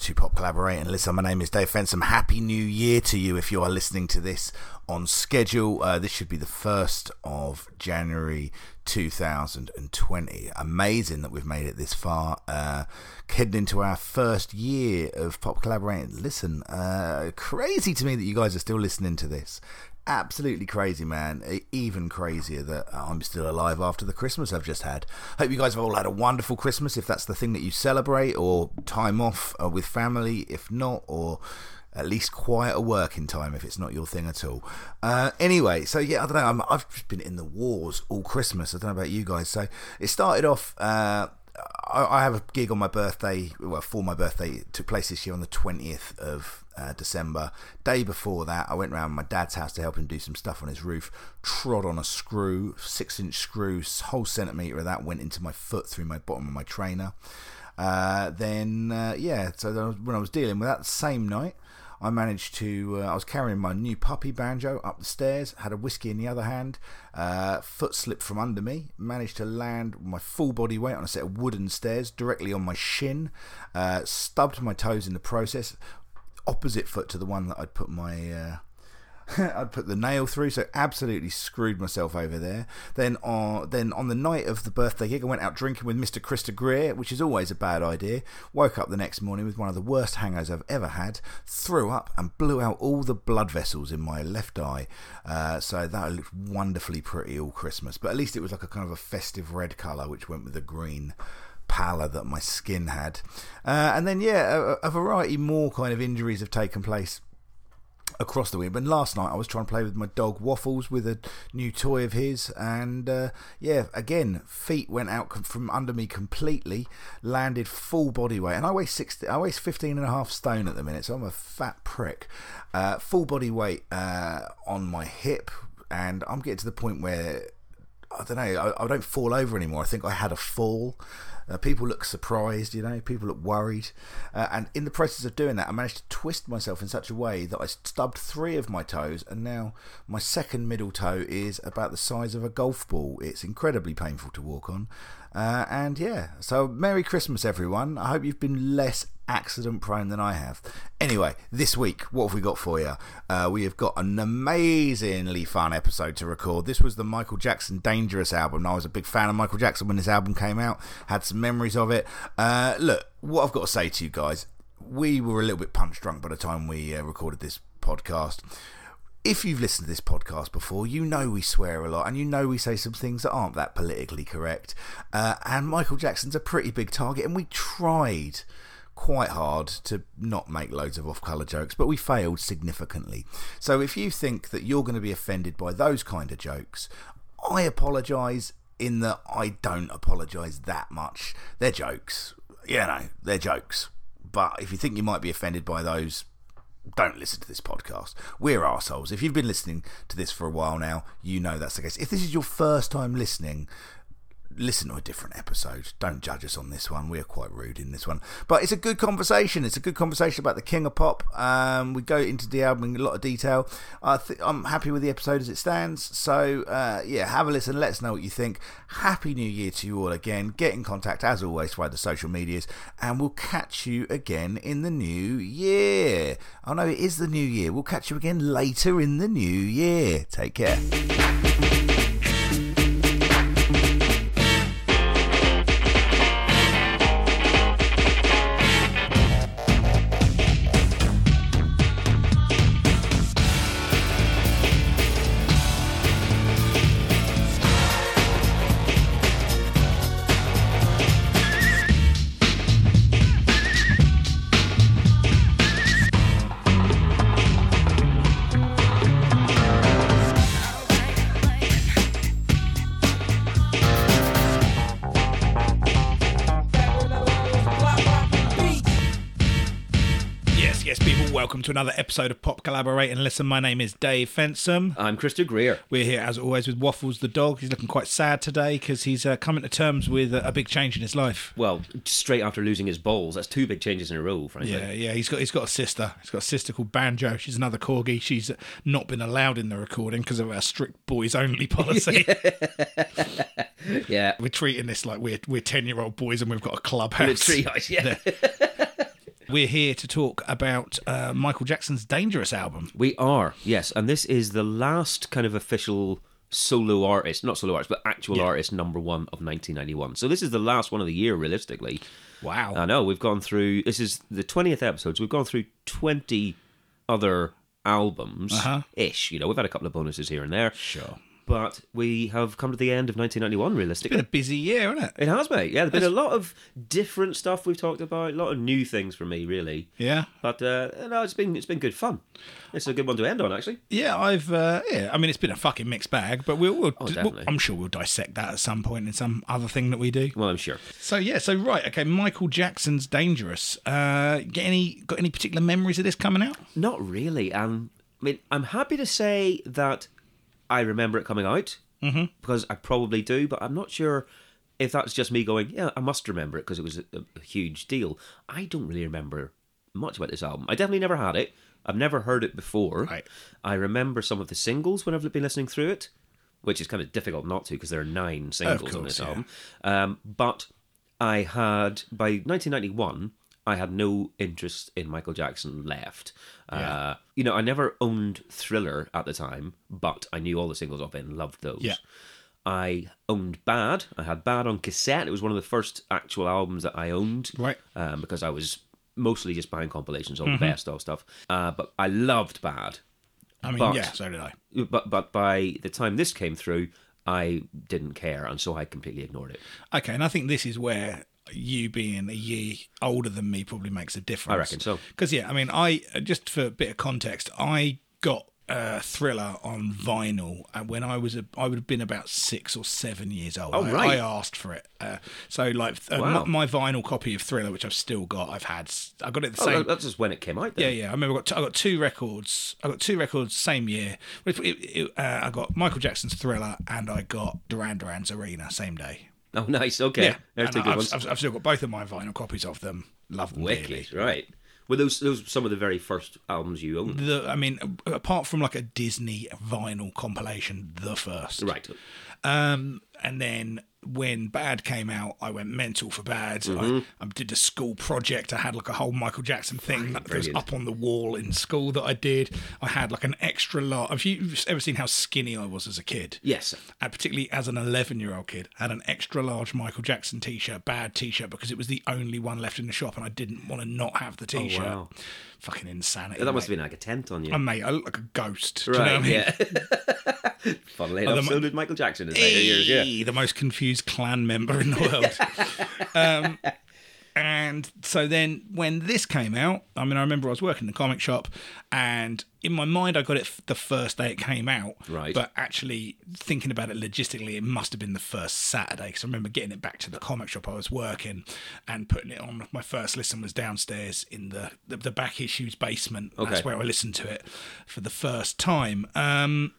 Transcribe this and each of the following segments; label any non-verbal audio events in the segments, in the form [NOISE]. to Pop Collaborate and listen. My name is Dave Fensom. Happy New Year to you if you are listening to this on schedule. Uh, this should be the 1st of January 2020. Amazing that we've made it this far. Uh, heading into our first year of Pop Collaborate and listen. Uh, crazy to me that you guys are still listening to this absolutely crazy, man. E- Even crazier that uh, I'm still alive after the Christmas I've just had. Hope you guys have all had a wonderful Christmas. If that's the thing that you celebrate, or time off uh, with family, if not, or at least quieter working time if it's not your thing at all. Uh, anyway, so yeah, I don't know. I'm, I've just been in the wars all Christmas. I don't know about you guys. So it started off. Uh, I, I have a gig on my birthday. Well, for my birthday, it took place this year on the twentieth of uh, December. Day before that, I went round my dad's house to help him do some stuff on his roof. Trod on a screw, six-inch screw, whole centimetre of that went into my foot through my bottom of my trainer. Uh, then, uh, yeah. So then I was- when I was dealing with that same night, I managed to. Uh, I was carrying my new puppy banjo up the stairs, had a whiskey in the other hand, uh, foot slipped from under me, managed to land my full body weight on a set of wooden stairs directly on my shin, uh, stubbed my toes in the process, opposite foot to the one that I'd put my. Uh, [COUGHS] I'd put the nail through, so absolutely screwed myself over there. Then on then on the night of the birthday gig, I went out drinking with Mr. Krista Greer, which is always a bad idea. Woke up the next morning with one of the worst hangers I've ever had. Threw up and blew out all the blood vessels in my left eye. Uh, so that looked wonderfully pretty all Christmas, but at least it was like a kind of a festive red color, which went with the green pallor that my skin had. Uh, and then yeah, a, a variety more kind of injuries have taken place across the week. But last night I was trying to play with my dog Waffles with a new toy of his, and uh, yeah, again feet went out com- from under me completely, landed full body weight, and I weigh six, I weigh 15 and a half stone at the minute, so I'm a fat prick. Uh, full body weight uh, on my hip, and I'm getting to the point where I don't know. I, I don't fall over anymore. I think I had a fall. Uh, people look surprised, you know. People look worried, uh, and in the process of doing that, I managed to twist myself in such a way that I stubbed three of my toes, and now my second middle toe is about the size of a golf ball. It's incredibly painful to walk on, uh, and yeah. So, Merry Christmas, everyone. I hope you've been less accident prone than I have. Anyway, this week, what have we got for you? Uh, we have got an amazingly fun episode to record. This was the Michael Jackson Dangerous album. I was a big fan of Michael Jackson when this album came out, had some memories of it. Uh, look, what I've got to say to you guys, we were a little bit punch drunk by the time we uh, recorded this podcast. If you've listened to this podcast before, you know we swear a lot and you know we say some things that aren't that politically correct. Uh, and Michael Jackson's a pretty big target, and we tried quite hard to not make loads of off colour jokes, but we failed significantly. So if you think that you're going to be offended by those kind of jokes, I apologise in that I don't apologise that much. They're jokes. You know, they're jokes. But if you think you might be offended by those, don't listen to this podcast. We're assholes. If you've been listening to this for a while now, you know that's the case. If this is your first time listening, listen to a different episode. Don't judge us on this one. We are quite rude in this one, but it's a good conversation. It's a good conversation about the King of Pop. Um, we go into the album in a lot of detail. I th- I'm happy with the episode as it stands. So uh, yeah, have a listen. Let us know what you think. Happy New Year to you all again. Get in contact as always via the social medias, and we'll catch you again in the new year. I know it is the new year. We'll catch you again later in the new year. Take care. Like, like, Welcome to another episode of Pop Collaborate and Listen. My name is Dave Fensom. I'm Krista Greer. We're here as always with Waffles the dog. He's looking quite sad today because he's uh, coming to terms with a, a big change in his life. Well, straight after losing his balls, that's two big changes in a row, frankly. Yeah, yeah. He's got he's got a sister. He's got a sister called Banjo. She's another corgi. She's not been allowed in the recording because of our strict boys [LAUGHS] only policy. Yeah. We're treating this like we're we're ten year old boys and we've got a The clubhouse. tree eyes, [LAUGHS] yeah. We're here to talk about uh, Michael Jackson's Dangerous album. We are, yes. And this is the last kind of official solo artist, not solo artist, but actual artist number one of 1991. So this is the last one of the year, realistically. Wow. I know, we've gone through, this is the 20th episode, so we've gone through 20 other albums ish. You know, we've had a couple of bonuses here and there. Uh-huh. sure. But we have come to the end of 1991, realistically. Been a busy year, isn't it? It has, mate. Yeah, there's been a lot of different stuff we've talked about, a lot of new things for me, really. Yeah. But uh, no, it's been it's been good fun. It's a good one to end on, actually. Yeah, I've. Uh, yeah, I mean, it's been a fucking mixed bag, but we'll. we'll, Oh, definitely. I'm sure we'll dissect that at some point in some other thing that we do. Well, I'm sure. So yeah, so right, okay. Michael Jackson's Dangerous. Uh, get any got any particular memories of this coming out? Not really. Um, I mean, I'm happy to say that I remember it coming out mm-hmm. because I probably do, but I'm not sure if that's just me going, yeah, I must remember it because it was a, a huge deal. I don't really remember much about this album. I definitely never had it. I've never heard it before. Right. I remember some of the singles when I've been listening through it, which is kind of difficult not to because there are nine singles on course, this yeah. album. Um, but I had by 1991, I had no interest in Michael Jackson left. Uh, you know, I never owned Thriller at the time, but I knew all the singles of it and loved those. Yeah. I owned Bad. I had Bad on cassette. It was one of the first actual albums that I owned Right. Mm-hmm. um, because I was mostly just buying compilations, all the best of stuff. Uh, but I loved Bad. I mean, But- yeah, so did I. But but by the time this came through, I didn't care, and so I completely ignored it. Okay, and I think this is where you being a year older than me probably makes a difference. I reckon so. Because yeah, I mean, I uh, just for a bit of context, I got uh, Thriller on vinyl, and when I was a, I would have been about six or seven years old. Oh, I, right. I asked for it. Uh, so like uh, Wow. my, my vinyl copy of Thriller, which I've still got, I've had. s- I got it the Oh, same. that- that's just when it came out. Then. Yeah, yeah. I remember I got two, I got two records. I got two records same year. It- it- it- uh, I got Michael Jackson's Thriller and I got Duran Duran's Arena same day. Oh, [LAUGHS] nice. Okay. There's And two good I've, ones. I've, I've still got both of my vinyl copies of them. Love them dearly. Wicked. Right. Were those those some of the very first albums you owned? The, I mean, a- apart from like a Disney vinyl compilation, the first. Right. Um, and then when Bad came out, I went mental for Bad. Mm-hmm. I, I did a school project. I had like a whole Michael Jackson thing that was brilliant. up on the wall in school that I did. I had like an extra large. Have you ever seen how skinny I was as a kid? Yes. And particularly as an 11 year old kid, I had an extra large Michael Jackson t shirt, bad t shirt, because it was the only one left in the shop and I didn't want to not have the t shirt. Oh, wow. Fucking insanity. That must have mate. been like a tent on you. And, Mate, I look like a ghost. Um, Do right. you know what I mean? Yeah. [LAUGHS] Funnily enough, the- so did Michael Jackson in his later years. Yeah. Hey, The most confused clan member in the [LAUGHS] world. um, and so then when this came out, I mean, I remember I was working in the comic shop and in my mind, I got it f- the first day it came out. Right. But actually, thinking about it logistically, it must have been the first Saturday because I remember getting it back to the comic shop I was working and putting it on. My first listen was downstairs in the, the, the back issues basement. That's Okay. where I listened to it for the first time. Um,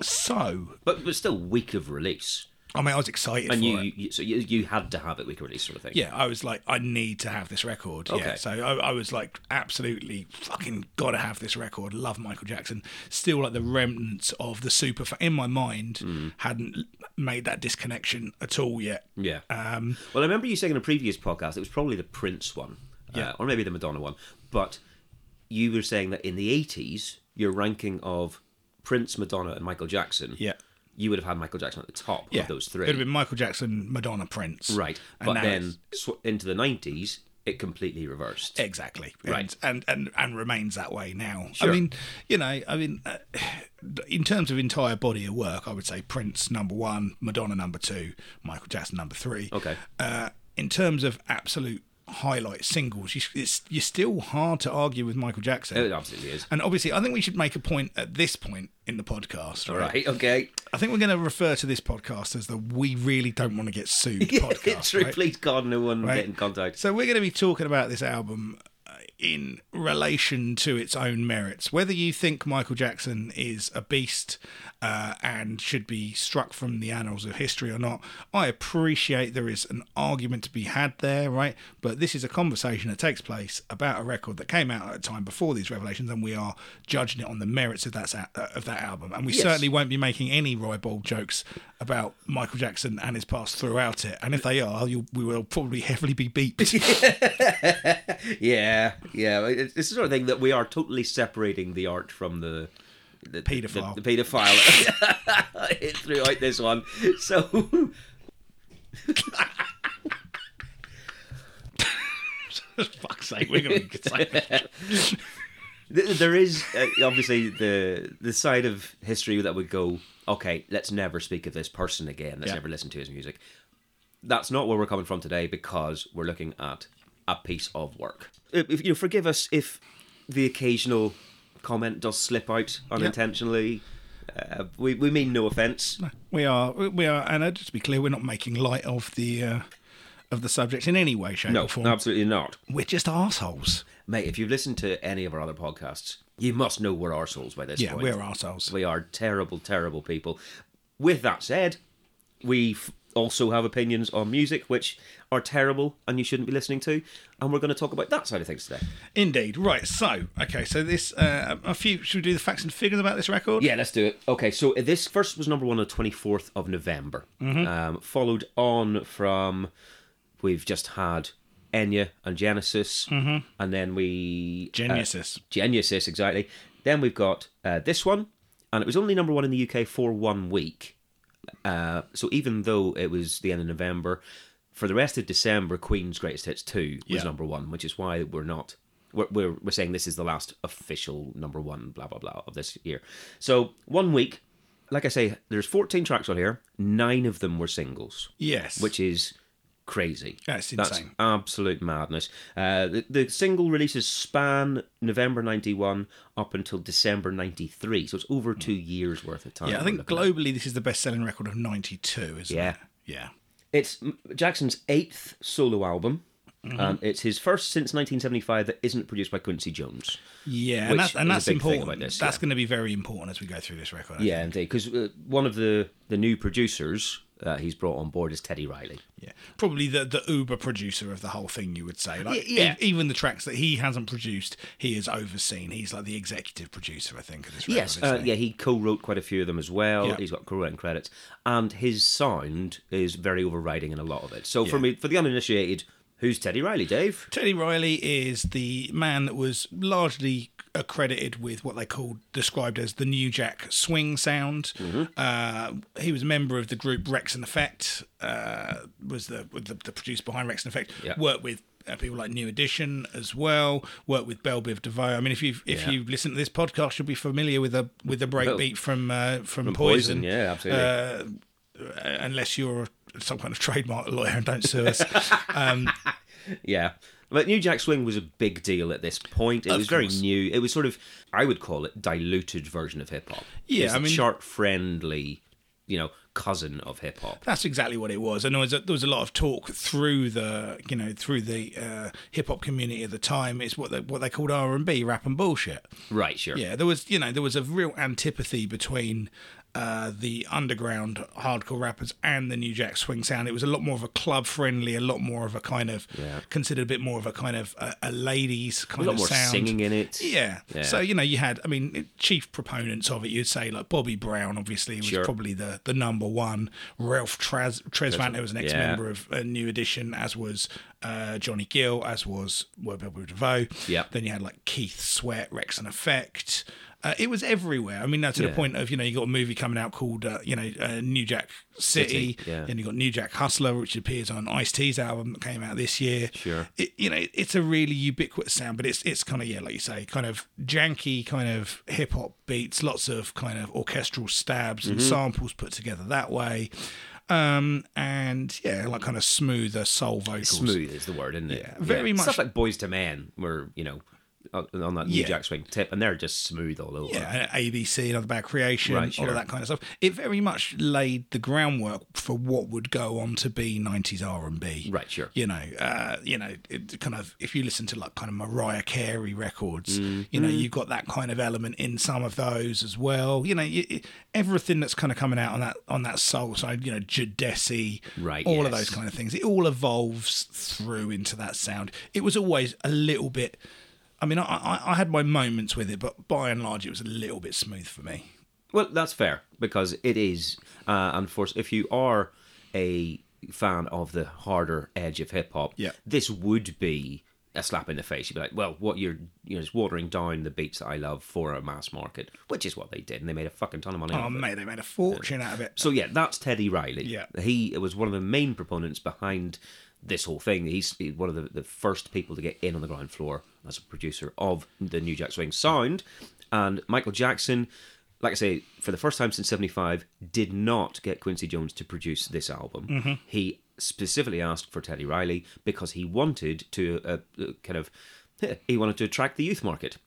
so But but still week of release. I mean, I was excited And for you, it. you so you, you had to have it week of release sort of thing. Yeah, I was like, I need to have this record. Yeah, Okay. so I, I was like, absolutely fucking gotta have this record. Love Michael Jackson. Still like the remnants of the super in my mind. Mm. Hadn't l- made that disconnection at all yet. Yeah. Um, well, I remember you saying in a previous podcast, it was probably the Prince one, uh, or maybe the Madonna one, but you were saying that in the 80s, your ranking of Prince, Madonna, and Michael Jackson, Yeah. you would have had Michael Jackson at the top Yeah, of those It would have three. been Michael Jackson, Madonna, Prince. Right. And But now Eh. then sw- into the 90s, it completely reversed. Exactly. Right. And and and, and remains that way now. Sure. I mean, you know, I mean, uh, in terms of entire body of work, I would say Prince number one, Madonna number two, Michael Jackson number three. Okay. Uh, in terms of absolute highlight singles, you, it's, you're still hard to argue with Michael Jackson. It absolutely is. and obviously, I think we should make a point at this point in the podcast. All right? right. Okay. I think we're going to refer to this podcast as the "We Really Don't Want to [LAUGHS] Get Sued" podcast. True. right? Please, God, no one right? get in Mm. contact. So we're going to be talking about this album uh, in relation to its own merits. Whether you think Michael Jackson is a beast uh, and should be struck from the annals of history or not, I appreciate there is an argument to be had there, right? But this is a conversation that takes place about a record that came out at a time before these revelations, and we are judging it on the merits of that sa- uh, of that album. And we Yes. certainly won't be making any ribald jokes about Michael Jackson and his past throughout it. And if they are, you'll, we will probably heavily be beeped. [LAUGHS] Yeah, yeah. It- It's the sort of thing that we are totally separating the art from the. The, Paedophile. the, the paedophile [LAUGHS] throughout this one. So [LAUGHS] fuck's sake, we're going to say Th- there is uh, obviously the the side of history that would go okay let's never speak of this person again let's Yeah. never listen to his music that's not where we're coming from today because we're looking at a piece of work if, if- you know, forgive us if the occasional comment does slip out unintentionally uh, we, we mean no offense we are, we are, and uh, just to be clear, we're not making light of the uh, of the subject in any way, shape, no or form. absolutely not We're just assholes. mate if you've listened to any of our other podcasts you must know we're arseholes by this Yeah, point we're assholes. We are terrible, terrible people. With that said, we f- also have opinions on music which are terrible and you shouldn't be listening to, and we're going to talk about that side of things today. Indeed. Right. So, okay. So this, uh, a few. Should we do the facts and figures about this record? Yeah, let's do it. Okay, so this first was number one on the 24th of November, Mm-hmm. um, followed on from we've just had Enya and Genesis, and then we uh, Mm-hmm. Genesis. Genesis, exactly. Then we've got uh, this one, and it was only number one in the UK for one week. Uh, so even though it was the end of November, for the rest of December, Queen's Greatest Hits 2 was Yeah. number one, which is why we're not. We're, we're, we're saying this is the last official number one, blah, blah, blah, of this year. So one week, like I say, there's 14 tracks on here. Nine of them were singles Yes. which is crazy. That's insane. absolute madness. Uh, the, the single releases span November 91 up until December 93. So it's over two years worth of time. yeah. I we're think looking at. globally, this is the best-selling record of '92. Isn't Yeah. it? Yeah. It's M- Jackson's eighth solo album. Mm-hmm. And it's his first since 1975 that isn't produced by Quincy Jones. Yeah. Which and that's, and is a that's big thing important. about this, that's yeah. going to be very important as we go through this record. I Yeah, indeed. Because uh, one of the, the new producers uh, he's brought on board is Teddy Riley. Yeah, probably the the uber producer of the whole thing. You would say, like, Y- yeah. e- even the tracks that he hasn't produced, he has overseen. He's like the executive producer, I think. Of this record, Yes, isn't uh, he? yeah, he co-wrote quite a few of them as well. Yeah. He's got co-writing credits, and his sound is very overriding in a lot of it. So for me, for the uninitiated, who's Teddy Riley, Dave? Teddy Riley is the man that was largely accredited with what they called described as the new jack swing sound Mm-hmm. uh, he was a member of the group rex and effect uh, was the, was the the producer behind rex and effect Yeah. worked with uh, people like new edition as well worked with bell biv devoe i mean if you've if Yeah. you listen to this podcast you'll be familiar with a with the breakbeat from uh, from, Poison, poison Uh, yeah, absolutely. unless you're some kind of trademark lawyer and don't [LAUGHS] sue us yeah. But New Jack Swing was a big deal at this point. It was very course. new. It was sort of, I would call it, diluted version of hip hop. Yeah, I mean- chart friendly, you know, cousin of hip hop. That's exactly what it was, and there was a, there was a lot of talk through the you know through the uh, hip hop community at the time. It's what they, what they called R and B, rap and bullshit. Right, sure. Yeah, there was you know there was a real antipathy between uh, the underground hardcore rappers and the New Jack Swing sound. It was a lot more of a club friendly, a lot more of a kind of considered a bit more of a kind of a, a ladies A kind lot of more sound. singing in it. Yeah. Yeah. So you know, you had, I mean, chief proponents of it. You'd say like Bobby Brown, obviously, was Sure. probably the the number one. Ralph Traz, Tresvant, who was an ex member of uh, New Edition, as was uh, Johnny Gill, as was Word Bobby DeVoe. Yep. Then you had like Keith Sweat, Rex and Effect. Uh, it was everywhere. I mean, now to the Yeah. point of you know you got a movie coming out called uh, you know uh, New Jack City, City, yeah. then you got New Jack Hustler, which appears on Ice T's album that came out this year. Sure. It, you know, it- it's a really ubiquitous sound, but it's it's kind of yeah, like you say, kind of janky, kind of hip hop beats, lots of kind of orchestral stabs and samples put together that way, um, and yeah, like kind of smoother soul vocals. Smooth is the word, isn't it? very much- Stuff like Boys to Men, where, you know, on on that Yeah. New Jack Swing tip, and they're just smooth all over. yeah, ABC, another bad creation, Right, all sure. of that kind of stuff. It very much laid the groundwork for what would go on to be '90s R&B. Right, sure. You know, uh, you know, it kind of if you listen to like kind of Mariah Carey records, you Mm-hmm. know, you've got that kind of element in some of those as well. You know, y y- everything that's kind of coming out on that on that soul side, you know, Jadesi, Right, all yes. of those kind of things. It all evolves through into that sound. It was always a little bit. I mean, I, I, I had my moments with it, but by and large, it was a little bit smooth for me. Well, that's fair because it is. Uh, unfortunately, if you are a fan of the harder edge of hip hop, Yeah. this would be a slap in the face. You'd be like, "Well, what you're you know, is watering down the beats that I love for a mass market," which is what they did, and they made a fucking ton of money. Oh, off it. mate, they made a fortune out of it. So yeah, that's Teddy Riley. Yeah. he was one of the main proponents behind this whole thing. He's one of the, the first people to get in on the ground floor as a producer of the New Jack Swing sound. And Michael Jackson, like I say, for the first time since '75, did not get Quincy Jones to produce this album. He specifically asked for Teddy Riley because he wanted to uh, uh, kind of [LAUGHS] he wanted to attract the youth market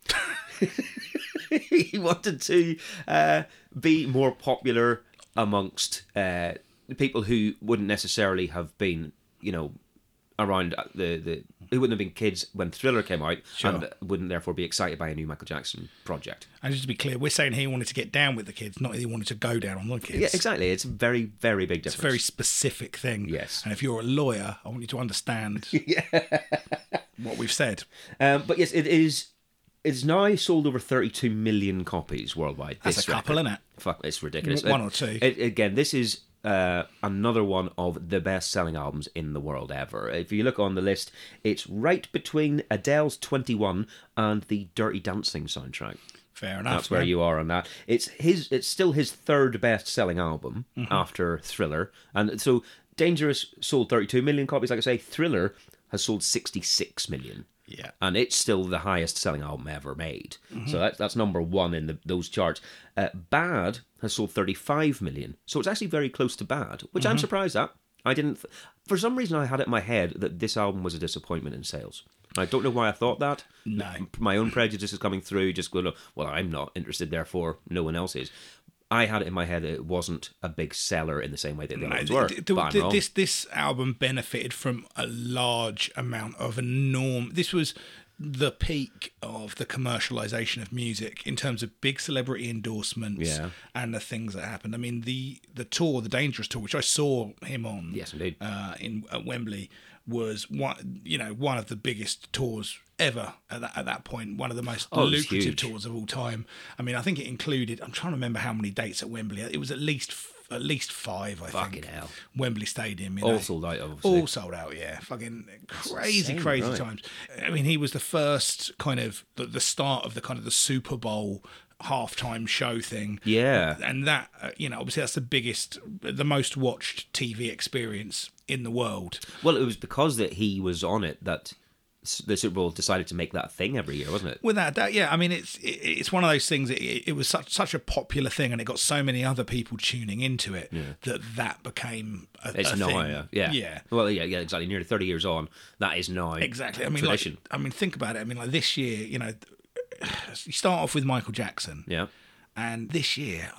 [LAUGHS] he wanted to uh, be more popular amongst uh, people who wouldn't necessarily have been, you know, around uh, the, the who wouldn't have been kids when Thriller came out and wouldn't therefore be excited by a new Michael Jackson project. And just to be clear, we're saying he wanted to get down with the kids, not he wanted to go down on the kids. Yeah, exactly. It's a very, very big difference. It's a very specific thing. Yes. And if you're a lawyer, I want you [LAUGHS] to understand what we've said. Um, but yes, it is. It's now sold over 32 million copies worldwide. That's this a couple, record. innit? Fuck, it's ridiculous. W- one It- or two. it- again, this is uh, another one of the best-selling albums in the world ever. If you look on the list, it's right between Adele's 21 and the Dirty Dancing soundtrack. Fair enough. That's where man. you are on that. It's his. It's still his third best-selling album Mm-hmm. after Thriller, and so Dangerous sold 32 million copies. Like I say, Thriller has sold 66 million Yeah. Mm-hmm. and it's still the highest selling album ever made. So that's that's number one in the, those charts. Uh, Bad has sold 35 million, so it's actually very close to Bad, which Mm-hmm. I'm surprised at. I didn't, th- for some reason, I had it in my head that this album was a disappointment in sales. I don't know why I thought that. No. my own prejudice is coming through. Just going, well, I'm not interested, therefore no one else is. I had it in my head that it wasn't a big seller in the same way that the No, others th- were. th- but I'm th- wrong. this this album benefited from a large amount of enorm. This was the peak of the commercialization of music in terms of big celebrity endorsements Yeah. and the things that happened. I mean, the the tour, the Dangerous tour, which I saw him on. Yes, indeed. Uh, in at Wembley was one, you know, one of the biggest tours ever at that, at that point. One of the most Oh, it was lucrative huge. tours tours of all time. I mean, I think it included. I'm trying to remember how many dates at Wembley. It was at least f- at least five. I Fucking think. hell. Wembley Stadium. You know. all sold out, obviously. All sold out, yeah. Fucking crazy, insane, crazy right. times. I mean, he was the first kind of the, the start of the kind of the Super Bowl halftime show thing. Yeah. and that uh, you know, obviously that's the biggest, the most watched TV experience in the world. Well, it was because that he was on it that s- the Super Bowl decided to make that a thing every year, wasn't it? Without a doubt, yeah. I mean, it's it, it's one of those things. It, it was such such a popular thing, and it got so many other people tuning into it that that became a, It's a now, thing. uh, yeah, yeah, Well, yeah, yeah, exactly. Nearly thirty years on, that is now exactly. I mean, like, tradition. I mean, think about it. I mean, like this year, you know, you start off with Michael Jackson, yeah. and this year,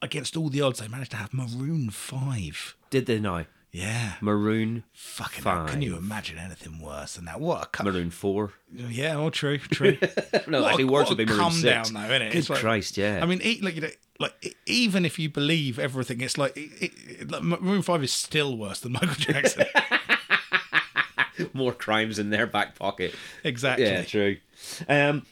against all the odds, they managed to have Maroon Five. Did they now? Yeah, Maroon, fucking. hell, five. Can you imagine anything worse than that? What a cu- Maroon Four. [LAUGHS] Yeah, well, true, true. No, What a- actually, words would what be a Maroon come Six. down though, innit? Good It's like- Christ, yeah. I mean, e like you know, like e- even if you believe everything, it's like, it, it, it- like Maroon Five is still worse [LAUGHS] than Michael Jackson. more crimes in their back pocket. exactly. Yeah, true. Um,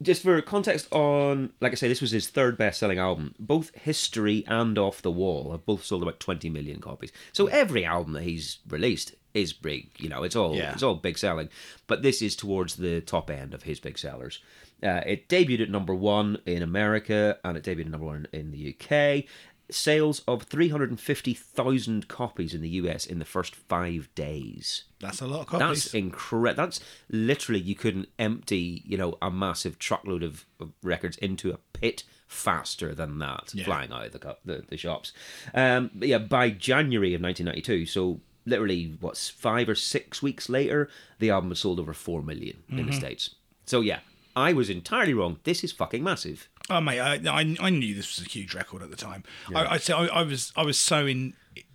just for context on, like I say, this was his third best-selling album. Both History and Off the Wall have both sold about 20 million copies. So every album that he's released is big. You know, it's all Yeah. it's all big selling. But this is towards the top end of his big sellers. Uh, it debuted at number one in America and it debuted at number one in the UK. Sales of 350,000 copies in the US in the first five days. That's a lot of copies. That's incredible. That's literally you couldn't empty, you know, a massive truckload of, of records into a pit faster than that, flying out of the, co- the the shops. Um, but yeah, by January of 1992, so literally Mm-hmm. what's five or six weeks later, the album was sold over four million in the states. So yeah, I was entirely wrong. This is fucking massive. Oh mate, I, I I knew this was a huge record at the time. I, I'd say I, I was I was so in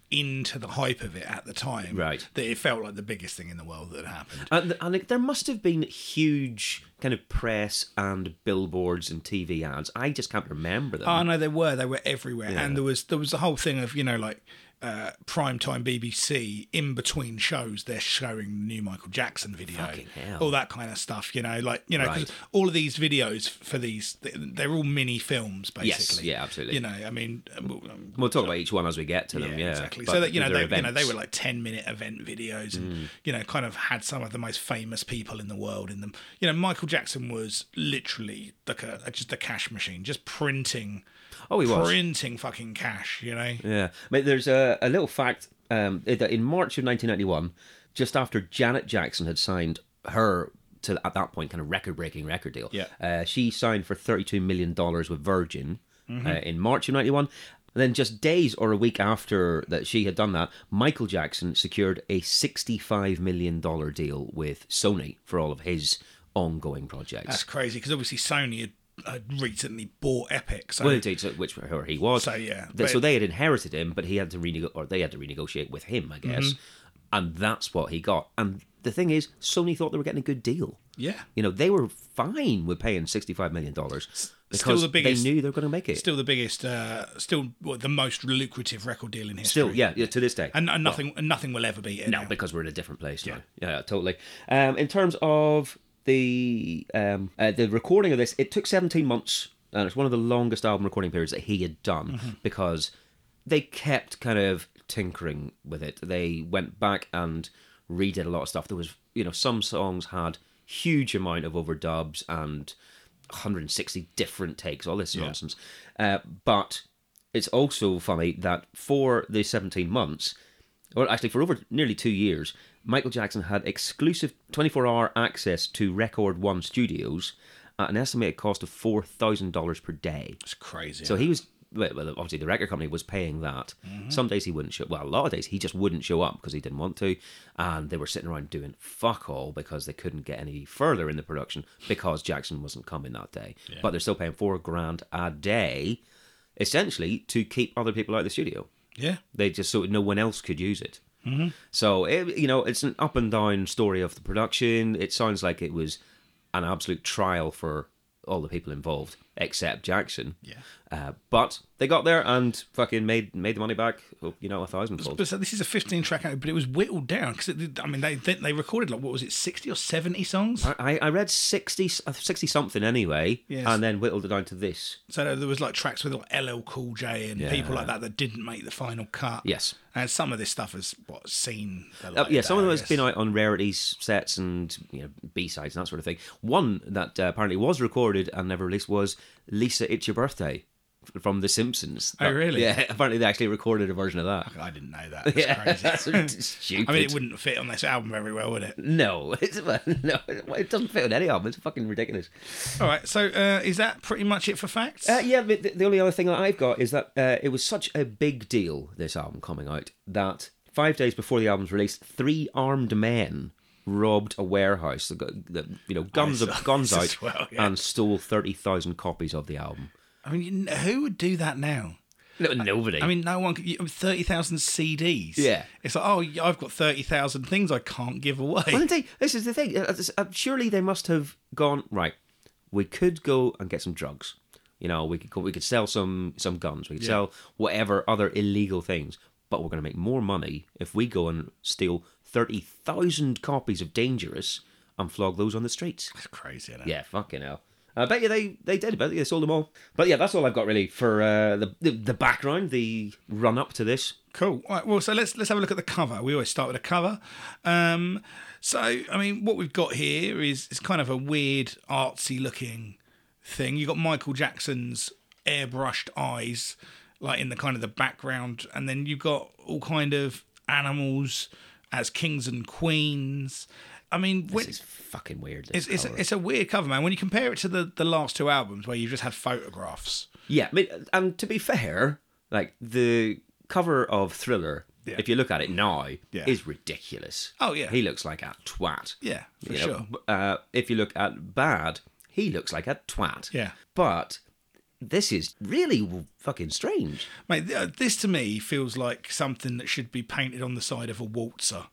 into the hype of it at the time, Right. that it felt like the biggest thing in the world that had happened. And, and there must have been huge kind of press and billboards and TV ads. I just can't remember them. Oh no, they were. They were everywhere, and there was there was the whole thing of you know like uh, prime time BBC in between shows they're showing the new Michael Jackson video, hell. all that kind of stuff. You know, like you know 'cause Right. all of these videos for these they- they're all mini films basically. yeah, absolutely. You know, I mean, uh, well, um, we'll talk about each one as we get to them. Yeah, exactly. But So that you know, they're they, you know, they events. Mm. were like ten minute event videos, and you know, kind of had some of the most famous people in the world in them. You know, Michael Jackson was literally like a just a cash machine, just printing. Oh, he was. printing fucking cash. You know, Yeah, but there's a, a little fact um, that in March of 1991, just after Janet Jackson had signed her to at that point kind of record-breaking record deal, Yeah. uh, she signed for 32 million dollars with Virgin Mm-hmm. uh, in March of 91. And then just days or a week after that she had done that, Michael Jackson secured a 65 million dollar deal with Sony for all of his ongoing projects. that's crazy because obviously Sony had, had recently bought Epic. So Well, indeed, so, which where he was. So, yeah, Th- but- so they had inherited him, but he had to renego- or they had to renegotiate with him, I guess, Mm-hmm. and that's what he got. And the thing is, Sony thought they were getting a good deal. yeah, You know, they were fine with paying sixty-five million dollars because the biggest- they knew they were going to make it. still the biggest, uh, still well, the most lucrative record deal in history. Still, yeah, yeah, to this day. and, and nothing, and nothing will ever beat it. No, now. because we're in a different place now. Yeah, yeah, totally. Um, in terms of the um, uh, the recording of this, it took 17 months, and it's one of the longest album recording periods that he had done because they kept kind of tinkering with it. They went back and redid a lot of stuff. There was, you know, some songs had huge amount of overdubs and 160 different takes, all this nonsense. Uh, but it's also funny that for the 17 months, or actually for over nearly two years, Michael Jackson had exclusive 24 hour access to Record One studios at an estimated cost of $4,000 per day. it's crazy. So he was. Well, well, obviously, the record company was paying that. Some days he wouldn't show. Well, a lot of days he just wouldn't show up because he didn't want to, and they were sitting around doing fuck all because they couldn't get any further in the production because Jackson wasn't coming that day. But they're still paying four grand a day, essentially, to keep other people out of the studio. yeah, They just so no one else could use it. Mm-hmm. So it, you know, it's an up and down story of the production. It sounds like it was an absolute trial for all the people involved, except Jackson. Yeah. Uh, but they got there and fucking made made the money back. You know, a thousandfold. But so this is a 15 track album, but it was whittled down because I mean they, they they recorded like what was it 60 or 70 songs? I, I read 60, 60 something anyway, Yes. and then whittled it down to this. So there was like tracks with like LL Cool J and people like that that didn't make the final cut. Yes. and some of this stuff has what seen. The Uh, light yeah, some of of them day, I has been guess. out on rarities sets and you know B sides and that sort of thing. One that uh, apparently was recorded and never released was "Lisa, It's Your Birthday" f- from The Simpsons. Oh, That- really? Yeah, [LAUGHS] apparently they actually recorded a version of that. I didn't [LAUGHS] know that. That's Yeah, crazy. that's [LAUGHS] stupid. I mean, it wouldn't fit on this album very well, would it? [LAUGHS] No, [LAUGHS] it's well, no, it doesn't fit on any album. It's fucking ridiculous. All right. So uh, is that pretty much it for facts? Uh, yeah, but the, the only other thing that I've got is that uh, it was such a big deal this album coming out that five days before the album's release, three armed men robbed a warehouse, that got- that, you know, guns saw guns this out, as well, yeah. and stole thirty thousand copies of the album. I mean, who would do that now? No, nobody. I mean, no one. Could, you- Thirty thousand CDs. Yeah. It's like, oh, yeah, I've got thirty thousand things I can't give away. Well, indeed, this is the thing. uh, uh, Surely they must have gone right. We could go and get some drugs. You know, we could go, we could sell some some guns. We could sell whatever other illegal things. But we're going to make more money if we go and steal thirty thousand copies of Dangerous and flog those on the streets. [LAUGHS] That's crazy. Isn't it? Yeah, fucking hell. I bet you they, they did. I bet you they sold them all. But yeah, that's all I've got really for uh, the, the the background, the run up to this. Cool. All right. Well, so let's let's have a look at the cover. We always start with a cover. Um, so I mean, what we've got here is is kind of a weird, artsy looking thing. You have got Michael Jackson's airbrushed eyes, like in the kind of the background, and then you've got all kind of animals as kings and queens. I mean, when, It's fucking weird. it's This it's a, colour. it's a weird cover, man. When you compare it to the the last two albums where you've just had photographs. Yeah, I mean, and to be fair, like the cover of Thriller, Yeah. if you look at it now, Yeah. is ridiculous. Oh, yeah. he looks like a twat. Yeah, for you know. sure. Uh, if you look at Bad, he looks like a twat. Yeah. But this is really w- fucking strange. Mate, th- uh, this to me feels like something that should be painted on the side of a waltzer.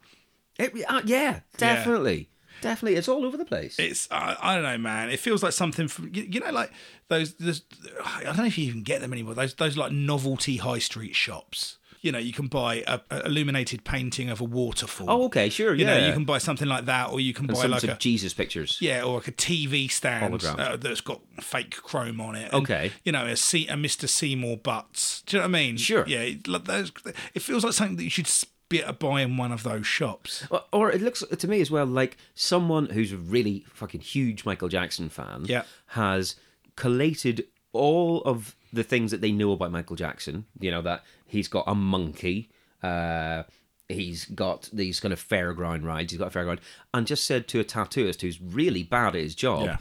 It, uh, yeah, definitely. Definitely. It's all over the place. It's I, I don't know, man. It feels like something from you, you know, like those, those. I don't know if you even get them anymore. Those those like novelty high street shops. You know, you can buy a, a illuminated painting of a waterfall. oh, okay, sure. you yeah. know, you can buy something like that, or you can and buy some like sort a of Jesus pictures. Yeah, or like a TV stand Hologram. uh, that's got fake chrome on it. and, Okay. You know, a, C- a Mr. Seymour Butts. Do you know what I mean? Sure. Yeah, it- like those, it feels like something that you should s- be able to buy in one of those shops. Or- Or it looks to me as well like someone who's a really fucking huge Michael Jackson fan Yeah. has collated all of the things that they know about Michael Jackson. You know, that he's got a monkey, uh, he's got these kind of fairground rides, he's got a fairground, and just said to a tattooist who's really bad at his job, Yeah.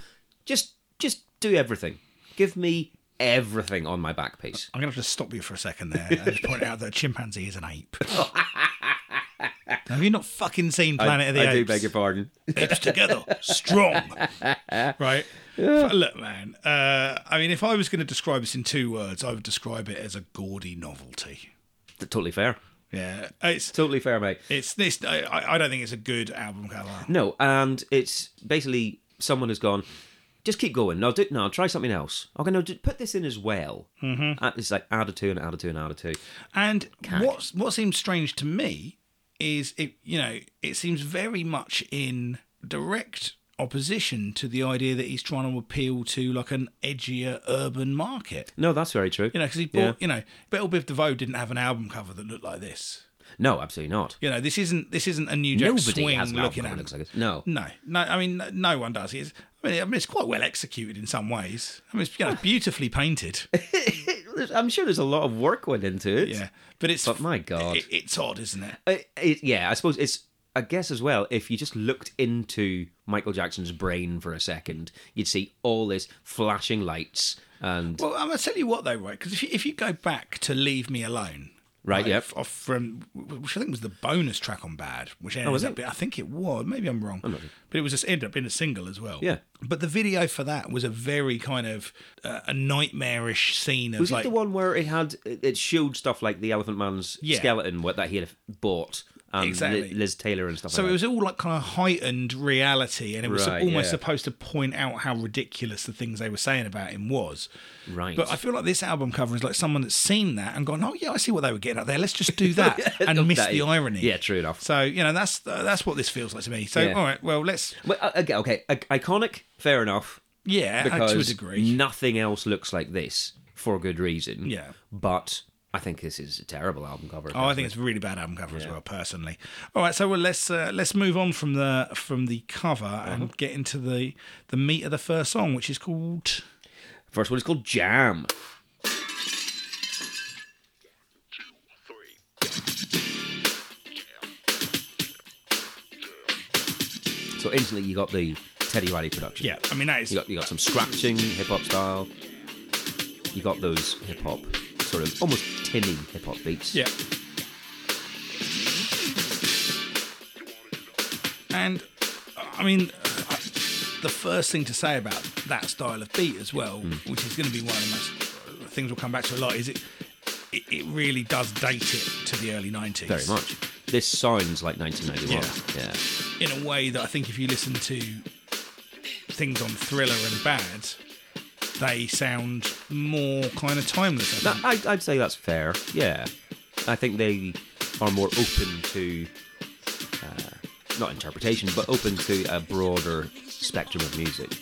just just do everything. Give me everything on my back piece. I'm going to have to stop you for a second there and just point out that a chimpanzee is an [LAUGHS] ape. have you not fucking seen Planet of the I Apes? do beg your pardon. [LAUGHS] Apes together, strong. Right? F- Look, man, uh, I mean, if I was going to describe this in two words, I would describe it as a gaudy novelty. totally fair. Yeah, it's Totally fair, mate. It's this. I, I I don't think it's a good album cover. No, and it's basically someone has gone. Just keep going. No, do, no, try something else. Okay, no, just put this in as well. Mm-hmm. It's like add a two and add a two and add a two. And what's what seems strange to me is it. You know, it seems very much in direct opposition to the idea that he's trying to appeal to like an edgier urban market. No, that's very true. You know, because he bought. Yeah. You know, Bill Biv DeVoe didn't have an album cover that looked like this. No, absolutely not. You know, this isn't this isn't a New Jack Nobody Swing has an album looking that at looks like this. No, No, no. I mean, no- no one does. It's, I mean, I mean, it's quite well executed in some ways. I mean, it's you know, beautifully painted. There's- [LAUGHS] I'm sure there's a lot of work went into it. Yeah, but it's But my God. it, it's odd, isn't it? I- I- yeah. I suppose it's. I guess as well, if you just looked into Michael Jackson's brain for a second, you'd see all this flashing lights and Well, I'm gonna tell you what though, right? Because if you, if you go back to "Leave Me Alone," Right, yep. f- off from which I think was the bonus track on Bad, which ended Oh, was up, I think it was, maybe I'm wrong, but it was just ended up in a single as well. Yeah. But the video for that was a very kind of uh, a nightmarish scene of Was like it the one where it had it showed stuff like the Elephant Man's Yeah. skeleton what, that he had bought and Li- Exactly. Liz Taylor and stuff? So like it that? was all like kind of heightened reality, and it was Right, almost yeah. supposed to point out how ridiculous the things they were saying about him was. Right. But I feel like this album cover is like someone that's seen that and gone, "Oh yeah, I see what they were getting up there. Let's [LAUGHS] just do that and Look, miss that the is- irony." Yeah, true enough. So you know that's uh, that's what this feels like to me. So Yeah. all right, well let's Well, uh, okay, okay, i- iconic, fair enough. yeah uh, Because to a degree. nothing else looks like this for good reason. Yeah. but I think this is a terrible album cover. Oh, I think it's a really bad album cover as well, personally. All right, so well, let's uh, let's move on from the from the cover Uh-huh. and get into the the meat of the first song, which is called first one is called Jam. So instantly you got the Teddy Riley production. yeah. I mean that is You got you got some scratching hip hop style. You got those hip hop sort of almost tinny hip hop beats. Yeah. And uh, I mean, I- the first thing to say about that style of beat as well, Hmm. which is going to be one of the most uh, things we'll come back to a lot, is it it, it really does date it to the early nineties very much. This sounds like 1991. Yeah. in a way that I think if you listen to things on Thriller and Bad, they sound more kind of timeless. I think. That- I, I'd say that's fair. Yeah. I think they are more open to uh, not interpretation, but open to a broader spectrum of music.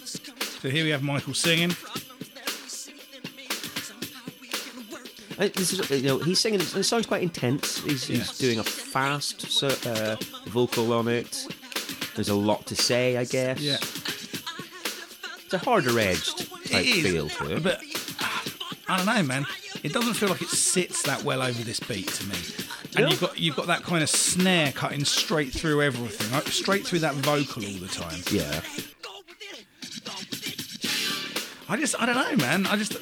So here we have Michael singing. I- Uh, This is, you know, he's singing. It sounds quite intense. He's, he's Yeah. doing a fast so- uh, vocal on it. There's a lot to say, I guess. Yeah. It's a harder edged type It is, feel to it. but I don't know, man. It doesn't feel like it sits that well over this beat to me. And Yeah. you've got you've got that kind of snare cutting straight through everything, like straight through that vocal all the time. yeah. I just I don't know, man. I just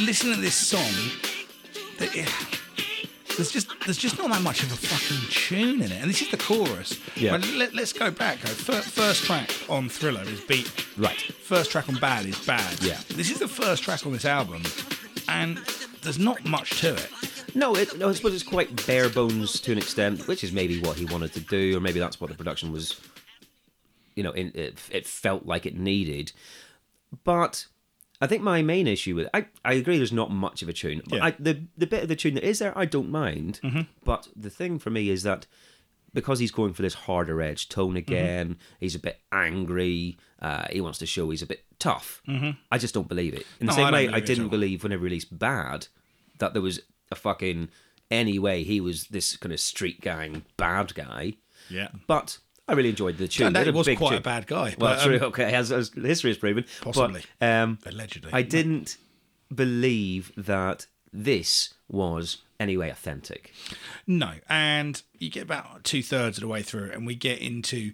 listen to this song. It, There's just there's just not that much of a fucking tune in it, and this is the chorus. Yeah. But let, us go back. Though. First, first track on Thriller is Beat. Right. First track on Bad is Bad. Yeah. This is the first track on this album, and there's not much to it. No, it, no, I suppose it's quite bare bones to an extent, which is maybe what he wanted to do, or maybe that's what the production was. You know, in, it, it felt like it needed, but I think my main issue with I I agree there's not much of a tune. But Yeah. Mm-hmm. I, the the bit of the tune that is there I don't mind, but the thing for me is that because he's going for this harder edge Mm-hmm. tone again, he's a bit angry. Uh, he wants to show he's a bit tough. I just don't believe it. In the Mm-hmm. No, I same don't way, believe I it at didn't all. believe when they released Bad that there was a fucking any way he was this kind of street gang bad guy. Yeah. But I really enjoyed the tune. Turned out It he was big quite a tune. bad guy, Well, but, true. um, Okay, as, as history has proven, But, Possibly. um, Allegedly. I didn't believe that this was anyway authentic. No, and you get about two thirds of the way through, and we get into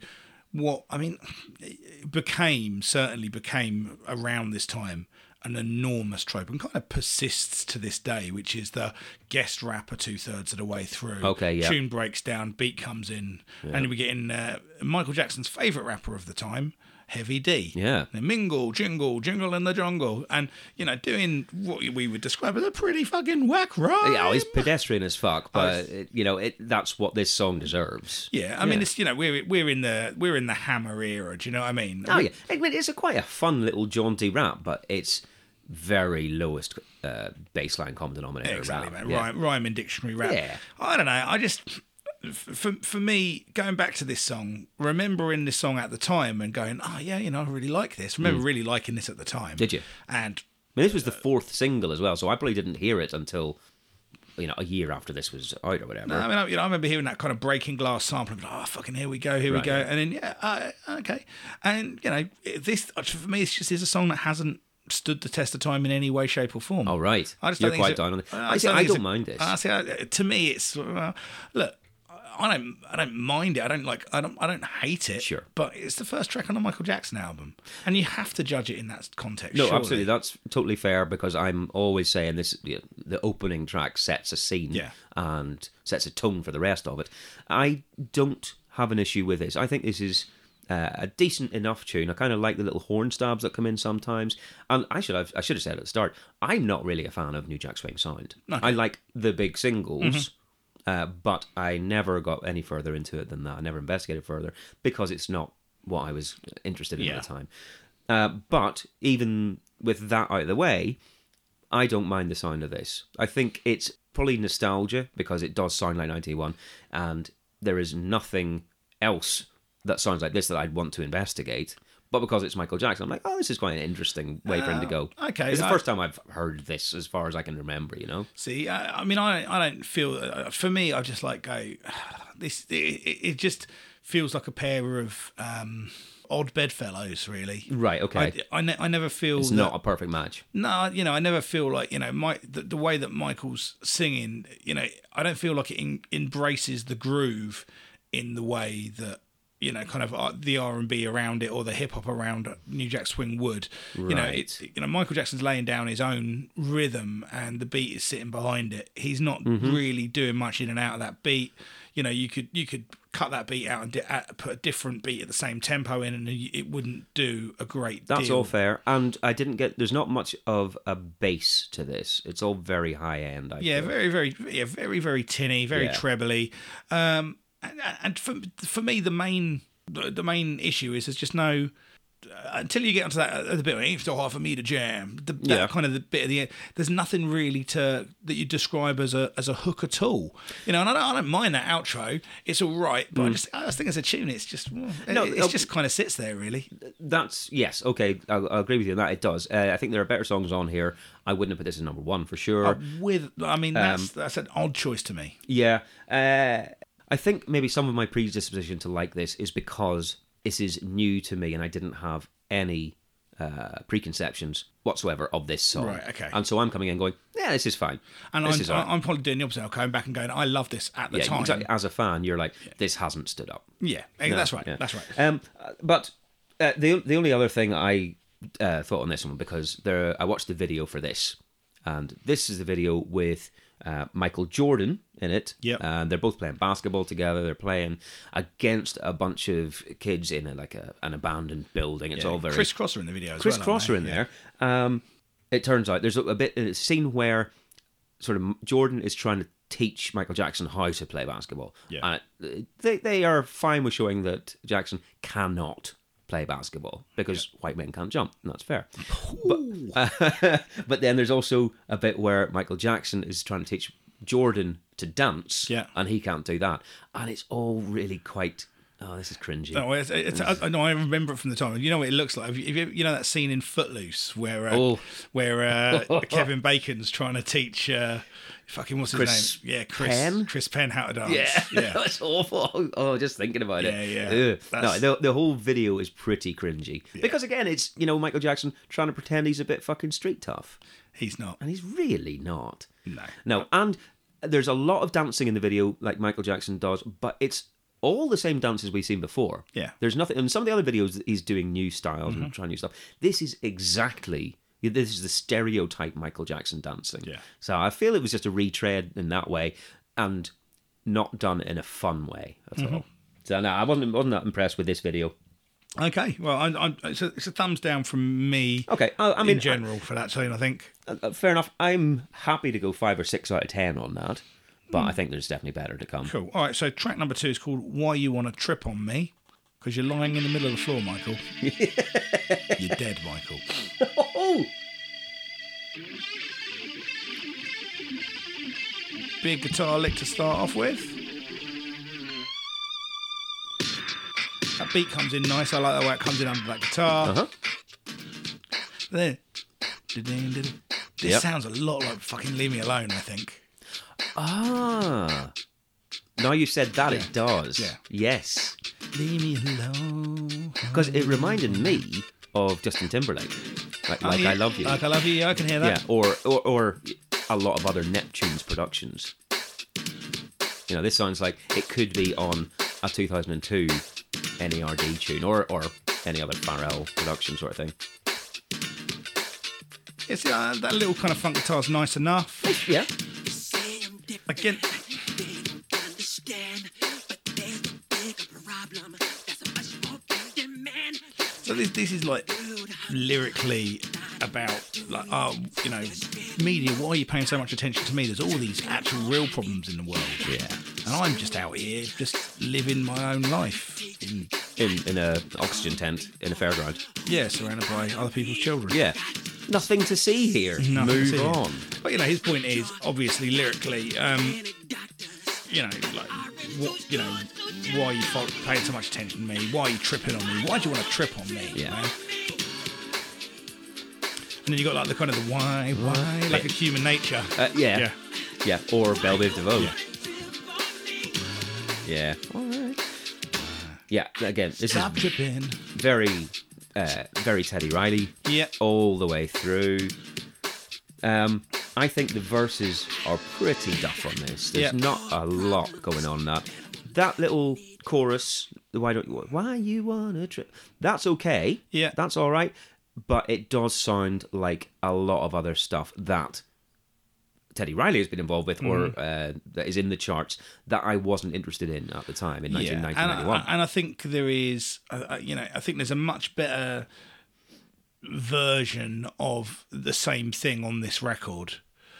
what I mean it became certainly became around this time an enormous trope and kind of persists to this day, which is the guest rapper two thirds of the way through. Okay, yeah. Tune breaks down, beat comes in, and we get in uh, Michael Jackson's favorite rapper of the time. Heavy D, Yeah. They mingle, jingle, jingle in the jungle, and you know, doing what we would describe as a pretty fucking whack rhyme. Yeah, oh, it's pedestrian as fuck, but it, you know it, that's what this song deserves. Yeah, I mean, it's you know we're we're in the we're in the hammer era. Do you know what I mean? Oh yeah, I mean, it's a quite a fun little jaunty rap, but it's very lowest uh, baseline common denominator exactly, rap. man. Yeah. Rhyme, rhyme and dictionary rap. Yeah. I don't know. I just f- for for me going back to this song, remembering this song at the time and going, oh yeah, you know, I really like this. Remember really liking this at the time. Mm. Did you? And I mean, this was the fourth single as well, so I probably didn't hear it until you know a year after this was out or whatever. I mean, I, you know, I remember hearing that kind of breaking glass sample. And, oh, fucking, here we go, here Right, we go. yeah. And then, yeah, uh, okay. And, you know, this, for me, it's just is a song that hasn't stood the test of time in any way, shape, or form. Oh, right. I just You're don't think quite it's a- down on it. I just see, I think it's don't a- mind this. I see, I, to me, it's, uh, look, I don't, I don't mind it. I don't like, I don't, I don't hate it. Sure. But it's the first track on a Michael Jackson album. And you have to judge it in that context. No, surely. absolutely. That's totally fair because I'm always saying this you know, the opening track sets a scene Yeah. and sets a tone for the rest of it. I don't have an issue with this. I think this is uh, a decent enough tune. I kind of like the little horn stabs that come in sometimes. And I should have I should have said at the start, I'm not really a fan of New Jack Swing sound. I like the big singles. Mm-hmm. Uh, but I never got any further into it than that. I never investigated further because it's not what I was interested in Yeah. at the time. Uh, but even with that out of the way, I don't mind the sound of this. I think it's probably nostalgia because it does sound like 91, and there is nothing else that sounds like this that I'd want to investigate. But because it's Michael Jackson, I'm like, oh, this is quite an interesting way for him to go. Uh, okay, it's the I- first time I've heard this, as far as I can remember. You know, See, I, I mean, I I don't feel. Uh, for me, I just like go. [SIGHS] This it, it it just feels like a pair of um, odd bedfellows, really. Right, okay. I I, ne- I never feel it's that- not a perfect match. no, you know, I never feel like you know my the, the way that Michael's singing. You know, I don't feel like it en- embraces the groove in the way that you know, kind of uh, the R and B around it or the hip hop around New Jack Swing would. You know, Right. it's you know Michael Jackson's laying down his own rhythm and the beat is sitting behind it. He's not Mm-hmm. really doing much in and out of that beat. You know, you could you could cut that beat out and di- uh, put a different beat at the same tempo in, and it wouldn't do a great That's deal. all fair, and I didn't get. There's not much of a bass to this. It's all very high end. I Yeah, feel. very, very, yeah, very, very tinny, very Yeah. trebly. Um, and, and for for me, the main the the main issue is there's just no uh, until you get onto that other bit. It ain't still hard for me to jam. The, that Yeah. kind of the bit of the end. There's nothing really to that you describe as a as a hook at all. You know, and I don't, I don't mind that outro. It's all right, but I just I just think as a tune, it's just no, Mm. No, it, uh, it's just kind of sits there really. That's yes, okay. I'll, I'll agree with you on that. It does. Uh, I think there are better songs on here. I wouldn't have put this as number one for sure. Oh. With I mean Um, that's that's an odd choice to me. yeah, uh, I think maybe some of my predisposition to like this is because this is new to me and I didn't have any uh, preconceptions whatsoever of this song. Right, okay. And so I'm coming in going, yeah, this is fine. And this I'm, is all right. I'm probably doing the opposite. I'm going back and going, I love this at the yeah, time. exactly. As a fan, you're like, this hasn't stood up. Yeah, eh, that's right. Yeah. That's right. Um, uh, but uh, the the only other thing I uh, thought on this one because there I watched the video for this, and this is the video with uh, Michael Jordan in it. Yep. And they're both playing basketball together. They're playing against a bunch of kids in a, like a, an abandoned building. It's all very Chris Cross are in the video. As Chris well, aren't Cross they? are in Yeah. there. Um, it turns out there's a, a bit a scene where sort of Jordan is trying to teach Michael Jackson how to play basketball. Yeah. And it- they they are fine with showing that Jackson cannot play basketball because white men can't jump, and that's fair. But, [LAUGHS] but then there's also a bit where Michael Jackson is trying to teach Jordan to dance, Yeah. and he can't do that, and it's all really quite. Oh, this is cringy. No, it's, it's, I, I know. I remember it from the time. You know what it looks like. Have you, have you, you know that scene in Footloose where uh, Oh. where [LAUGHS] uh, Kevin Bacon's trying to teach uh, fucking what's his Chris name? Yeah, Chris Penn? Chris Penn how to [LAUGHS] dance. Yeah, yeah. that's awful. Oh, just thinking about it. Yeah, yeah. Ugh. That's- No, the, the whole video is pretty cringy because again, it's you know Michael Jackson trying to pretend he's a bit fucking street tough, He's not. and he's really not. No. No, and there's a lot of dancing in the video, like Michael Jackson does, but it's all the same dances we've seen before. Yeah. Mm-hmm. there's nothing. In some of the other videos, he's doing new styles and trying new stuff. This is exactly. This is the stereotype Michael Jackson dancing. Yeah. So I feel it was just a retread in that way, and not done in a fun way at Mm-hmm. all. So no, I wasn't wasn't that impressed with this video. Okay. Well, I'm, I'm, it's, a, it's a thumbs down from me. Okay, Oh, I, I mean, in general for that scene, I think. uh, uh, fair enough. I'm happy to go five or six out of ten on that, but I think there's definitely better to come. Cool. All right. So track number two is called "Why You Want to Trip on Me." Because you're lying in the middle of the [LAUGHS] floor, Michael. you're dead, Michael. Oh, Big guitar lick to start off with. That beat comes in nice. I like the way it comes in under that guitar. Uh-huh. There. This Yep. sounds a lot like fucking Leave Me Alone, I think. Ah. Now you said that, it does. Yeah. Yes. Leave me alone. Because it reminded me of Justin Timberlake. Like, like I Love You. Like I Love You, Ah, yeah, I can hear yeah. that. Or, or, or a lot of other Neptune's productions. You know, this sounds like it could be on a 2002 NERD E tune or, or any other Pharrell production sort of thing. It's, uh, that little kind of funk guitar's nice enough. Yeah. Again, so this, this is like lyrically about like oh you know media why are you paying so much attention to me there's all these actual real problems in the world yeah and i'm just out here just living my own life in, In, in a oxygen tent in a fairground. yeah surrounded by other people's children Yeah. Nothing to see here. Nothing to Move see. on. but you know his point is obviously lyrically um you know like what you know why are you fo- paying so much attention to me why are you tripping on me why do you want to trip on me you Yeah. know? and then you got like the kind of the why why like a human nature Uh, yeah. Yeah. yeah. Or Belviv DeVoe. Yeah. Yeah. Yeah. All right. Yeah. Again, this Stop is tripping. very, uh, very Teddy Riley. Yeah. All the way through. Um, I think the verses are pretty duff on this. There's Yeah. not a lot going on that. That little chorus, the why don't you, why you wanna trip? That's okay. Yeah. That's all right. But it does sound like a lot of other stuff that Teddy Riley has been involved with, Mm. or uh, that is in the charts that I wasn't interested in at the time in Yeah. And, 1991. I, and I think there is, uh, uh, you know, I think there's a much better version of the same thing on this record.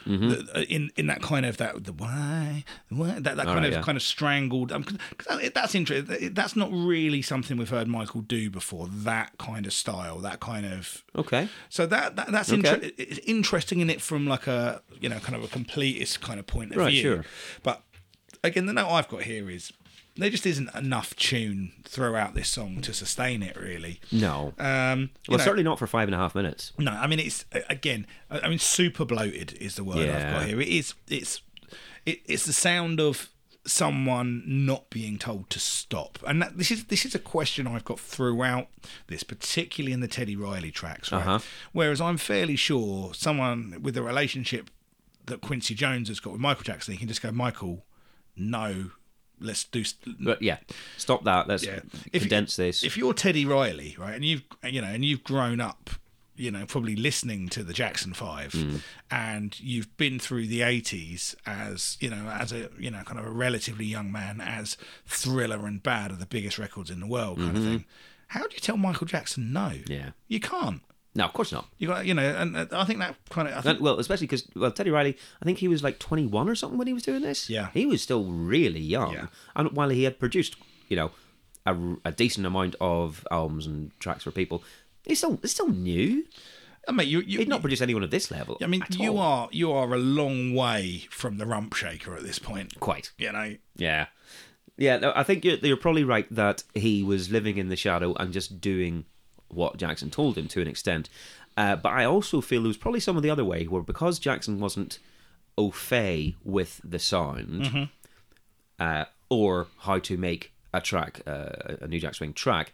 Mm-hmm. That- uh, In in that kind of that the why, why that, that kind right, of yeah. kind of strangled um, 'cause that- that's interesting that's not really something we've heard Michael do before that kind of style that kind of okay. So that, that that's Okay. inter- it's interesting in it from like a you know kind of a completist kind of point of Right, view. sure. But again, the note I've got here is there just isn't enough tune throughout this song to sustain it really. No. Um, you Mm. well, know, certainly not for five and a half minutes. no, I mean it's again. I I mean, super bloated is the word I've got Yeah. here. It is. It's. It, it's the sound of someone not being told to stop, and that, this is this is a question I've got throughout this, particularly in the Teddy Riley tracks. Right. Uh-huh. Whereas I'm fairly sure someone with a relationship that Quincy Jones has got with Michael Jackson, he can just go, Michael, no, let's do. st- But yeah, stop that. Let's yeah. If you- condense this. If you're Teddy Riley, right, and you've you know, and you've grown up you know, probably listening to the Jackson Five, Mm. and you've been through the '80s as you know, as a you know, kind of a relatively young man, as Thriller and Bad are the biggest records in the world, kind of thing. How do you tell Michael Jackson no? Mm-hmm. Yeah. you can't. No, of course not. You got you know, and uh, I think that kind of I think And, well, especially because well, Teddy Riley, I think he was like 21 or something when he was doing this. Yeah. he was still really young. Yeah. And while he had produced, you know, a, a decent amount of albums and tracks for people, he's still it's still new. I mean, you you He'd not produced anyone at this level. I mean, at you all. are you are a long way from the rump shaker at this point. quite. You know, Yeah, yeah. No, I think you're, you're probably right that he was living in the shadow and just doing what Jackson told him to an extent. Uh, but I also feel there was probably some of the other way where because Jackson wasn't au fait with the sound uh, or how to make a track, uh, a New Jack Swing track,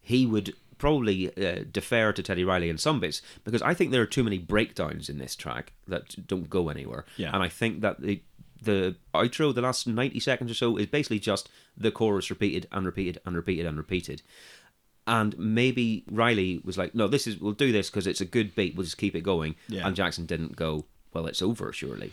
he would probably uh, defer to Teddy Riley in some bits because I think there are too many breakdowns in this track that don't go anywhere. Yeah. And I think that the the outro, the last 90 seconds or so, is basically just the chorus repeated and repeated and repeated and repeated. And maybe Riley was like, no, this is, we'll do this because it's a good beat, we'll just keep it going. Yeah. And Jackson didn't go, well, it's over, surely.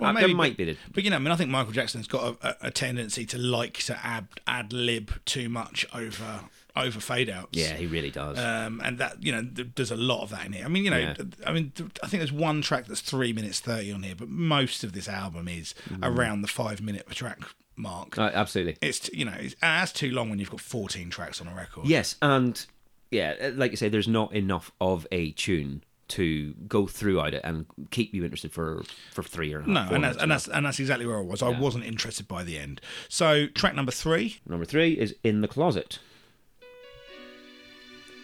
Well, Uh, maybe, there might but, be the But you know, I mean, I think Michael Jackson's got a, a, a tendency to like to ad ad lib too much over over fade outs. Yeah, he really does. Um, and that you know, th- there's a lot of that in here. I mean, you know, Yeah. th- I mean, th- I think there's one track that's three minutes thirty on here, but most of this album is Mm. around the five minute track mark. Uh, absolutely. it's t- you know, it's, that's too long when you've got fourteen tracks on a record. Yes, and yeah, uh, like you say, there's not enough of a tune to go throughout it and keep you interested for for three or No, four and that's, minutes. and that's and that's exactly where I was. I wasn't interested by the end. So track number three, Number three is in the closet.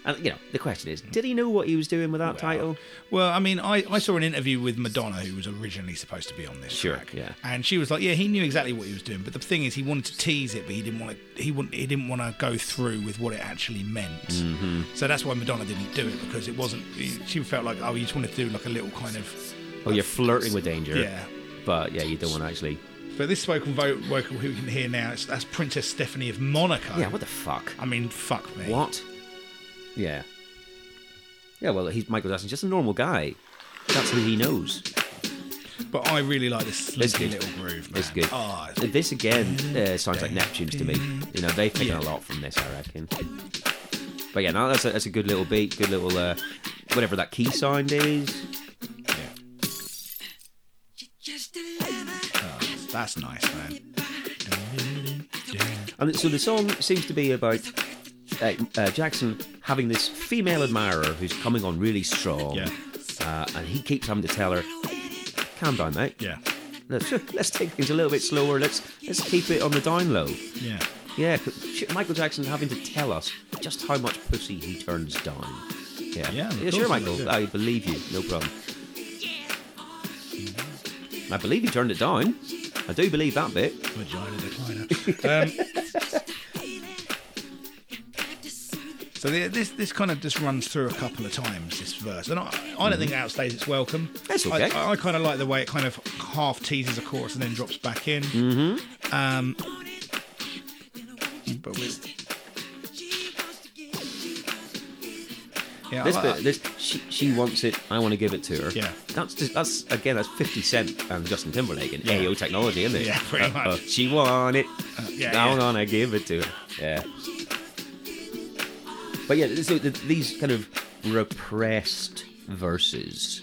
And you know, the question is, did he know what he was doing with that title? Well, I mean, I, I saw an interview with Madonna, who was originally supposed to be on this Sure, track. yeah. And she was like, "Yeah, he knew exactly what he was doing, but the thing is, he wanted to tease it, but he didn't want to. He wouldn't. He didn't want to go through with what it actually meant. Mm-hmm. So that's why Madonna didn't do it because it wasn't. She felt like, oh, you just want to do like a little kind of, Oh, you're flirting with danger. yeah. But yeah, you don't want to actually. But this vocal vo- vocal who we can hear now, it's, that's Princess Stephanie of Monaco. Yeah, what the fuck? I mean, fuck me. What? Yeah. Yeah, well, he's Michael Jackson, just a normal guy. That's who he knows. But I really like this It's slinky good. little groove, man. It's good. Ah, it's- This again uh, sounds like Neptune's to me. You know, they've taken Yeah. a lot from this, I reckon. But yeah, no, that's a, that's a good little beat, good little uh, whatever that key sound is. Just a lover. that's nice, man. And so the song seems to be about uh, uh, Jackson having this female admirer who's coming on really strong, Yeah. uh, and he keeps having to tell her, "Calm down, mate. Yeah. Let's [LAUGHS] let's take things a little bit slower. Let's let's keep it on the down low." Yeah. Yeah, 'cause shit, Michael Jackson having to tell us just how much pussy he turns down. Yeah, Yeah, of sure, course he Michael. does, yeah. I believe you. No problem. I believe he turned it down. I do believe that bit. Vagina [LAUGHS] [LAUGHS] decliner. um, so the, this this kind of just runs through a couple of times this verse, and I, I don't think it outstays its welcome. Mm-hmm. That's I- okay. I, I kind of like the way it kind of half teases a chorus and then drops back in. Mm-hmm. Um, but we, yeah, I This like bit, this she, she wants it. I want to give it to her. Yeah. that's just, that's again that's Fifty Cent and Justin Timberlake and Yeah. AO technology, isn't it? Yeah, [LAUGHS] pretty Uh, uh, much. Uh, she want it. yeah, I yeah. want to give it to her. Yeah. But yeah, so th these kind of repressed verses,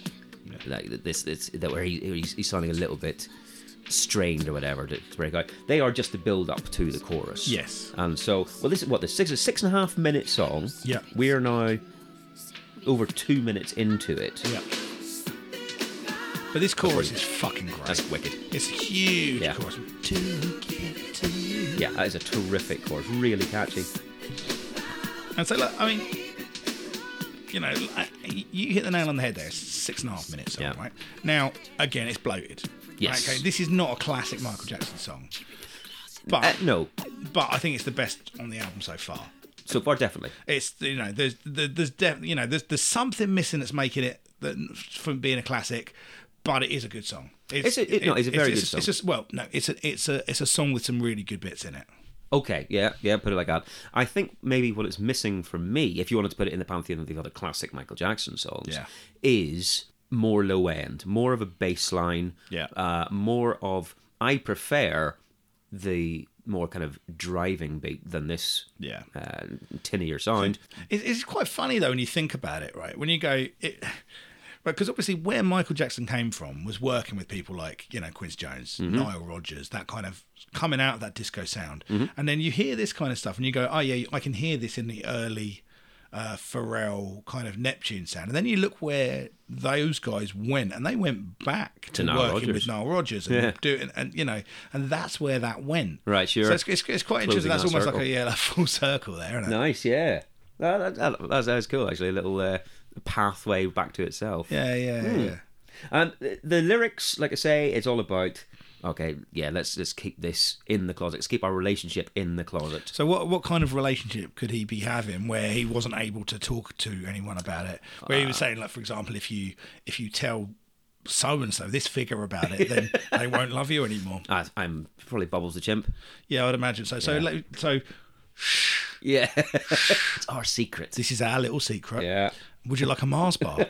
like th- this, this that where he, he's, he's sounding a little bit strained or whatever to, to break out. They are just the build up to the chorus. Yes. And so, well, this is what the six a six and a half minute song. Yeah. We are now over two minutes into it. that. Yeah. But this chorus is fucking great. That's wicked. it's a huge Yeah. chorus. To get to you. Yeah, that is a terrific chorus. Really catchy. And so, look, I mean, you know, like, you hit the nail on the head there. It's six and a half minutes, song, Yeah. right? Now, again, it's bloated. Yes. Okay, this is not a classic Michael Jackson song, but Uh, no, but I think it's the best on the album so far. so far definitely. It's you know, there's there's def, you know, there's there's something missing that's making it that, from being a classic, but it is a good song. It's a- it- no, it's a very good It's just, well, no, it's a it's a it's a song with some really good bits in it. Okay, yeah, yeah, put it like that. I think maybe what it's missing for me, if you wanted to put it in the pantheon of the other classic Michael Jackson songs, Yeah. is more low end, more of a bass line, Yeah. uh, more of. I prefer the more kind of driving beat than this Yeah. uh, tinnier sound. It, it's quite funny though when you think about it, right? When you go, it, [SIGHS] right? Because obviously, where Michael Jackson came from was working with people like you know Quincy Jones, Mm-hmm. Nile Rodgers, that kind of coming out of that disco sound, Mm-hmm. and then you hear this kind of stuff, and you go, oh yeah, I can hear this in the early. Uh, Pharrell kind of Neptune sound, and then you look where those guys went, and they went back to, Nile working Rodgers. with Nile Rodgers and Yeah. doing, and you know, and that's where that went. Right, sure. So it's, it's, it's quite Closing interesting. That's that almost circle. like a yeah, [LAUGHS] like full circle there, isn't it? Nice, yeah. That, that, that, that was cool, actually. A little uh, pathway back to itself. Yeah, yeah, Hmm. yeah. And the, the lyrics, like I say, it's all about okay, yeah, let's just keep this in the closet. Let's keep our relationship in the closet. So what what kind of relationship could he be having where he wasn't able to talk to anyone about it? Where he was saying, like, for example, if you if you tell so and so this figure about it, [LAUGHS] then they won't love you anymore. I, I'm probably Bubbles the chimp. Yeah, I'd imagine so. So like so Yeah, [LAUGHS] it's our secret. this is our little secret. Yeah, Would you like a [LAUGHS] Mars bar?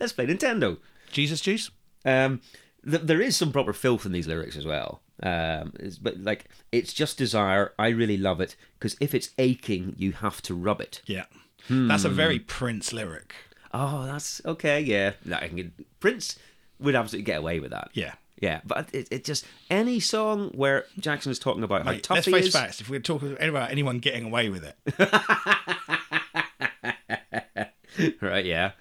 let's play Nintendo. Jesus juice? Um, th- there is some proper filth in these lyrics as well. Um, it's, but like, it's just desire. I really love it because if it's aching, you have to rub it. Yeah. Hmm. That's a very Prince lyric. Oh, that's okay. Yeah, No, I can, Prince would absolutely get away with that. Yeah. yeah, but it, it just any song where Jackson is talking about how Like, tough let's he face is. facts. If we're talking about anyone getting away with it, [LAUGHS] Right? Yeah,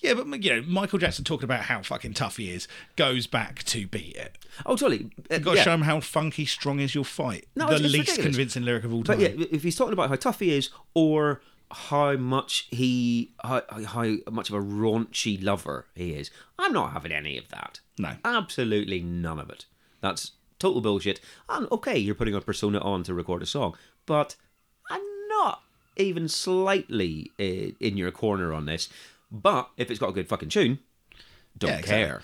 yeah, but you know, Michael Jackson talking about how fucking tough he is goes back to "Beat It." Oh, totally. Uh, You've got to yeah. show him how funky strong is your fight. No, the it's- it's least ridiculous. convincing lyric of all time. But yeah, if he's talking about how tough he is, or how much he how, how much of a raunchy lover he is, I'm not having any of that. No. absolutely none of it. That's total bullshit. And okay, you're putting a persona on to record a song, but I'm not even slightly uh, in your corner on this. But if it's got a good fucking tune, don't Yeah, exactly.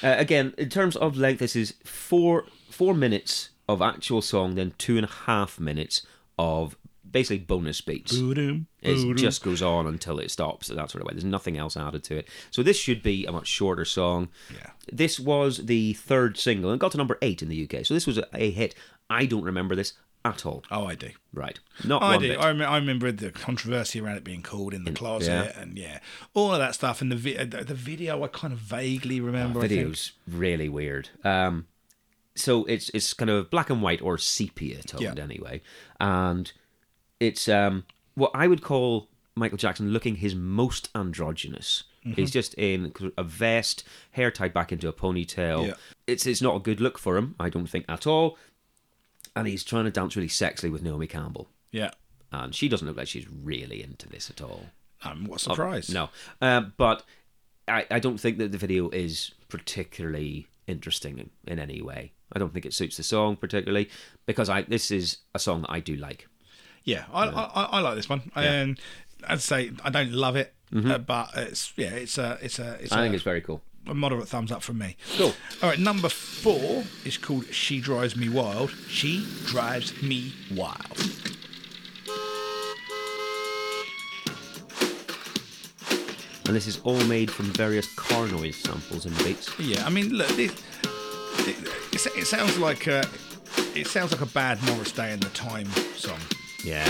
care. Uh, again, in terms of length, this is four four minutes of actual song, then two and a half minutes of basically bonus beats. Boom, It just goes on until it stops. That sort of way. There's nothing else added to it. So this should be a much shorter song. Yeah. This was the third single and got to number eight in the UK. So this was a, a hit. I don't remember this at all. Oh, I do. Right. Not I one do. bit. I, rem- I remember the controversy around it being called in the closet yeah. and yeah, all of that stuff. And the vi- the the video, I kind of vaguely remember. I think. videos really weird. Um, so it's it's kind of black and white or sepia toned Yeah. anyway, and it's um what I would call Michael Jackson looking his most androgynous. Mm-hmm. He's just in a vest, hair tied back into a ponytail. Yeah. It's it's not a good look for him, I don't think at all. And he's trying to dance really sexily with Naomi Campbell, Yeah. and she doesn't look like she's really into this at all. Um, what a surprise? Oh, No, uh, but I, I don't think that the video is particularly interesting in, in any way. I don't think it suits the song particularly because I this is a song that I do like. Yeah, I, I, I, I like this one. And I'd say I don't love it, uh, but it's yeah, it's a it's a it's Mm-hmm. I think a- it's very cool. a moderate thumbs up from me. Cool. All right, number four is called "She Drives Me Wild." She drives me wild. And this is all made from various car noise samples and beats. Yeah, I mean, look, this, it, it, it sounds like a, it sounds like a bad Morris Day and the Time song. Yeah,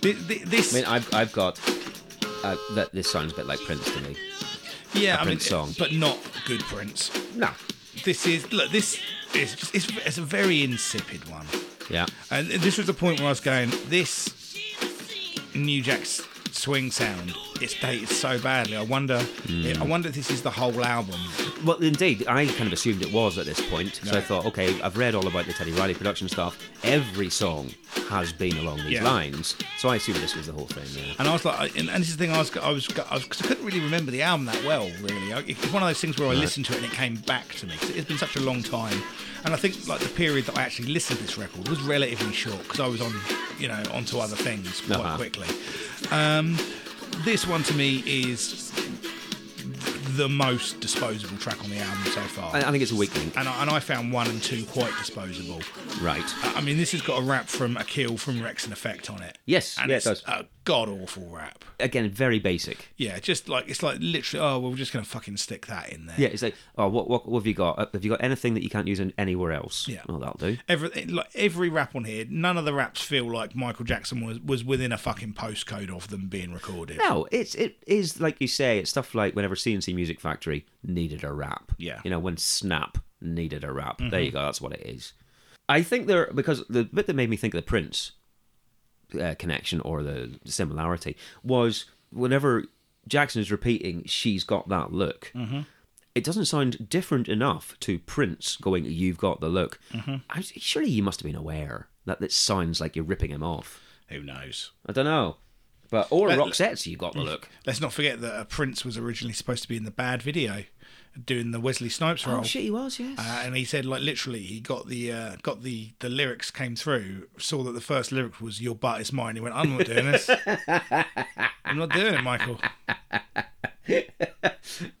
Thi- thi- This, I mean I've I've got uh, that this sounds a bit like Prince to me. yeah, a I mean, Prince song. but not good Prince. No. This is look, this is just, it's, it's a very insipid one, Yeah. and Uh, this was the point where I was going, this New Jack's swing sound, it's dated so badly. I wonder, I wonder if this is the whole album. Well, indeed, I kind of assumed it was at this point. So I thought, okay, I've read all about the Teddy Riley production stuff. Every song has been along these Yeah. lines. So I assumed this was the whole thing. Yeah. And I was like, and, and this is the thing I was, I was, I was, cause I couldn't really remember the album that well, really. I, it's one of those things where I listened to it and it came back to me 'cause it's been such a long time. And I think like the period that I actually listened to this record was relatively short because I was on, you know, onto other things quite Uh-huh. quickly. Um, this one to me is th- the most disposable track on the album so far. I, I think it's a weak link. and I, and I found one and two quite disposable. Right. I mean, this has got a rap from Akil from Rex and Effect on it. Yes, and yeah, it's uh, it does. a god awful rap. Again, very basic. Yeah, just like it's like literally. Oh, well, we're just gonna fucking stick that in there. Yeah, it's like, oh, what, what, what have you got? Uh, Have you got anything that you can't use in anywhere else? Yeah. Oh, that'll do. Every like every rap on here, none of the raps feel like Michael Jackson was was within a fucking postcode of them being recorded. No, it's it is like you say. It's stuff like whenever CNC Music Factory needed a rap. Yeah. You know when Snap needed a rap. There you go. That's what it is. I think there because the bit that made me think of the Prince uh, connection or the similarity was whenever Jackson is repeating, "She's got that look." It doesn't sound different enough to Prince going, "You've got the look." I, surely you must have been aware that it sounds like you're ripping him off. Who knows? I don't know, but or Let- Roxette's, "You've got the look." Let's not forget that uh, Prince was originally supposed to be in the bad video, doing the Wesley Snipes role. Oh shit, he was, yes. Uh, and he said, like literally, he got the uh, got the the lyrics came through. Saw that the first lyric was "Your butt is mine." He went, "I'm not doing this. I'm not doing it, Michael."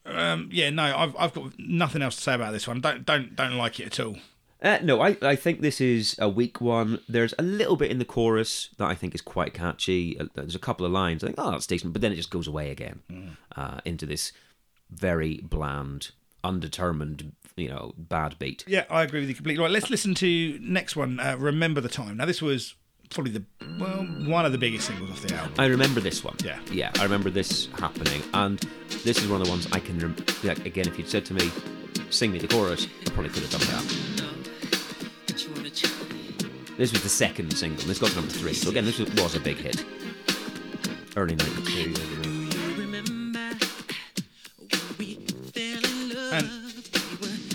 um, yeah, no, I've I've got nothing else to say about this one. Don't don't don't like it at all. Uh, no, I, I think this is a weak one. There's a little bit in the chorus that I think is quite catchy. Uh, There's a couple of lines. I think, oh, that's decent. But then it just goes away again uh, into this very bland, undetermined, you know, bad beat. Yeah, I agree with you completely. Right, let's listen to next one. Uh, Remember the time. Now, this was probably the well one of the biggest singles off the album. I remember this one. Yeah. Yeah, I remember this happening. And this is one of the ones I can, rem- like, again, if you'd said to me, sing me the chorus, I probably could have done that. But you wanna try? This was the second single. This got to number three. So again, this was, was a big hit. Early 92. I don't know. You remember when we fell in love?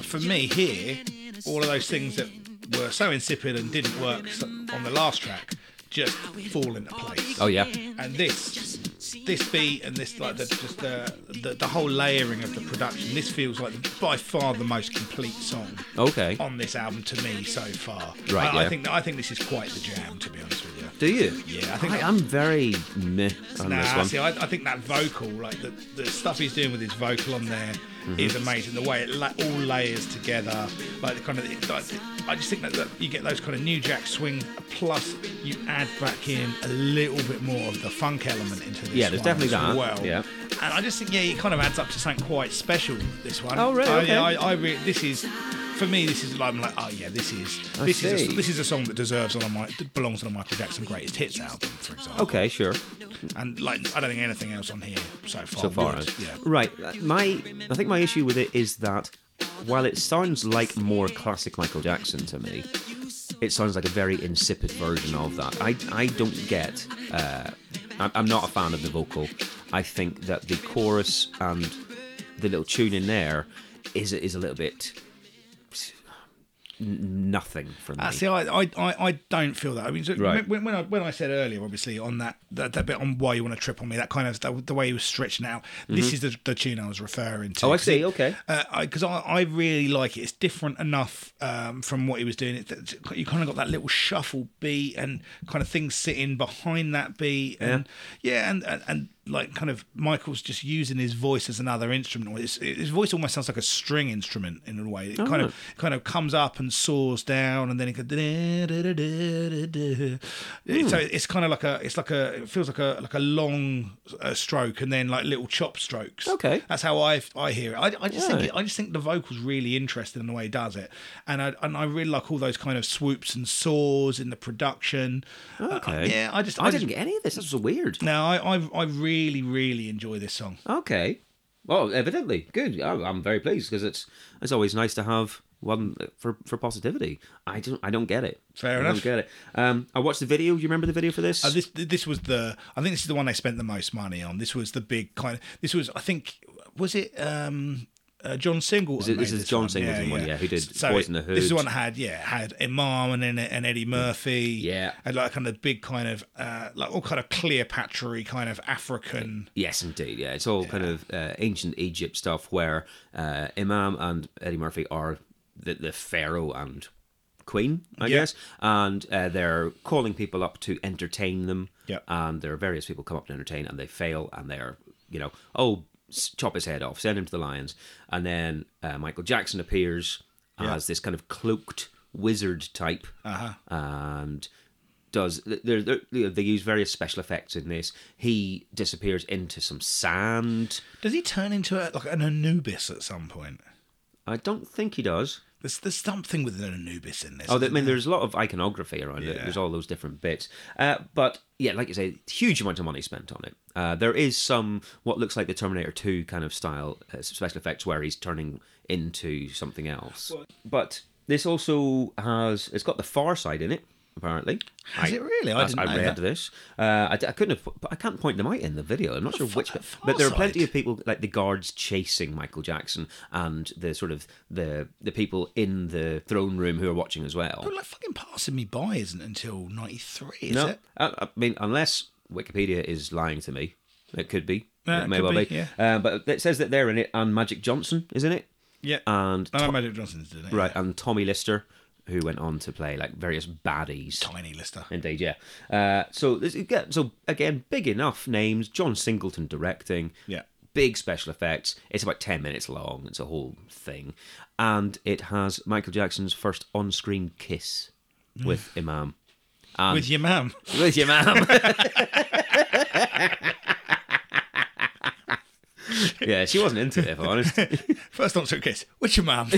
for me here, all of those things that were so insipid and didn't work s- on the last track just fall into place. Oh yeah, And this, this beat and this like the just the, the the whole layering of the production. This feels like by far the most complete song okay. on this album to me so far. Right, I, I yeah. think I think this is quite the jam to be honest with you. Do you? Yeah, I think. I, am very meh on Nah, this one. see, I, I think that vocal, like the, the stuff he's doing with his vocal on there, is Mm-hmm. amazing. The way it la- all layers together, like the kind of, it- like, I just think that, that you get those kind of new jack swing, plus you add back in a little bit more of the funk element into this. Yeah, there's one definitely as that, Well, yeah. and I just think yeah, it kind of adds up to something quite special. This one. Oh, really? I, Okay. I, I re- this is. For me, this is like, I'm like, oh yeah, this is I this is see. a, this is a song that deserves on a Mi- that belongs on a Michael Jackson Greatest Hits album, for example Okay, sure. and like I don't think anything else on here so far. So far, would. as- yeah. right. uh, My, I think my issue with it is that while it sounds like more classic Michael Jackson to me, it sounds like a very insipid version of that. I, I don't get. Uh, I'm, I'm not a fan of the vocal. I think that the chorus and the little tune in there is is a little bit n- nothing for me. Uh, see, I, I, I, I don't feel that. I mean, so Right. when, when I when I said earlier, obviously on that, that that bit on why you want to trip on me, that kind of the, the way he was stretching out. This is the, the tune I was referring Mm-hmm. to. Oh, I 'Cause see, it- okay. Uh, I because I, I really like it. It's different enough um, from what he was doing. It, it, you kind of got that little shuffle beat and kind of things sitting behind that beat, and yeah, and, and and like kind of Michael's just using his voice as another instrument. Or His, his voice almost sounds like a string instrument in a way. It kind of kind of comes up and soars down, and then it goes. da- da- da- da- da- da. So it's kind of like a it's like a it feels like a like a long uh, stroke, and then like little chop strokes. Okay. That's how I I hear it. I, I just think Right. it, I just think the vocals really interesting in the way he does it, and I and I really like all those kind of swoops and soars in the production. Uh, okay. yeah, I just I, didn't just, get any of this. This was weird. No, I, I I really really enjoy this song. Okay. Well, evidently, good. I- I'm very pleased because it's it's always nice to have one for for positivity. I don't I don't get it. Fair I Don't enough. get it. Um, I watched the video. Do you remember the video for this? Uh, this this was the I think this is the one they spent the most money on. This was the big kind. Of, this was I think was it um uh, John Singleton. it- this made is John one? Singleton one, yeah, who did Boys in the This is Hood. Mm. the one that had yeah had Imam and then and Eddie Murphy. Yeah. and like kind of big kind of uh, like all kind of Cleopatra kind of African. Yes, indeed. Yeah, it's all kind of uh, ancient Egypt stuff where uh, Imam and Eddie Murphy are the, the pharaoh and queen, I Yeah. guess, and uh, they're calling people up to entertain them. Yep. And there are various people come up to entertain, and they fail, and they're you know, oh, s- chop his head off, send him to the lions, and then uh, Michael Jackson appears Yeah. as this kind of cloaked wizard type, and does they're, they're, they use various special effects in this. He disappears into some sand. Does he turn into a, like an Anubis at some point? I don't think he does. There's there's something with an Anubis in this. Oh, I isn't mean, there's a lot of iconography around it. Yeah. There's all those different bits. Uh, but yeah, like you say, huge amount of money spent on it. Uh, there is some what looks like the Terminator 2 kind of style uh, special effects where he's turning into something else. But this also has it's got the far side in it. Apparently, Has it really? I that's- didn't know read that. this. Uh, I, d- I couldn't have. put- I can't point them out in the video. I'm not sure which, Far- bit, but there are Farside. plenty of people like the guards chasing Michael Jackson and the sort of the the people in the throne room who are watching as well. Well, like fucking passing me by isn't until '93, is No, it? I, I mean, unless Wikipedia is lying to me, it could be. Yeah, it it may could well be. be, yeah. Uh, but it says that they're in it, and Magic Johnson is in it, Yeah. and I know Magic Johnson's doing it. Um, right, and Tommy Lister, who went on to play like various baddies. Tiny Lister. Indeed, yeah. Uh, so this, yeah, so again, big enough names. John Singleton directing. Yeah. Big special effects. It's about ten minutes long. It's a whole thing, and it has Michael Jackson's first on-screen kiss [LAUGHS] with Imam. Um, With your mum. [LAUGHS] With your mum. [LAUGHS] yeah, she wasn't into it, if I'm honest. [LAUGHS] First answer a kiss. With [LAUGHS] your mum.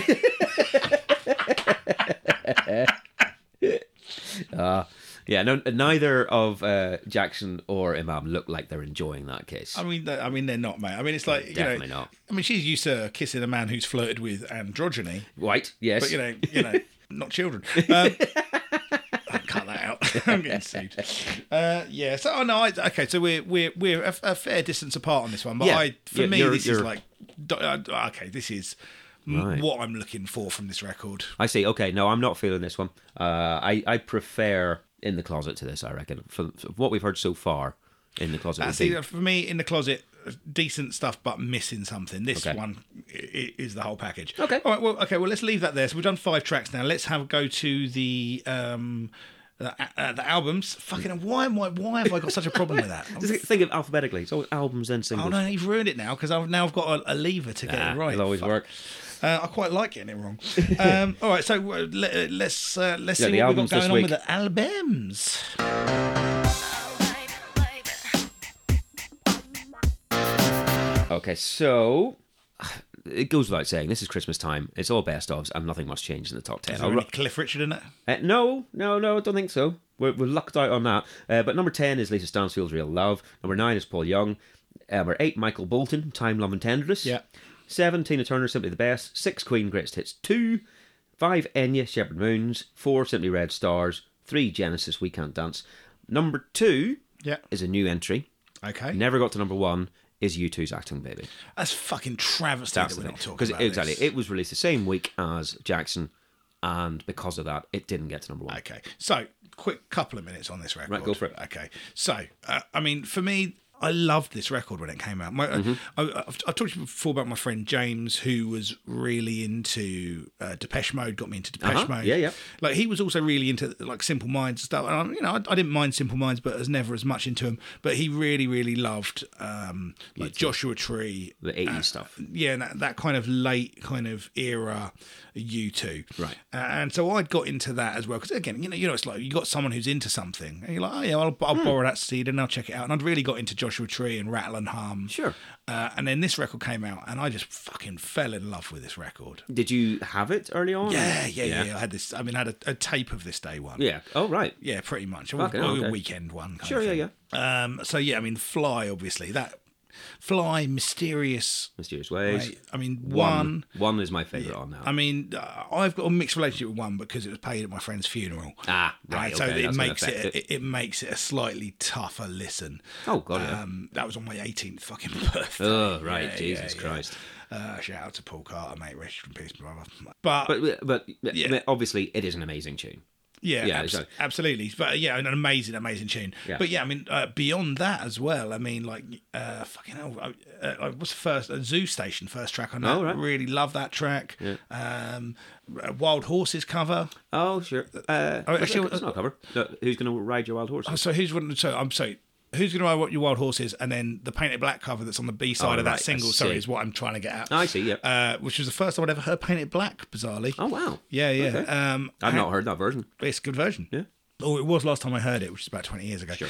Uh, Yeah, no, neither of uh, Jackson or Imam look like they're enjoying that kiss. I mean, they- I mean, they're not, mate. I mean, it's like you know, Definitely not. I mean, she's used to kissing a man who's flirted with androgyny, Right, yes. but you know, [LAUGHS] you know, not children. Um, [LAUGHS] I cut that out. [LAUGHS] I'm getting sued. Uh, yeah. So, oh no. I, okay. So we're we're we're a, a fair distance apart on this one, but Yeah. I for Yeah, me you're- this is you're- like do- uh, okay. This is m Right. what I'm looking for from this record. I see. Okay, no, I'm not feeling this one. Uh, I, I prefer In the Closet to this, I reckon. From, from what we've heard so far, In the Closet would That's be either for me in the closet. uh, Decent stuff, but missing something. This Okay. one i- i- is the whole package. Okay. All right. Well, okay. Well, let's leave that there. So we've done five tracks now. Let's have a go to the um the, uh, the albums. Fucking why am I? Why have I got such a problem with [LAUGHS] that? Just think of alphabetically. It's all albums and Oh singles. no, you've ruined it now because I've now I've got a, a lever to get Ah, it right. It'll always Fuck. work. Uh, I quite like getting it [LAUGHS] wrong. Um, all right, so uh, let, us uh, let's Yeah, see the what albums this we've got going on week. with the albums. Okay, so it goes without saying this is Christmas time. It's all best ofs, and nothing much changed in the top ten. Is there I'll any ru- Cliff Richard in it? uh, no, no, no, I don't think so. We're, we're lucked out on that. Uh, but number ten is Lisa Stansfield's Real Love. Number nine is Paul Young. Uh, number eight, Michael Bolton, Time, Love, and Tenderness. Yeah. Seven, Tina Turner, Simply the Best. Six, Queen, Greatest Hits. Two, five, Enya, Shepherd Moons. Four, Simply Red Stars. Three, Genesis, We Can't Dance. Number two Yeah. is a new entry. Okay. Never got to number one. Is U2's Acting Baby. That's fucking travesty That's that the we're thing. not talking Because about exactly, this. it was released the same week as Jackson, and because of that, it didn't get to number one. Okay, so quick couple of minutes on this record. Right, go for it. Okay, so uh, I mean, for me, I loved this record when it came out. My, uh, Mm-hmm. I, I've, I've talked to you before about my friend James, who was really into uh, Depeche Mode. Got me into Depeche Uh-huh, Mode. yeah, yeah. Like he was also really into like Simple Minds and stuff. And I, you know, I, I didn't mind Simple Minds, but I was never as much into them. But he really, really loved um, like Joshua Tree, The 80s stuff. yeah, that, that kind of late kind of era U2. Right. Uh, and so I got into that as well because again, you know, you know, it's like you got someone who's into something, and you're like, oh yeah, I'll, Hmm. I'll borrow that seed and I'll check it out. And I'd really got into Joshua Tree and Rattle and Hum. Sure. Uh, and then this record came out, and I just fucking fell in love with this record. Did you have it early on? Yeah, yeah, yeah. yeah. I had this. I mean, I had a, a tape of this day one. Yeah. Oh right. Yeah, pretty much. A, Fucking a hell, okay. weekend one. Kind Sure, of yeah, thing. yeah. Um, so yeah, I mean, Fly, obviously that Fly, mysterious. Mysterious Ways. I mean, one One. One is my favorite on that. I mean, uh, I've got a mixed relationship with one because it was played at my friend's funeral. Ah, right, so okay, it that's gonna makes it, affect it. it. makes it a slightly tougher listen. Oh, God, yeah. Um, that was on my 18th fucking [LAUGHS] birthday. Oh right, Yeah, Jesus yeah, yeah. Christ! Uh, shout out to Paul Carter, mate. Rest in peace, brother. But, But but Yeah. obviously it is an amazing tune. yeah, yeah, abs- exactly. absolutely. But yeah, an amazing, amazing tune. Yeah. But yeah, I mean, uh, beyond that as well. I mean, like, uh, fucking hell. I, uh, I was first uh, Zoo Station first track on that. Oh, right. Really love that track. Um, Wild Horses cover. Oh sure. Uh, Oh, it's actually, not a cover. No, who's going to ride your wild horse? Oh, So who's one? So I'm sorry. Who's Gonna Ride What Your Wild Horses, and then the Painted Black cover that's on the B side Oh, of that right, I single. Sorry, see. is what I'm trying to get at. I see, yeah. Uh, which was the first time I'd ever heard Painted Black, bizarrely. Oh, wow. Yeah, yeah. Okay. Um, I've and- not heard that version. It's a good version. Yeah. Oh, it was last time I heard it, which is about 20 years ago. Sure.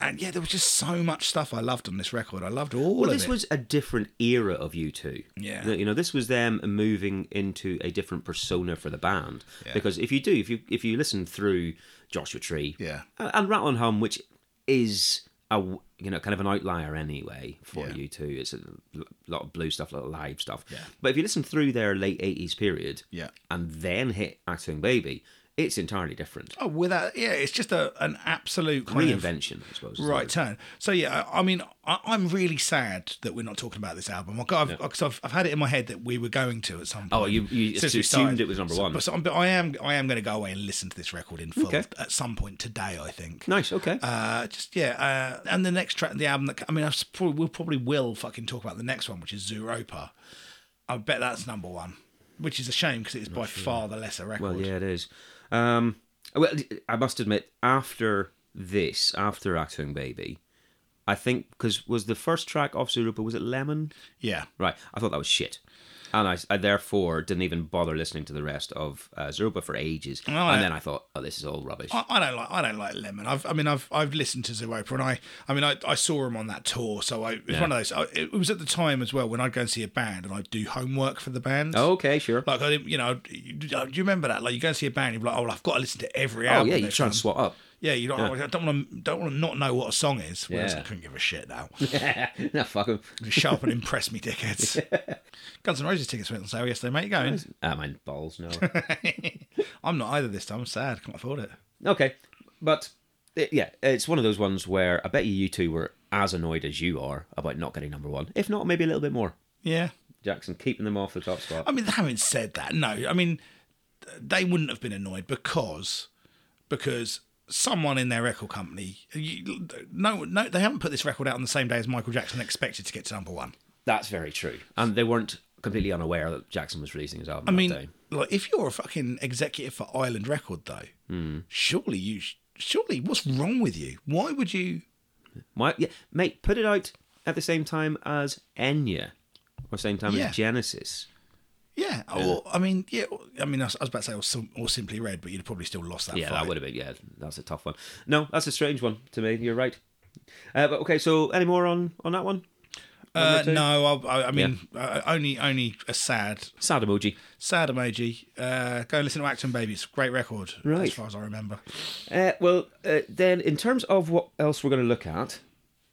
And yeah, there was just so much stuff I loved on this record. I loved all Well, of this it. was a different era of you two. Yeah. you know, this was them moving into a different persona for the band. Because if you do, if you if you listen through Joshua Tree, Yeah. and, and Rattle and Hum, which is a w- you know kind of an outlier anyway for Yeah. you two. It's a l- lot of blue stuff, a lot of live stuff. Yeah. But if you listen through their late '80s period, Yeah. and then hit Acting Baby, it's entirely different. Oh, without yeah, it's just a, an absolute kind of Reinvention, I suppose. is the right word. turn. So yeah, I, I mean, I, I'm really sad that we're not talking about this album. Like, I've, cause I've I've had it in my head that we were going to at some point. Oh, you- you since just we assumed started. it was number So- one. But, so I'm, but I am I am going to go away and listen to this record in full Okay. at some point today. I think. Nice. Okay. Uh, just yeah, uh, and the next track, the album that I mean, I probably, we'll probably will fucking talk about the next one, which is Zuropa. I bet that's number one, which is a shame because it's by far the lesser record. Well, yeah, it is. Um, well, I must admit, after this, after Acting Baby, I think because was the first track off Zurupa was it Lemon? yeah, Right, I thought that was shit, and I, I therefore didn't even bother listening to the rest of uh, Zurupa for ages. I- and then I thought, oh, this is all rubbish. I, I don't like I don't like Lemon. I've I mean I've I've listened to Zoopra and I I mean I, I saw him on that tour, so I it was one of those. I, it was at the time as well when I'd go and see a band and I'd do homework for the band. okay, sure. Like I didn't, you know, do you remember that? Like you go and see a band, you're like, oh, well, I've got to listen to every oh album. yeah, you they've try and done. swat up. [LAUGHS] Yeah, you don't. I don't want to. Don't want to not know what a song is. Whereas I Yeah. couldn't give a [LAUGHS] shit now. no, fuck 'em. Just Show up and impress me, dickheads. [LAUGHS] Guns N' Roses tickets went on sale yesterday, mate. You going? Ah, my balls. No. I'm not either this time. I'm sad. Can't afford it. Okay, but uh, yeah, it's one of those ones where I bet you you two were as annoyed as you are about not getting number one, if not maybe a little bit more. Yeah. Jackson keeping them off the top spot. I mean, having said that, no, I mean, they wouldn't have been annoyed because because someone in their record company, you, no, no, they haven't put this record out on the same day as Michael Jackson expected to get to number one. That's very true. And they weren't completely unaware that Jackson was releasing his album I that mean, day. like if you're a fucking executive for Island Record, though, Hmm. surely you, sh- surely what's wrong with you? Why would you? My, yeah, mate, put it out at the same time as Enya, or same time Yeah. as Genesis. Yeah, or I mean, yeah, or- I mean, I was, I was about to say, or, sim- or simply red, but you'd have probably still lost that. yeah, fight. that would have been, yeah, that's a tough one. No, that's a strange one to me. You're right. Uh, but okay, so any more on, on that one? Uh, no, I, I, I mean, uh, only only a sad Sad emoji. Sad emoji. Uh, go and listen to Acton Baby. It's a great record, Right. as far as I remember. Uh, well, uh, then, in terms of what else we're going to look at,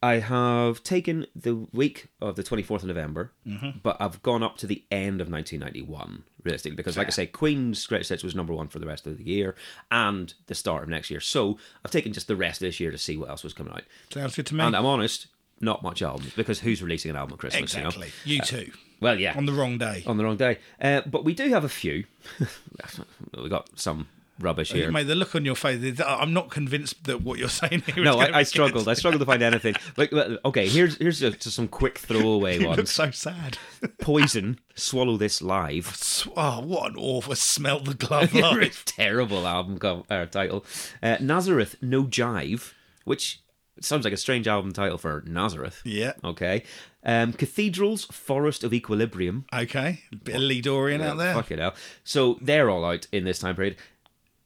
I have taken the week of the 24th of November, Mm-hmm. but I've gone up to the end of 1991, realistically, because, like I say, Queen's Greatest Hits was number one for the rest of the year and the start of next year. So I've taken just the rest of this year to see what else was coming out. Sounds good to me. And I'm honest, not much albums, because who's releasing an album at Christmas, you know? Uh, Oh, exactly. You too. Well, yeah On the wrong day. on the wrong day. Uh, but we do have a few. [LAUGHS] we got some rubbish here. Mate, the look on your face. I'm not convinced that what you're [LAUGHS] saying here is No, gonna be I, I good. [LAUGHS] struggled. I struggled to find anything. Like, well, okay, here's here's just some quick throwaway [LAUGHS] You look ones. so sad. Poison, swallow this [LAUGHS] live. Oh, what an awful smell [LAUGHS] the glove life. Terrible album co- uh, title. Uh, Nazareth, no jive, which sounds like a strange album title for Nazareth. Yeah. Okay. Um, Cathedrals, Forest of Equilibrium. Okay. Bit of Lee Dorian out there. Fuck it out. So they're all out in this time period.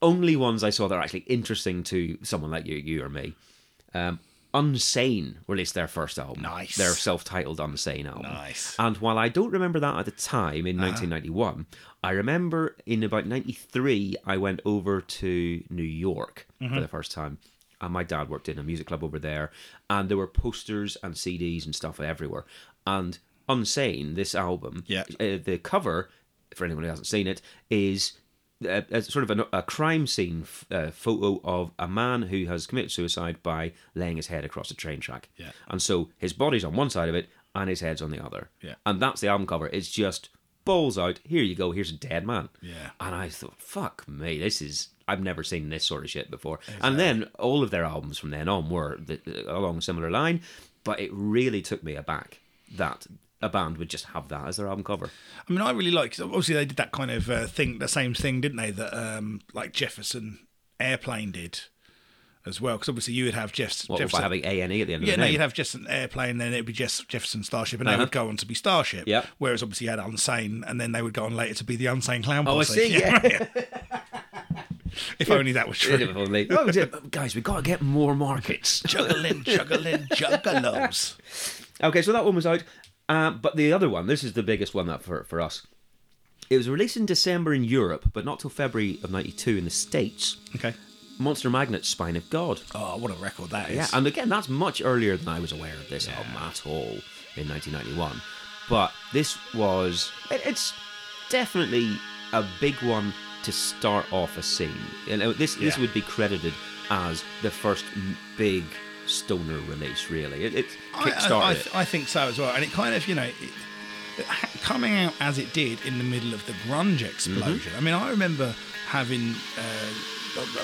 Only ones I saw that are actually interesting to someone like you, you or me. Um, Unsane released their first album. Nice. Their self-titled Unsane album. Nice. Uh-huh. And while I don't remember that at the time in 1991, I remember in about 93 I went over to New York Mm-hmm. for the first time. And my dad worked in a music club over there and there were posters and CDs and stuff everywhere. And Unsane, this album, Yeah. uh, the cover, for anyone who hasn't seen it, is a, a sort of a, a crime scene f- uh, photo of a man who has committed suicide by laying his head across a train track. Yeah. And so his body's on one side of it and his head's on the other. Yeah. And that's the album cover. It's just balls out. Here you go. Here's a dead man. Yeah. And I thought, fuck me, this is. I've never seen this sort of shit before. And then all of their albums from then on were th- th- along a similar line, but it really took me aback that a band would just have that as their album cover. I mean, I really like. Obviously, they did that kind of uh, thing, the same thing, didn't they? That um, like Jefferson Airplane did as well, because obviously you would have Jeff's What Jefferson. by having A and E at the end of yeah, the no, name? you'd have Jefferson Airplane, then it'd be Jeff, Jefferson Starship, and they Uh-huh. would go on to be Starship. Yep. Whereas obviously you had Unsane, and then they would go on later to be the Unsane Clown Oh, I Posse. see, [LAUGHS] if only that was [LAUGHS] true. If only- oh, dear. guys, we got to get more markets. juggling, juggling, [LAUGHS] [LAUGHS] juggalos. Okay, so that one was out. Uh, but the other one, this is the biggest one that for, for us. It was released in December in Europe, but not till February of 92 in the States. Okay. Monster Magnet Spine of God. Oh, what a record that is. Yeah, and again, that's much earlier than I was aware of this album at all in 1991. But this was, it, it's definitely a big one to start off a scene. You know, this this Yeah. would be credited as the first m- big stoner release. Really, it, it I- kickstarted. I, I, it. I think so as well. And it kind of, you know, it, it ha- coming out as it did in the middle of the grunge explosion. Mm-hmm. I mean, I remember having. Uh,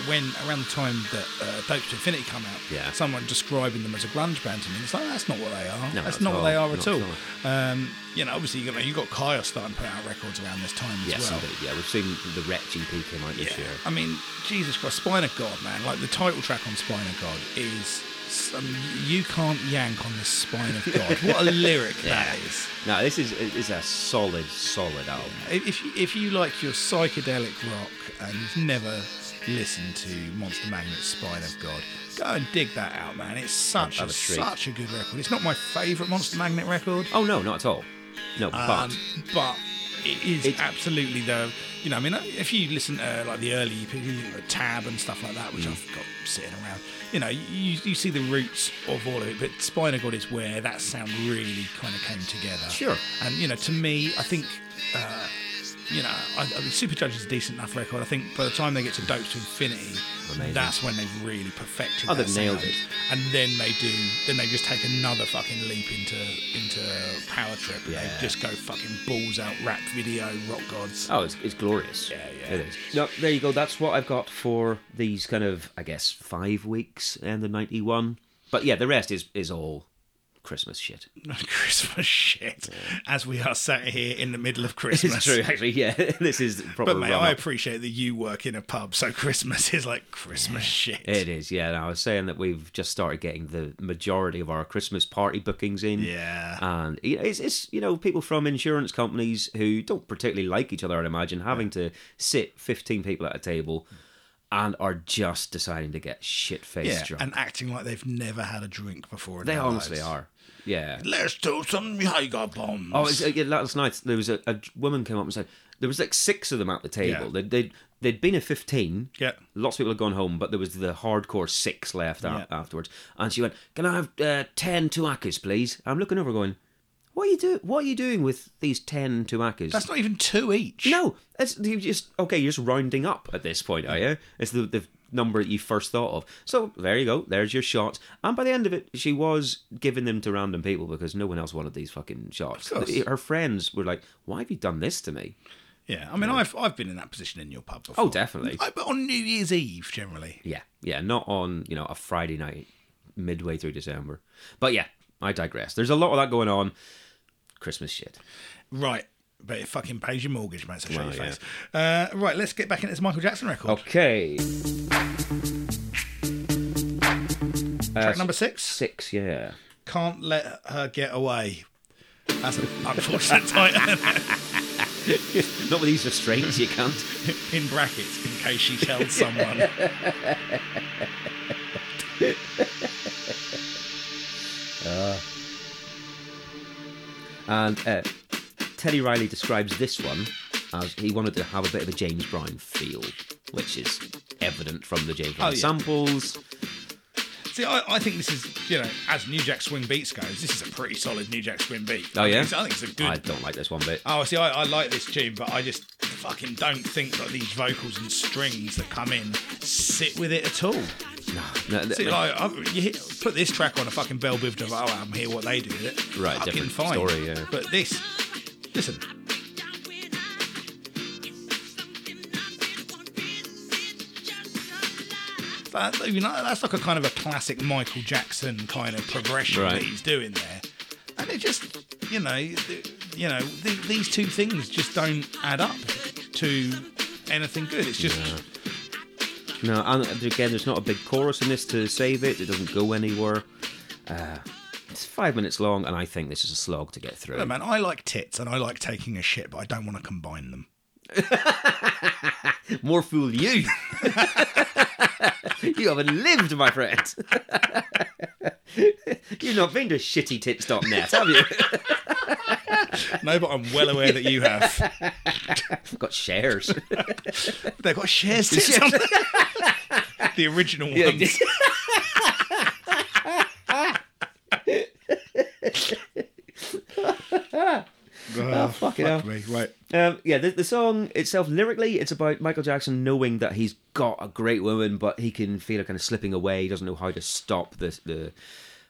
when around the time that uh, Dope to Infinity come out, Yeah. someone describing them as a grunge band to me, it's like that's not what they are. No, that's not not at what they all. are at Not all. at Um, you know, obviously you got you got Kaya starting to put out records around this time as Yes, well. indeed. Yeah, we've seen the Wretch EP came out this year. I mean, Jesus Christ, Spine of God, man. Like the title track on Spine of God is. Some, you can't yank on the spine of God. [LAUGHS] What a lyric that is. Now this is is a solid, solid album. If you, if you like your psychedelic rock and you've never listened to Monster Magnet's Spine of God, go and dig that out, man. It's such Have a, a treat. such a good record. It's not my favourite Monster Magnet record, Oh no, not at all. No, um, but but it is It's- absolutely the you know I mean if you listen to like the early EP, you know, Tab and stuff like that, which Mm. I've got sitting around, you know you you see the roots of all of it, but Spinal God is where that sound really kind of came together. Sure. and you know to me I think. Uh, you know, I, I mean, Superjudge is a decent enough record. I think by the time they get to Dope to Infinity, Amazing. that's when they've really perfected. Oh, that they've nailed sound. it. And then they do, then they just take another fucking leap into into Power Trip. And Yeah. They just go fucking balls out, rap video, rock gods. [LAUGHS] oh, it's, it's glorious. Yeah, yeah. It is. No, there you go. That's what I've got for these kind of, I guess, five weeks and the ninety-one. But yeah, the rest is is all Christmas shit. [LAUGHS] Christmas shit. As we are sat here in the middle of Christmas. [LAUGHS] It's true, actually. Yeah, [LAUGHS] this is the proper. But mate, run-up. I appreciate that you work in a pub, so [LAUGHS] Christmas is like Christmas shit. It is, yeah. And I was saying that we've just started getting the majority of our Christmas party bookings in. Yeah. And you know, it's, it's you know people from insurance companies who don't particularly like each other. I'd imagine having to sit fifteen people at a table and are just deciding to get shit faced yeah, drunk. and acting like they've never had a drink before. In they their honestly lives. are. Yeah. Let's do some Jaeger bombs. Oh, it's, uh, yeah, last night there was a, a woman came up and said there was like six of them at the table. Yeah. They'd, they'd they'd been a fifteen. Yeah. Lots of people had gone home, but there was the hardcore six left a- Yeah. afterwards. And she went, "Can I have uh, ten tuacas, please?" I'm looking over, going, "What are you do? What are you doing with these ten tuacas?" that's not even two each. no, it's you just okay. You're just rounding up at this point, are you? It's the the number that you first thought of. So there you go. There's your shots. And by the end of it, she was giving them to random people because no one else wanted these fucking shots. course. Her friends were like, "Why have you done this to me?" Yeah, I mean, I've I've been in that position in your pub before. Oh, definitely. I, but on New Year's Eve, generally. Yeah, yeah. Not on you know a Friday night midway through December. But yeah, I digress. There's a lot of that going on. Christmas shit. Right, but it fucking pays your mortgage, mate. So show Well, your yeah. Oh, face. Uh, right, let's get back into this Michael Jackson record. Okay, Track number six. six. Yeah. Can't let her get away. That's an unfortunate [LAUGHS] title. Not with these restraints, you can't. in brackets, in case [LAUGHS] she tells someone. And uh, Teddy Riley describes this one as he wanted to have a bit of a James Brown feel, which is evident from the James Brown Oh, yeah. samples. See, I, I think this is, you know, as New Jack Swing Beats goes, this is a pretty solid New Jack Swing beat. Oh, I yeah? think it's- I think it's a good I don't like this one bit. Oh, see, I, I like this tune, but I just fucking don't think that these vocals and strings that come in sit with it at all. No, th- See, like, I, you hit, put this track on a fucking Bell Biv DeVoe album, hear what they do with it. Right, fucking different fine. story, yeah. But this, listen, that, you know, that's like a kind of a classic Michael Jackson kind of progression Right. that he's doing there. And it just, you know, th- you know, th- these two things just don't add up to anything good. It's just No, and uh, again, there's not a big chorus in this to save it. It doesn't go anywhere. Uh, it's five minutes long, and I think this is a slog to get through. Look, man, I like tits and I like taking a shit, but I don't want to combine them. More fool you. [LAUGHS] you haven't lived, my friend. [LAUGHS] You've not been to shittytits.net, have you? [LAUGHS] No, but I'm well aware that you have. Got [LAUGHS] shares. They've got shares tits on them. [LAUGHS] The original ones. Oh, fucking hell. me. Right. Um, yeah, the, the song itself, lyrically, it's about Michael Jackson knowing that he's got a great woman, but he can feel it kind of slipping away. He doesn't know how to stop the, the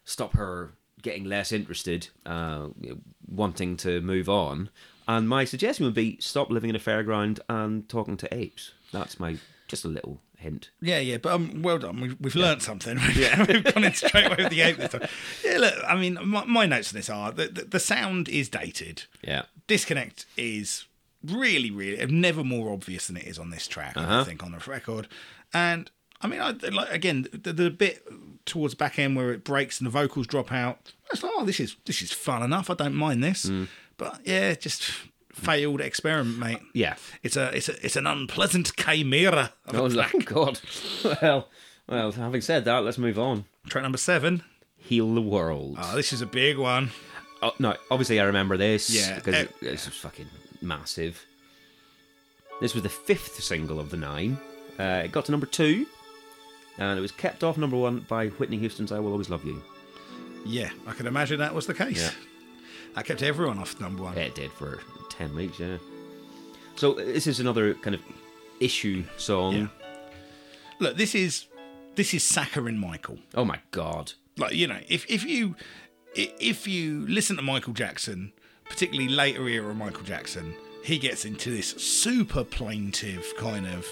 stop her getting less interested, uh, you know, wanting to move on. And my suggestion would be stop living in a fairground and talking to apes. That's my just a little hint. Yeah, yeah, but um, well done. We've, we've learned something. [LAUGHS] Yeah. we've gone in straight away with the ape this time. Yeah, look, I mean, my, my notes on this are that the, the sound is dated. Yeah. Disconnect is really, really never more obvious than it is on this track. I think on the record, and I mean, I like again the, the bit towards the back end where it breaks and the vocals drop out. It's like, oh, this is this is fun enough. I don't mind this, but yeah, just failed experiment, mate. Yeah. It's a it's a it's an unpleasant chimera of Oh, a [LAUGHS] track. God. Well, well, having said that, let's move on. Track number seven. Heal the world. Oh, this is a big one. Oh, no, obviously I remember this. Yeah, Because eh. it, this was fucking massive. This was the fifth single of the nine. Uh, it got to number two, and it was kept off number one by Whitney Houston's I Will Always Love You. Yeah, I can imagine that was the case. Yeah. That kept everyone off number one. Yeah, it did for 10 weeks, yeah. So uh, this is another kind of issue song. Yeah. Look, this is this is Saka and Michael. Oh my god. Like you know, if if you i- if you listen to Michael Jackson, particularly later era Michael Jackson, he gets into this super plaintive kind of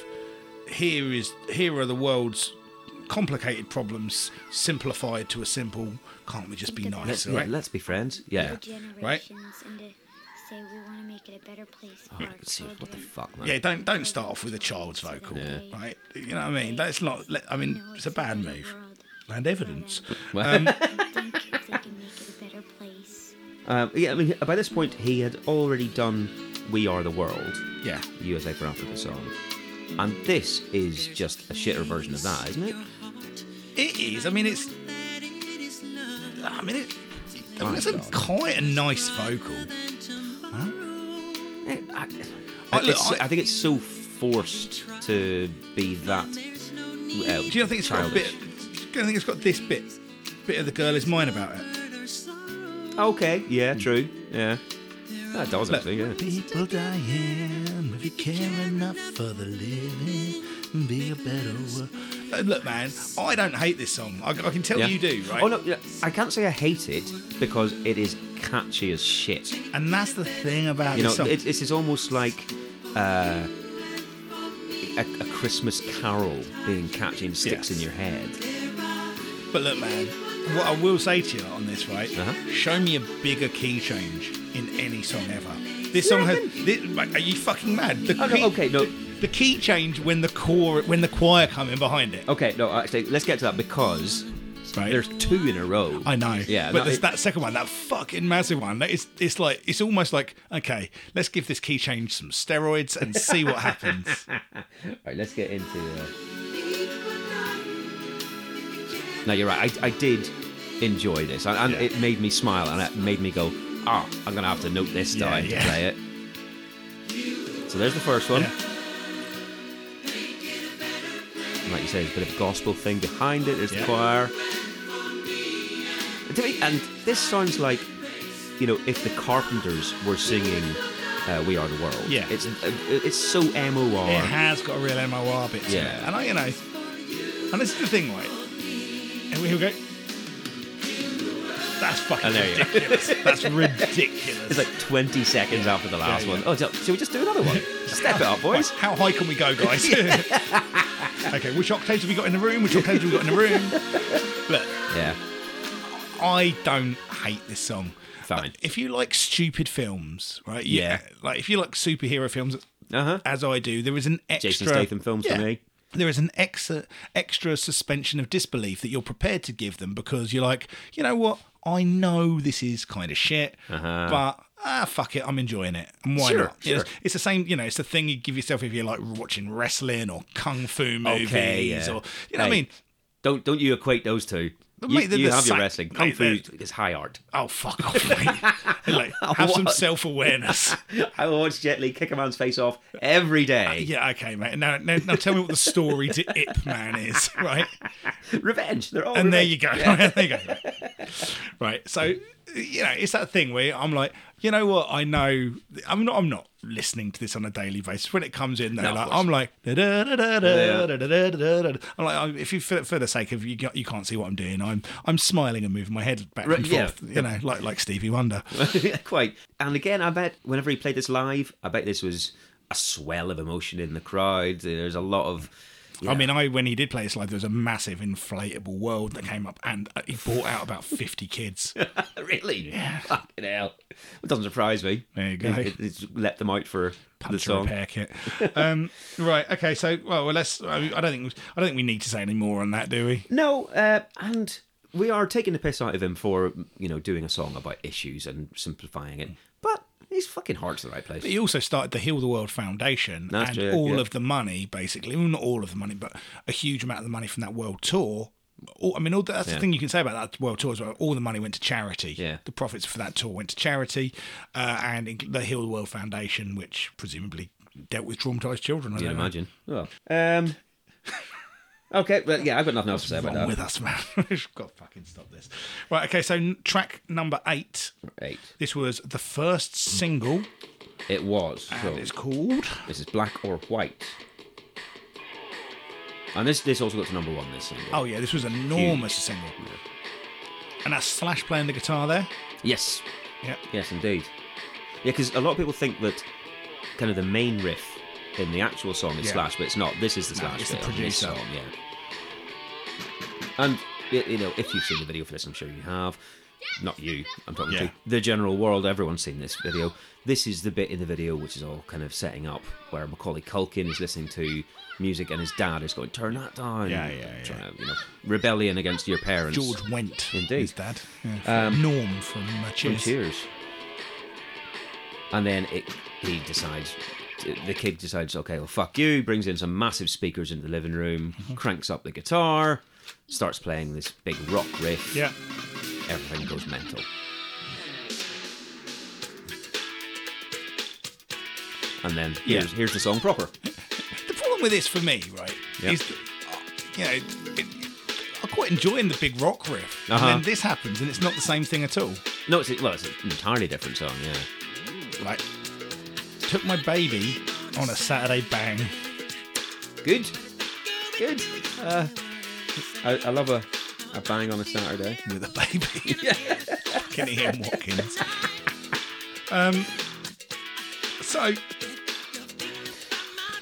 here is here are the world's complicated problems simplified to a simple. Can't we just be nice, Let's, all right? yeah, let's be friends. Yeah. generations and to say we want to make it a better place for our Let's Oh, see, children. what the fuck, man? Yeah, don't don't start off with a child's vocal, Yeah. right? You know what I mean? That's not. let- I mean, No, it's a bad better move. world. And evidence. [LAUGHS] um, I think if they can make it a better place. Um, yeah, I mean, by this point, he had already done We Are the World. Yeah. USA for Africa song. And this is just a shitter version of that, isn't it? It is. I mean, it's. I mean, it. I mean, it's a quite a nice vocal. I, I- look, it's- I- I think it's so forced to be that. Uh, Do you not think it's got a bit? Do you think it's got this bit? Bit of the girl is mine about it. Okay, yeah, true. Yeah. That does actually, yeah. People dying. If you care enough for the living, be a better world. Uh, Look, man, I don't hate this song. I, I can tell yeah. you do, right? Oh, no, yeah, I can't say I hate it because it is catchy as shit. And that's the thing about You know, this song. it, it is almost like uh, a, a Christmas carol being catchy and sticks Yes. in your head. But look, man, what I will say to you on this, right? Uh-huh. Show me a bigger key change in any song ever. This song has. This, like, are you fucking mad? The Oh, no, key- okay, no. The, the key change when the core, when the choir come in behind it. Okay, no, actually, let's get to that because Right. there's two in a row. I know. Yeah, But no, there's it- that second one, that fucking massive one. That is, it's like it's almost like okay, let's give this key change some steroids and see what [LAUGHS] happens. Right, let's get into. Uh... No, you're right. I, I did enjoy this, and, and Yeah. it made me smile, and it made me go, "Ah, I'm gonna have to note this Yeah, down yeah. to play it." So there's the first one. Yeah. And Like you say, there's a bit of a gospel thing behind it. There's Yeah. the choir. And to me- And this sounds like, you know, if the Carpenters were singing uh, "We Are the World." Yeah. it's uh, it's so MOR. It has got a real MOR bit to Yeah. it. And I, you know, and this is the thing, right? And we go. That's fucking And there you go. ridiculous. That's ridiculous. It's like 20 seconds after the last Yeah, yeah. one. Oh, so- shall we just do another [LAUGHS] one? Step it up, boys. How high can we [LAUGHS] go, guys? [LAUGHS] okay, which octaves have we got in the room? Which octaves have we got in the room? Look, Yeah, I don't hate this song. fine. If you like stupid films, right? you- Yeah. Like if you like superhero films, Uh huh. as I do, there is an extra Jason Statham films Yeah. for me. there is an extra, extra suspension of disbelief that you're prepared to give them because you're like, you know what? I know this is kind of shit, but ah, fuck it, I'm enjoying it. And why Uh-huh. Sure, not? It's, sure. it's the same, you know, it's the thing you give yourself if you're like watching wrestling or kung fu movies Okay, yeah. or, you know what I Hey. mean? Don't don't you equate those two. But You, mate, they're you the have your sa- wrestling. Kung mate, Fu they're- is high art. [LAUGHS] Oh, fuck off, mate. [LAUGHS] like, have some What? self awareness. I watch Jet Li kick a man's face off every day. [LAUGHS] Uh, Yeah, okay, mate. Now, now, now tell me what the story to [LAUGHS] Ip Man is, right? Revenge. They're all And there revenge. you go. [LAUGHS] there you go. Right. So, you know, it's that thing where I'm like, you know what? I know I'm not. I'm not listening to this on a daily basis. When it comes in, though, of like, course. I'm like, da, da, da, da, da, Yeah. da, da, da, da, da. I'm like, I'm- if you for, for the sake of you, can't- you can't see what I'm doing. I'm I'm smiling and moving my head back Right, and yeah. forth. You know, like like [LAUGHS] Stevie Wonder. Quite. And again, I bet whenever he played this live, I bet this was a swell of emotion in the crowd. There's a lot of. I mean, I when he did play this live, there was a massive inflatable world that came up, and uh, he brought out about fifty kids. really? [LAUGHS] Fucking hell. It doesn't surprise me. There you go. It, it- it's let them out for the punch a song. repair kit. Um, [LAUGHS] right. Okay. So, well, well, let's. I I don't think. I don't think we need to say any more on that, do we? No, uh, and we are taking the piss out of him for you know doing a song about issues and simplifying it, but his fucking heart's in the right place. He also started the Heal the World Foundation, That's and true, all yeah. of the money, basically, well, not all of the money, but a huge amount of the money from that world tour. All, I mean, all, that's the Yeah. thing you can say about that world tour as well. All the money went to charity. Yeah. The profits for that tour went to charity, uh, and inc- the Heal the World Foundation, which presumably dealt with traumatized children. I I don't know. imagine. Well, um, okay, well, yeah, I've got nothing else to say about that. Wrong with us, man. [LAUGHS] We've got to fucking stop this. Right. Okay. So n- track number eight Eight. This was the first single, It was. So and it's called. this is black or white. And this this also got to number one. This single. Oh yeah, this was an enormous single. And that's Slash playing the guitar there. Yes, Yeah. yes, indeed. Yeah, because a lot of people think that kind of the main riff in the actual song is Yeah. Slash, but it's not. This is the No, Slash it's the bit on this producer. song, yeah. And y- you know, if you've seen the video for this, I'm sure you have. Not you, I'm talking Yeah. to the general world. Everyone's seen this video. This is the bit in the video which is all kind of setting up where Macaulay Culkin is listening to music and his dad is going, "Turn that down." Yeah, yeah, Trying to, you know, rebellion against your parents. George Went. Indeed. Um, His dad. Yeah, Norm from uh, From Cheers. Cheers. And then it, he decides, the kid decides, okay, well, fuck you. Brings in some massive speakers into the living room, cranks up the guitar, starts playing this big rock riff. Yeah. Everything goes mental. And then Yeah. here's, here's the song proper. The problem with this for me, right, Yeah. is that, uh, you know, it, I'm quite enjoying the big rock riff, Uh-huh. and then this happens, and it's not the same thing at all. No, it's a, well, it's an entirely different song. Yeah, Like, took my baby on a Saturday bang. good, good. Uh, I, I love a, a bang on a Saturday. with a baby. Fucking Ian Watkins. um, so, I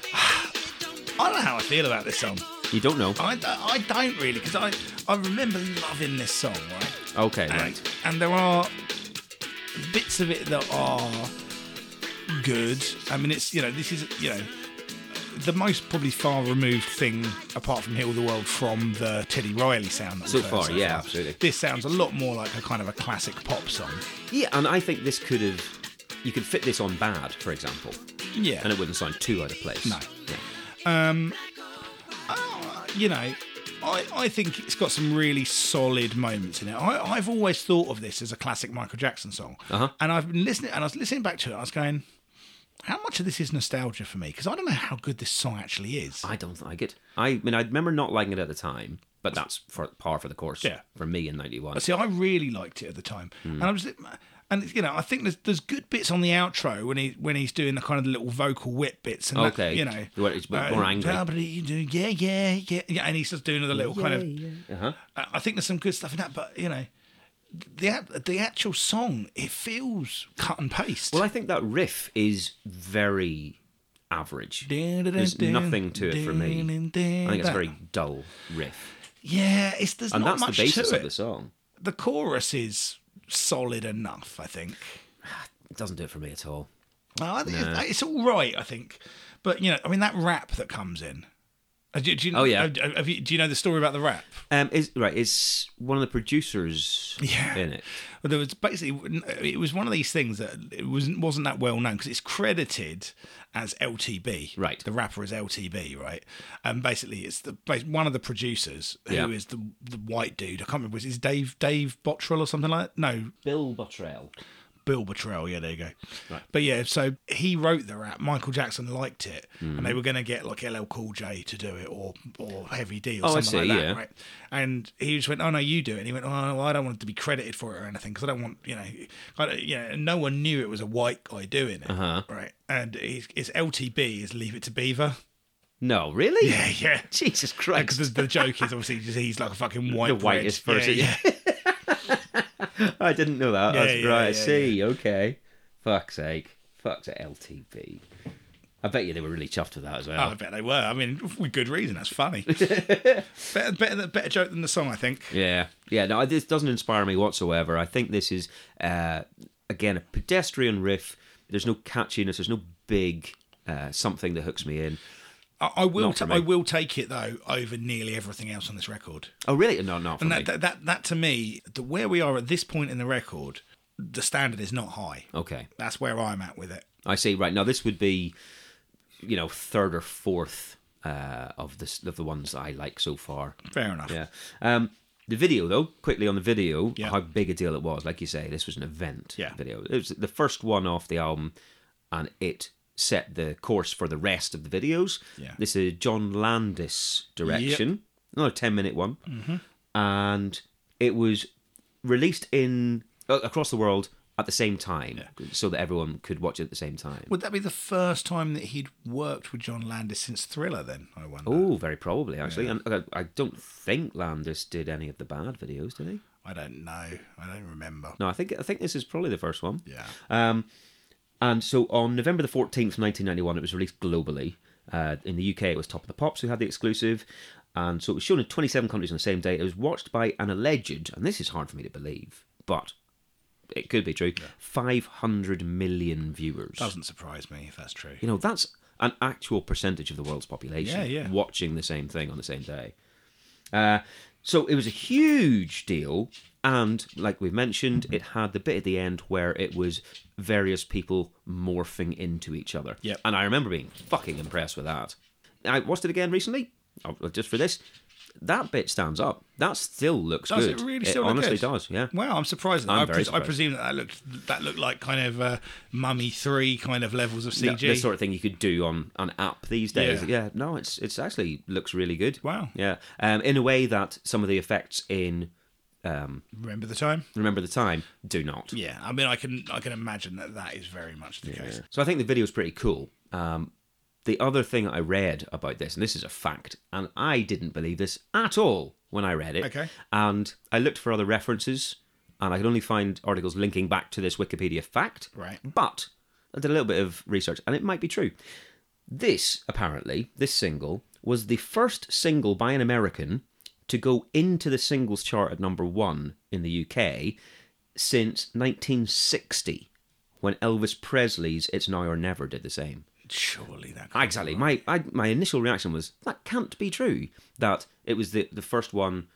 don't know how I feel about this song. You don't know. I, I don't really, because I, I remember loving this song, right? Okay, And, right. and there are bits of it that are good. I mean, it's, you know, this is, you know, the most probably far removed thing apart from Heal the World from the Teddy Riley sound. that So we've heard far, yeah, absolutely. This sounds a lot more like a kind of a classic pop song. Yeah, and I think this could have. You could fit this on bad, for example, Yeah. and it wouldn't sound too out of place. No. Yeah. you know, I, I think it's got some really solid moments in it. I, I've always thought of this as a classic Michael Jackson song. Uh-huh. And I've been listening, and I was listening back to it, I was going, how much of this is nostalgia for me? Because I don't know how good this song actually is. I don't like it. I mean, I remember not liking it at the time, but that's for par for the course. Yeah. For me in '91. But see, I really liked it at the time, Hmm. and I was, and you know, I think there's there's good bits on the outro when he when he's doing the kind of little vocal whip bits and that, Okay. you know, Where it's a bit more angry. probably you do, yeah, yeah, yeah, yeah, and he's just doing the little kind of. Uh-huh. I I think there's some good stuff in that, but you know, the act- the actual song it feels cut and paste. Well, I think that riff is very average. There's nothing to it for me. I think it's a very dull riff, yeah. It's there's and not that's much the basis to of it. the song. The chorus is solid enough, I think. It doesn't do it for me at all. Uh, I think it's, it's all right, I think. But you know, I mean, that rap that comes in, Uh, Do, do you, Oh, yeah. uh, have you, do you know the story about the rap? Um, is right. Is one of the producers Yeah. in it? Well, there was basically it was one of these things that it wasn't wasn't that well known because it's credited as LTB, Right. The rapper is LTB, right? And basically, it's the bas- one of the producers who is Yeah. the the white dude. I can't remember. Was it Dave Dave Bottrell or something like that? No, Bill Bottrell. Bill Betrayal, yeah, there you go. But yeah, so he wrote the rap. Michael Jackson liked it, Mm. and they were going to get like LL Cool J to do it or or Heavy D or Oh, I something see, like that, yeah. right? And he just went, "Oh no, you do it." And he went, "Oh, well, I don't want to be credited for it or anything because I don't want you know, I don't, you know." And no one knew it was a white guy doing it, Uh-huh. right? And his, his LTB is Leave It to Beaver. [LAUGHS] No, really? Yeah, yeah. Jesus Because Christ! the joke is obviously just he's like a fucking white the bread. whitest Yeah, person. [LAUGHS] yeah. I didn't know that. Yeah, That's yeah, right. I yeah, see. Okay. Fuck's sake. Fuck's sake. LTV. I bet you they were really chuffed with that as well. Oh, I bet they were. I mean, with good reason. [LAUGHS] That's funny. better, better, than- better joke than the song, I think. Yeah, yeah. No, this doesn't inspire me whatsoever. I think this is uh, again a pedestrian riff. There's no catchiness. There's no big uh, something that hooks me in. I, I will. Not for ta- me. I will take it though over nearly everything else on this record. Oh, really? No, not for And me. that, that, that, that to me, the where we are at this point in the record, the standard is not high. okay, That's where I'm at with it. I see. Right now, this would be, you know, third or fourth uh, of this of the ones that I like so far. Fair enough. Yeah. Um, the video, though, quickly on the video, Yeah. how big a deal it was. Like you say, this was an event Yeah. video. It was the first one off the album, and it set the course for the rest of the videos. Yeah. This is John Landis direction, another 10 minute one. Mm-hmm. And it was released in uh, across the world at the same time so that everyone could watch it at the same time. Would that be the first time that he'd worked with John Landis since Thriller? Then I wonder. Oh, very probably actually, and uh, I I don't think Landis did any of the bad videos, did he? I don't know. I don't remember. No, I think I think this is probably the first one. Yeah. Um, and so on November the 14th, 1991, it was released globally. Uh, in the UK, it was Top of the Pops who had the exclusive. And so it was shown in 27 countries on the same day. It was watched by an alleged, and this is hard for me to believe, but it could be true, 500 million viewers. Doesn't surprise me if that's true. You know, that's an actual percentage of the world's population Yeah, yeah. watching the same thing on the same day. Uh, so it was a huge deal. And like we mentioned, it had the bit at the end where it was various people morphing into each other. Yep. And I remember being fucking impressed with that. I watched it again recently, uh, just for this. That bit stands up. That still looks Does good. it really still look honestly good? does, yeah. Wow, I'm surprised. at that. I'm I, very pres- I surprised. presume that, that looked that looked like kind of uh, Mummy Three kind of levels of Yeah, CG. the sort of thing you could do on an app these days. Yeah. Yeah, no, it's it's actually looks really good. Wow. Yeah, um, in a way that some of the effects in Remember the time? Remember the Time do not. Yeah, I mean, I can I can imagine that that is very much the case. So I think the video is pretty cool. Um, the other thing I read about this, and this is a fact, and I didn't believe this at all when I read it. Okay. And I looked for other references, and I could only find articles linking back to this Wikipedia fact. Right. But I did a little bit of research, and it might be true. This, apparently, this single was the first single by an American to go into the singles chart at number one in the UK since 1960, when Elvis Presley's It's Now or Never did the same. Surely that. can't Ah, Exactly. be My I, my initial reaction was that can't be true. That it was the, the first one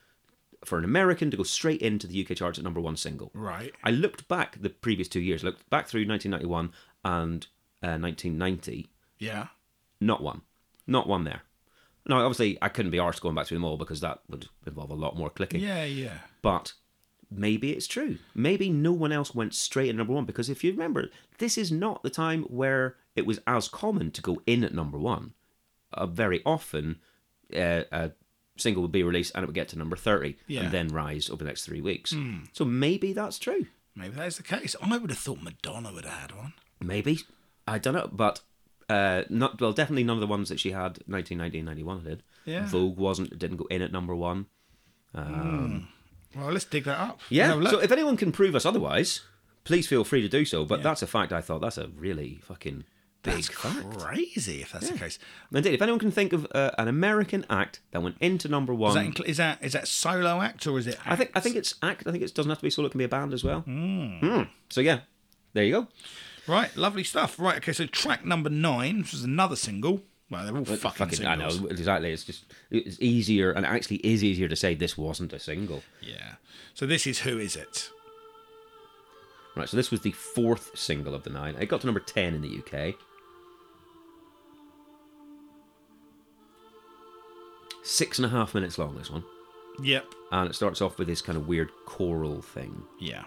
for an American to go straight into the UK charts at number one single. Right. I looked back the previous two years, looked back through 1991 and uh, 1990, Yeah. not one. Not one there. Now, obviously, I couldn't be arsed going back through them all because that would involve a lot more clicking. Yeah. Yeah. But maybe it's true. Maybe no one else went straight at number one because if you remember, this is not the time where it was as common to go in at number one. Uh, very often, uh, a single would be released and it would get to number 30 Yeah. Hmm. and then rise over the next three weeks. So maybe that's true. Maybe that is the case. I would have thought Madonna would have had one. Maybe. I don't know. But. Uh, not well, definitely none of the ones that she had 1990 and 91 did. Yeah. Vogue wasn't didn't go in at number one. Well, let's dig that up. Let's have a Yeah. look. So if anyone can prove us otherwise, please feel free to do so. But that's a fact. I thought that's a really fucking big that's fact. crazy. If that's the case, Indeed, if anyone can think of uh, an American act that went into number one, is that incl- is that is that solo act or is it? Um, I think I think it's act. I think it doesn't have to be solo. It can be a band as well. Hmm. So yeah, there you go. Right. Lovely stuff. Right. Okay. So track number nine, which was another single. Well, they're all But fucking, I singles. know exactly. It's just it's easier, and actually is easier to say this wasn't a single. Yeah. So this is Who Is It? Right, so this was the fourth single of the nine. It got to number ten in the UK. Six and a half minutes long, this one, Yep. and it starts off with this kind of weird choral thing. Yeah.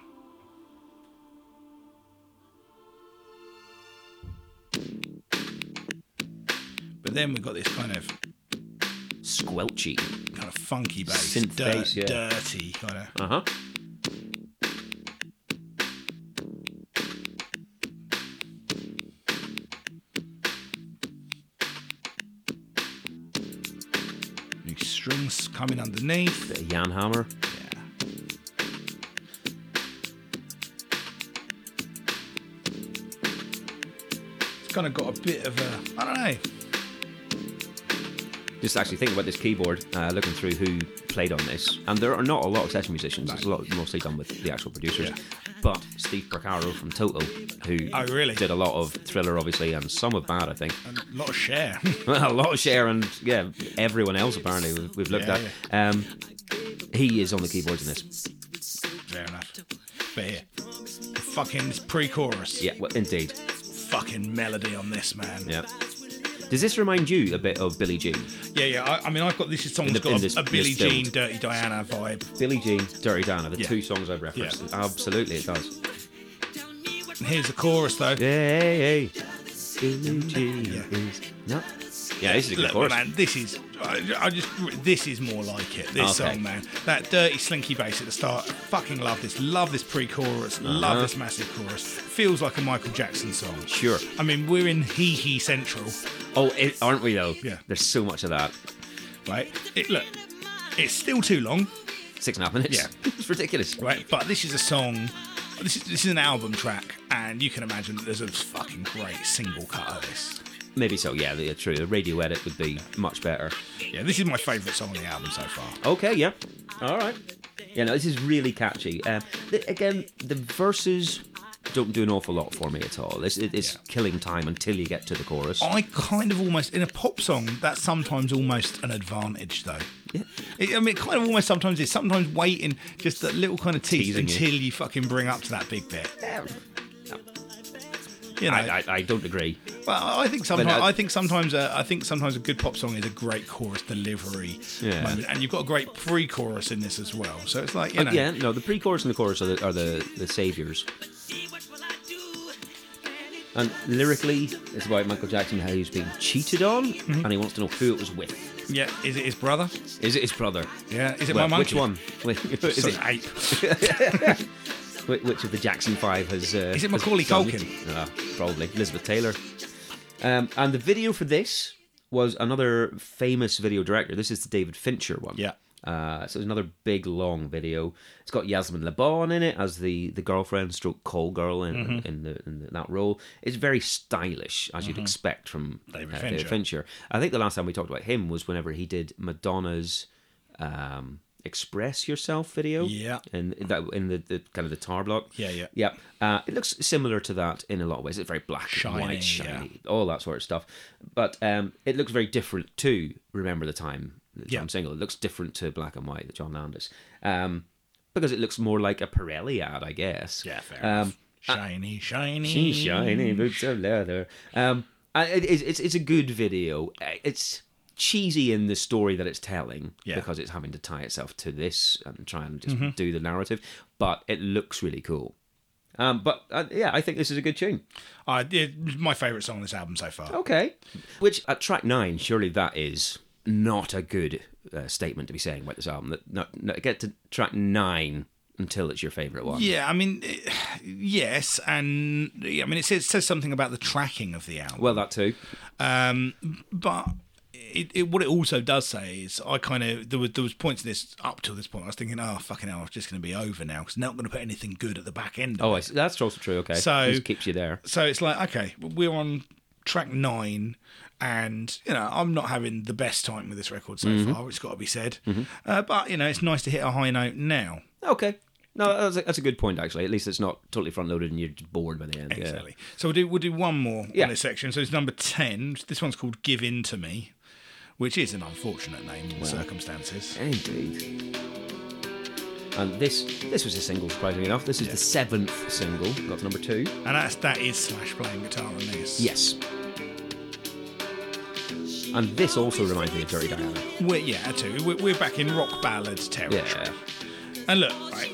But then we've got this kind of Squelchy. kind of funky bass, Synth dirt- bass, yeah. dirty kind of. Uh huh. New strings coming underneath. Bit of Jan Hammer. Yeah. It's kind of got a bit of a I don't know. Just actually think about this keyboard, uh, looking through who played on this, and there are not a lot of session musicians. It's a lot mostly done with the actual producers. But Steve Percaro from Toto, who Oh, really? did a lot of Thriller, obviously, and some of Bad, I think. A lot of share. [LAUGHS] [LAUGHS] a lot of Cher and yeah, everyone else apparently we've, we've looked Yeah, at. Um, he is on the keyboards in this. Fair enough. But here, fucking this pre-chorus. Yeah, well, indeed. Fucking melody on this man. Yeah. Does this remind you a bit of Billie Jean? Yeah, yeah. I, I mean, I've got this song's In the- in got this- a, a Billie this build. Jean, Dirty Diana vibe. Billie Jean, Dirty Dana, the Yeah. two songs I've referenced. Yeah. Absolutely, it does. And here's the chorus though. Yeah, hey, hey. Billie Jean Yeah. is not. Yeah, this is a good Look, chorus. man, this is I, I just this is more like it. This Okay. song, man, that dirty slinky bass at the start. Fucking love this. Love this pre-chorus. Love this massive chorus. Feels like a Michael Jackson song. Uh-huh. Sure. I mean, we're in Hee Hee Central, Oh, it, aren't we though? Yeah. There's so much of that. right? It, look, it's still too long, Six and a half minutes. Yeah. [LAUGHS] it's ridiculous. right? But this is a song. This is, this is an album track, and you can imagine that there's a fucking great single cut of this. Maybe so. Yeah, yeah, true. The radio edit would be much better. Yeah, this is my favourite song on the album so far. Okay, yeah. All right. Yeah, no, this is really catchy. Um, th- again, the verses don't do an awful lot for me at all. It's, it, it's Yeah. Oh. killing time until you get to the chorus. I kind of almost in a pop song that's sometimes almost an advantage though. Yeah. It, I mean, it kind of almost sometimes is sometimes waiting just that little kind of tease Teasing you. until you. fucking bring up to that big bit. You know, I, I, I don't agree. well, I think sometimes But, uh, I think sometimes uh, I think sometimes a good pop song is a great chorus delivery Yeah. moment, and you've got a great pre-chorus in this as well. So it's like you know, Uh, Yeah, no, the pre-chorus and the chorus are the, are the, the saviors. And lyrically, it's about Michael Jackson how he's being cheated on, Mm-hmm. and he wants to know who it was with. yeah, is it his brother? Is it his brother? Yeah, is it Well, my which monkey? one? [LAUGHS] Wait, is, Sorry, it, ape. [LAUGHS] whi- which of the Jackson Five has? Uh, Is has it Macaulay done Culkin? Ah, probably Elizabeth Taylor. Um, and the video for this was another famous video director. This is the David Fincher one. Yeah. Uh, so it's another big long video. It's got Yasmin Laban in it as the, the girlfriend stroke call girl in, Mm-hmm. in, the, in the, that role. It's very stylish as you'd expect from David uh, Fincher. Fincher. I think the last time we talked about him was whenever he did Madonna's um, "Express Yourself" video. Yeah. and that in the, the kind of the tar block. Yeah, yeah. Yep. Uh, it looks similar to that in a lot of ways. It's very black, Shiny, shiny, white, yeah. shiny, all that sort of stuff. But um, it looks very different to "Remember the Time." The Yeah. Tom Single. It looks different to "Black and White." The John Landis. Um, because it looks more like a Pirelli ad, I guess. Yeah, fair Um, enough. Shiny, shiny, Gee, shiny boots of leather. Um, I- it- it's, it's it's a good video. Uh, It's cheesy in the story that it's telling Yeah. Mm-hmm. because it's having to tie itself to this and try and just do the narrative. But it looks really cool. Um, but uh, yeah, I think this is a good tune. Uh, it, my favourite song on this album so far. Okay. Which at track nine, surely that is not a good uh, statement to be saying about this album. That no, no, get to track nine until it's your favorite one. Yeah, I mean, it- yes, and yeah, I mean, it says, says something about the tracking of the album, Well, that too. um, but it, it what it also does say is I kind of there was there was points in this up till this point I was thinking, oh fucking hell, it's just going to be over now because not going to put anything good at the back end. of Oh, it. I see. that's also true. Okay, So- Just keeps you there. so it's like okay, we're on track nine. And you know I'm not having the best time with this record so far. It's got to be said, uh, but you know it's nice to hit a high note now. Okay, No, that's a, that's a good point, actually. At least it's not totally front loaded and you're just bored by the end. Exactly. So we'll do we'll do one more Yeah. on this section. So it's number ten. This one's called "Give In to Me," which is an unfortunate name in the circumstances. Yeah. Indeed. And this this was a single, surprisingly enough. This is the seventh single. That's number two. And that's that is Slash playing guitar on this. Yes. And this also reminds me of Dirty Diana. We're, yeah, too. We're, we're back in rock ballads territory. Yeah. And look, right,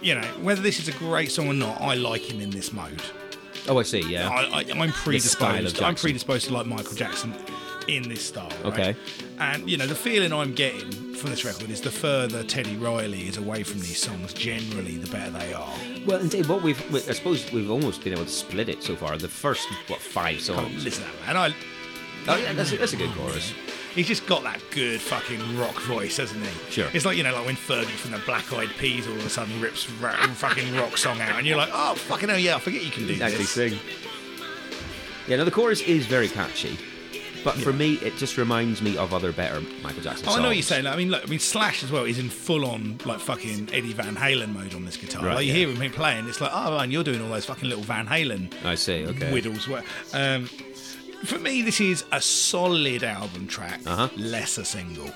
you know, whether this is a great song or not, I like him in this mode. Oh, I see. Yeah. I, I, I'm style of predisposed. I'm Jackson. predisposed to like Michael Jackson in this style. right? Okay. And you know the feeling I'm getting from this record is the further Teddy Riley is away from these songs, generally, the better they are. Well, indeed, what we've, we, I suppose we've almost been able to split it so far. The first, what, five songs? Listen to that, man. I, Oh, yeah, that's a, that's a good chorus. he's just got that good fucking rock voice, hasn't he? Sure. It's like you know, like when Fergie from the Black Eyed Peas all of a sudden rips ra- fucking rock song out, and you're like, oh fucking hell, yeah, I forget you can do Exactly, this. sing. Yeah, now the chorus is very catchy, but for me, it just reminds me of other better Michael Jackson Oh, songs. I know what you're saying. Like, I mean, look, I mean, Slash as well is in full on like fucking Eddie Van Halen mode on this guitar. Right, like you yeah. hear him playing, it's like, oh man, you're doing all those fucking little Van Halen I see, okay. whittles. Where, um, for me, this is a solid album track, Uh-huh. less a single.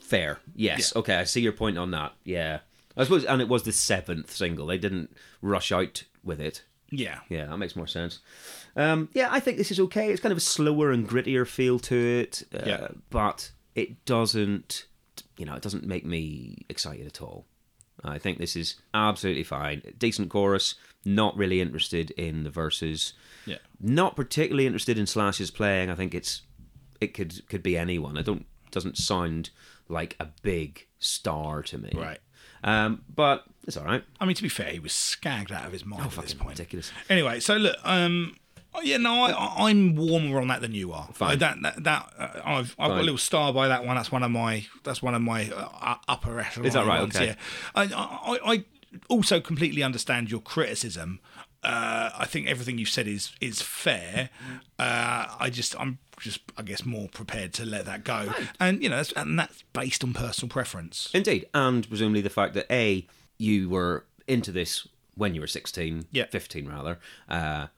Fair. Yes, okay, I see your point on that. Yeah. I suppose, and it was the seventh single. They didn't rush out with it. Yeah. Yeah, that makes more sense. Um, yeah, I think this is okay. It's kind of a slower and grittier feel to it, uh, Yeah. but it doesn't, you know, it doesn't make me excited at all. I think this is absolutely fine. Decent chorus. Not really interested in the verses. Yeah. Not particularly interested in Slash's playing. I think it's it could could be anyone. I don't doesn't sound like a big star to me. Right. Um, but it's all right. I mean, to be fair, he was skagged out of his mind at this Oh, fucking point. ridiculous. Anyway, so look, um, oh, yeah, no, I- I, I'm warmer on that than you are. Fine. Uh, that that, that uh, I've I've got a Fine. little star by that one. That's one of my that's one of my uh, upper echelon. Is that right? ones, Okay. Yeah. I, I I- I also completely understand your criticism. Uh, I think everything you said is is fair. Uh, I just I'm just I guess more prepared to let that go, and you know, that's, and that's based on personal preference. Indeed, and presumably the fact that a you were into this when you were 16, Yeah. 15 rather, uh,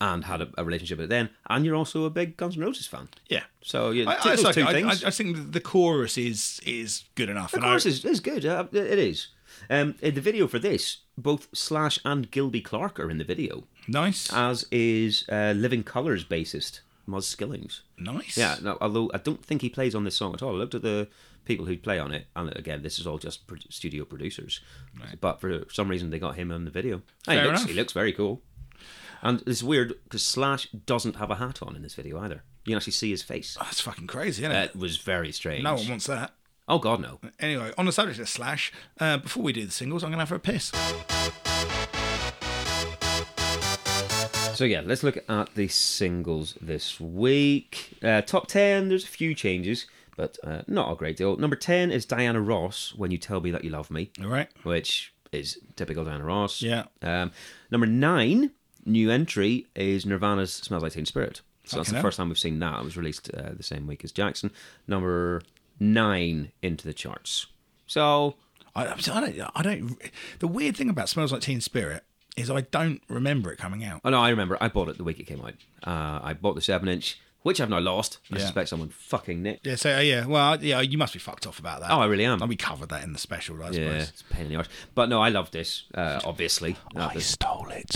and had a, a relationship with it then, and you're also a big Guns N' Roses fan. Yeah. So yeah, I, t- I, those like two it. I- things. I, I think the- the chorus is is good enough. the and I- chorus is, is good. Uh, it it is. Um, in the video for this, both Slash and Gilby Clarke are in the video, nice, as is uh, Living Colours bassist Muzz Skillings. nice. Yeah, no, although I don't think he plays on this song at all. I looked at the people who play on it, and again, this is all just pro- studio producers. But for some reason, they got him on the video. Hey, Fair he, looks, enough. he looks very cool. And it's weird because Slash doesn't have a hat on in this video either. You can actually see his face. that's fucking crazy, isn't it? That was very strange. no one wants that. oh, God, no. Anyway, on the subject of Slash, uh, before we do the singles, I'm gonna have a piss. So, yeah, let's look at the singles this week. Uh, top 10, there's a few changes, but uh, not a great deal. Number 10 is Diana Ross, When You Tell Me That You Love Me. All right. which is typical Diana Ross. Yeah. Um, number nine, new entry is Nirvana's "Smells Like Teen Spirit." So that's Fucking the hell. first time we've seen that. It was released uh, the same week as Jackson. Number nine into the charts. So I, I don't. I don't. The weird thing about "Smells Like Teen Spirit" is I don't remember it coming out. Oh no, I remember. I bought it the week it came out. Uh, I bought the seven inch, which I've now lost. I Yeah. suspect someone fucking nicked. Yeah. So uh, yeah. Well, yeah. You must be fucked off about that. Oh, I really am. And we covered that in the special, yeah, I suppose. it's a pain in the arse. But no, I love this. Uh, [LAUGHS] obviously, Uh, I this- stole [LAUGHS] it.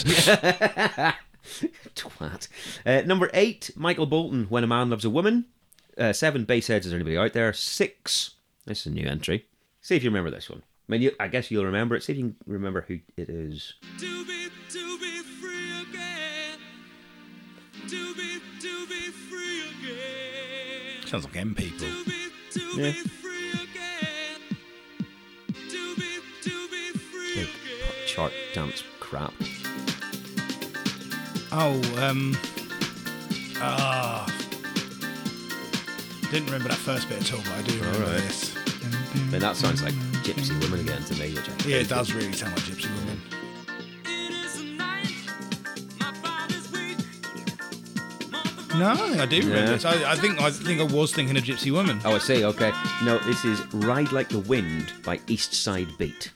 Twat. Uh, number eight, Michael Bolton, When a Man Loves a Woman. Uh, seven, Baseheads, is there anybody out there? Six, this is a new entry. See if you remember this one. I mean, you, I guess you'll remember it. See if you can remember who it is. To be, to be free again. To be, to be free again. Sounds like M people. To be, to Yeah. be free again. To be, to be free Big pop again. chart dance crap. Oh, um. Ah. Didn't remember that first bit at all, but I do remember Alright. this. I mean, that sounds like Gypsy Woman again to me, which I Yeah, it does really sound like Gypsy Woman. It is a night. My body's weak. No, I think I do remember Yeah. this. I, I think I think I was thinking of Gypsy Woman. Oh, I see. Okay. No, this is Ride Like the Wind by East Side Beat.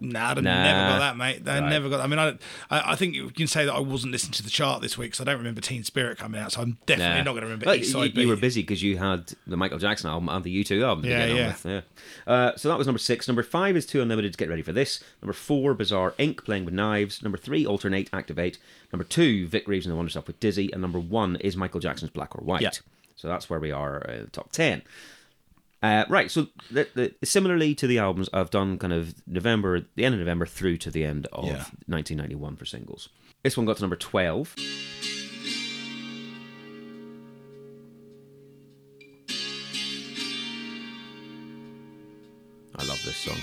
No, I'd have Nah. never got that, mate. I Right. never got. I mean, I, I, I think you can say that I wasn't listening to the chart this week because I don't remember Teen Spirit coming out, so I'm definitely Nah. not going to remember Well, East you, Side you B. were busy because you had the Michael Jackson album and the U2 album. to Yeah, get on yeah. with, yeah. Uh, so that was number six. Number five is Two Unlimited. Get ready for this. Number four, Bizarre Inc. Playing with Knives. Number three, Alternate Activate. Number two, Vic Reeves and the Wonder Stuff with Dizzy. And number one is Michael Jackson's Black or White. Yeah. So that's where we are, uh, top ten. Uh, right, so the, the, similarly to the albums, I've done kind of November, the end of November through to the end of Yeah. 1991 for singles. This one got to number 12. I love this song.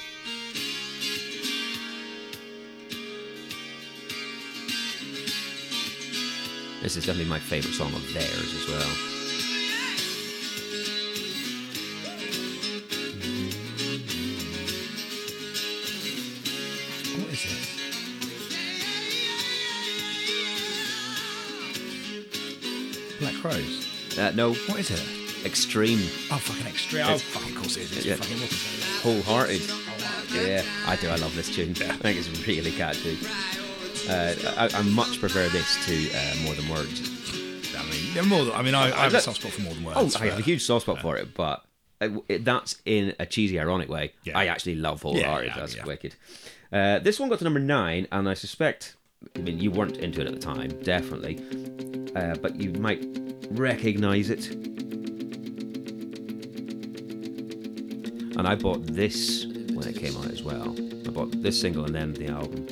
This is definitely my favourite song of theirs as well. What is this? Black Rose. Uh, no, What is it? extreme, Oh, fucking extreme. Oh, It's- fucking of course it is. It's Yeah. fucking what is it? wholehearted. Yeah, I do. I love this tune. [LAUGHS] I think it's really catchy. Uh, I, I much prefer this to uh, More Than Words. I mean, they're more than, I mean, I, I have a Look- soft spot for more than words. Oh, I but- have a huge soft spot for it, but uh, it, that's in a cheesy, ironic way. Yeah. I actually love Wholehearted. yeah, that's yeah. wicked. Uh, this one got to number nine, and I suspect, I mean, you weren't into it at the time, definitely, uh, but you might recognize it. And I bought this when it came out as well. I bought this single and then the album.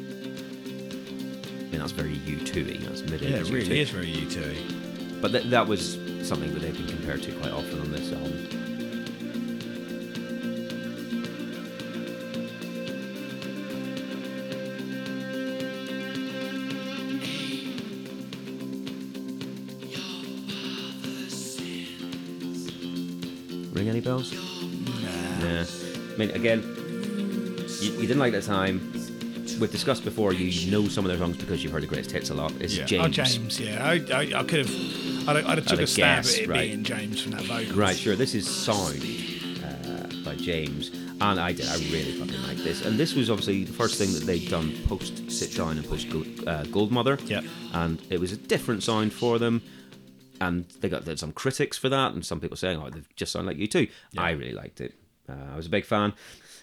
I mean, that's very U2 y. That's mid Yeah, it really is very u 2 but th- that was something that they've been compared to quite often on this album. Ring any bells? Nah. I mean, again, you, you didn't like it at the time. We've discussed before, you know some of their songs because you've heard the greatest hits a lot. It's Yeah. James. Oh, James, yeah. I, I, I could have. I'd, I'd have have took a stab guessed, at it right. being James from that vocal. Right, sure. This is Sound uh, by James. And I did. I really fucking like this. And this was obviously the first thing that they'd done post Sit Down and post Gold, uh, Gold Mother. Yep. And it was a different sound for them. And they got there's some critics for that, and some people saying, oh, they just sound like you too. I really liked it. Uh, I was a big fan.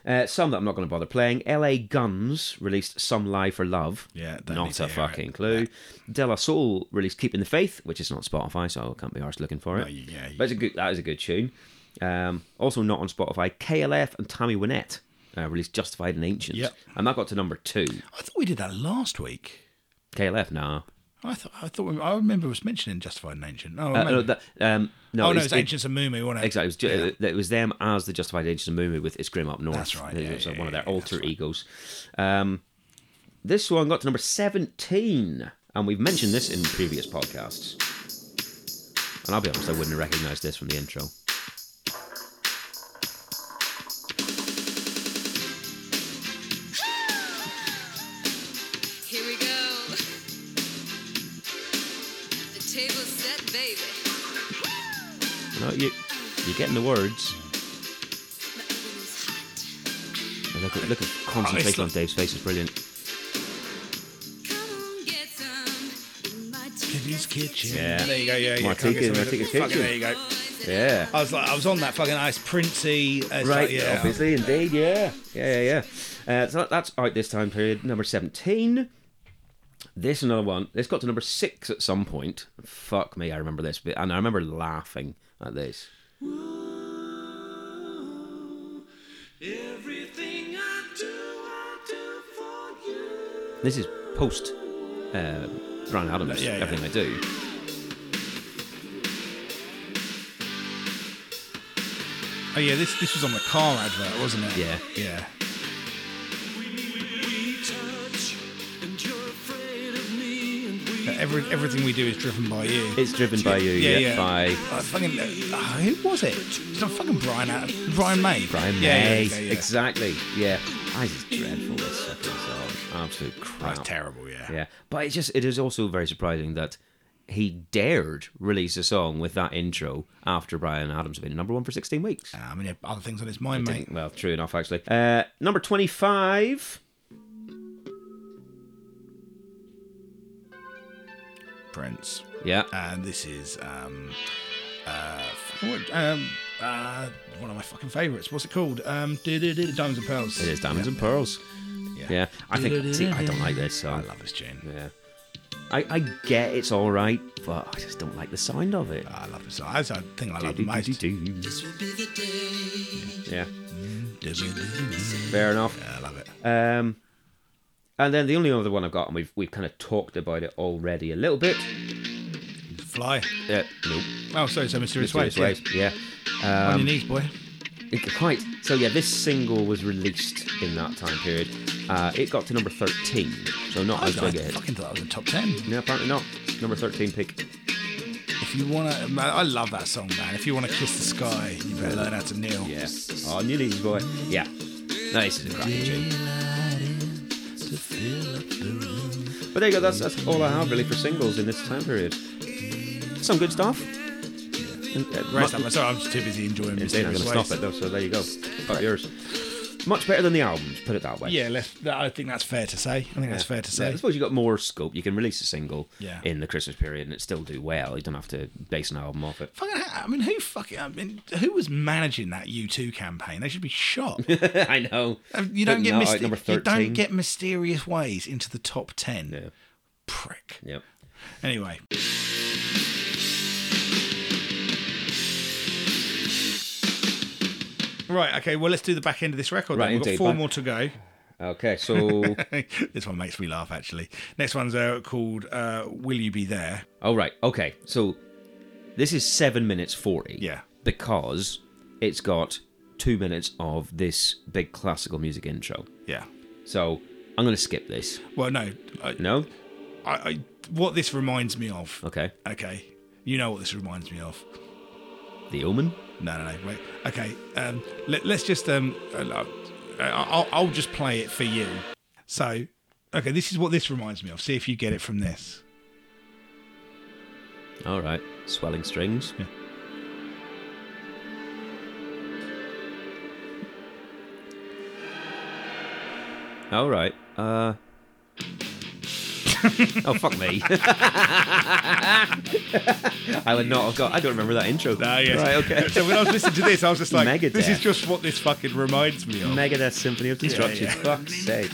Uh, some that I'm not going to bother playing. LA Guns released Some Lie for Love. Yeah, don't need Not to a hear it. fucking clue. De La Soul released Keeping the Faith, which is not Spotify, so I can't be arsed looking for it. No, you- yeah, you- But it's a good, that is a good tune. Um, also not on Spotify, KLF and Tammy Wynette uh, released Justified and Ancient. Yep. And that got to number two. I thought we did that last week. KLF, nah. Uh, I thought I thought we, I remember us mentioning Justified and Ancient. Oh, Uh, maybe. no, that, um, no, oh no, it's- it's it- Ancients and Mumu, wasn't it? Exactly. It was, ju- uh, Yeah. it was them as the Justified Agents of Moo with It's Grim Up North. That's right, It yeah, was uh, yeah, one of yeah, their yeah, alter egos. Um, this one got to number 17, and we've mentioned this in previous podcasts. And I'll be honest, I wouldn't have recognized this from the intro. Here we go. The table's set, baby. You know, you, you're getting the words. My oven is hot. And look at, look at concentration on like- Dave's face, is brilliant. Come on, get some in my Kitty's Kitchen. Yeah. There you go. Yeah, yeah. Martika's- Can't get some of the- Martika's fucking- Kitchen. There you go. Yeah. I was like, I was on that fucking ice, Princey. uh, it's Right, like, yeah. obviously, indeed, yeah. Yeah, yeah, yeah. Uh, so that- that's out this time period, number 17. This another one. This got to number six at some point. Fuck me, I remember this bit, and I remember laughing at this. Everything I do, I do for you. This is post uh, Brian Adams. Yeah, yeah. everything I do. Oh yeah, this this was on the car advert, wasn't it? Yeah. Yeah. We touch, and you're afraid of me, and we. But Every, everything we do is driven by you. It's driven by you, yeah, yeah, yeah. by Oh, fucking, oh, who was it? It's not fucking Brian. Ad- Brian May. Brian yeah, May. Yeah, yeah, yeah. Exactly. Yeah. I is dreadful. This fucking song. Absolute crap. That's terrible. Yeah. Yeah, but it's just it is also very surprising that he dared release a song with that intro after Brian Adams had been number one for 16 weeks. I mean, he had other things on his mind, Uh, mate. Didn't- Well, true enough, actually. Uh, number 25. Prince. Yeah. And this is um, uh, f- what, um, uh, one of my fucking favourites. What's it called? Um, do-do-do, Diamonds and Pearls. It is Diamonds and Pearls. Yeah. I think, see, I don't like this I song. love this tune. Yeah. I, I get it's all right, but I just don't like the sound of it. I love this song. That's the thing I love the most. This will be the day. Yeah, I fair enough. love it. Um, and then the only other one I've got, and we've we've kind of talked about it already a little bit. Fly. Uh, no, Oh, sorry, so Mysterious, Mysterious Waves. Waves. Yeah. Yeah. On Um, your knees, boy. it- quite. So yeah, this single was released in that time period. Uh, it got to number thirteen, so not I, as big a hit. fucking thought that was a top ten. No, apparently not. Number thirteen pick. If you wanna, man, I love that song, man. If you wanna kiss the sky, you better learn how to kneel. Yeah. On your knees, boy. Yeah. No, this is a cracking tune. But there you go. That's that's all I have really for singles in this time period. Some good stuff. And, uh, Great much- stuff. Sorry, I'm just too busy enjoying Indeed, I'm Mysterious going to Waves. stop it though. So there you go. Got yours. Much better than the albums. Put it that way. Yeah, let's, that, I think that's fair to say. I think that's fair to Yeah, say. I suppose you got more scope. You can release a single Yeah. in the Christmas period and it still do well. You don't have to base an album off it. [LAUGHS] Fucking, hell, I mean, who fucking, I mean, who was managing that U2 campaign? They should [LAUGHS] be shot. I know. you don't But get no, myste- at number you don't 13. get mysterious ways into the top ten. Yeah. Prick. Yep. Anyway, right. Okay. Well, let's do the back end of this record. Right, then. We've got indeed, four back- more to go. [LAUGHS] Okay. So. this one makes me laugh actually. Next one's uh, called uh, "Will You Be There." Oh right, okay. So this is seven minutes forty. Yeah. Because it's got two minutes of this big classical music intro. Yeah. So I'm gonna skip this. Well, no. I, No? I, I, what this reminds me of. Okay. Okay. You know what this reminds me of. The Omen? No, no, no. Wait. Okay. Um, let, let's just. Um, uh, I'll, I'll just play it for you. So, okay, this is what this reminds me of. See if you get it from this. Alright. Swelling strings. Yeah. Alright. [LAUGHS] Uh oh fuck me! [LAUGHS] I would not have got. I don't remember that intro. Ah, yes. Right, okay. [LAUGHS] so when I was listening to this, I was just like, Megadeth. this is just what this fucking reminds me of. Megadeth Symphony of Destruction. yeah. Fuck's sake.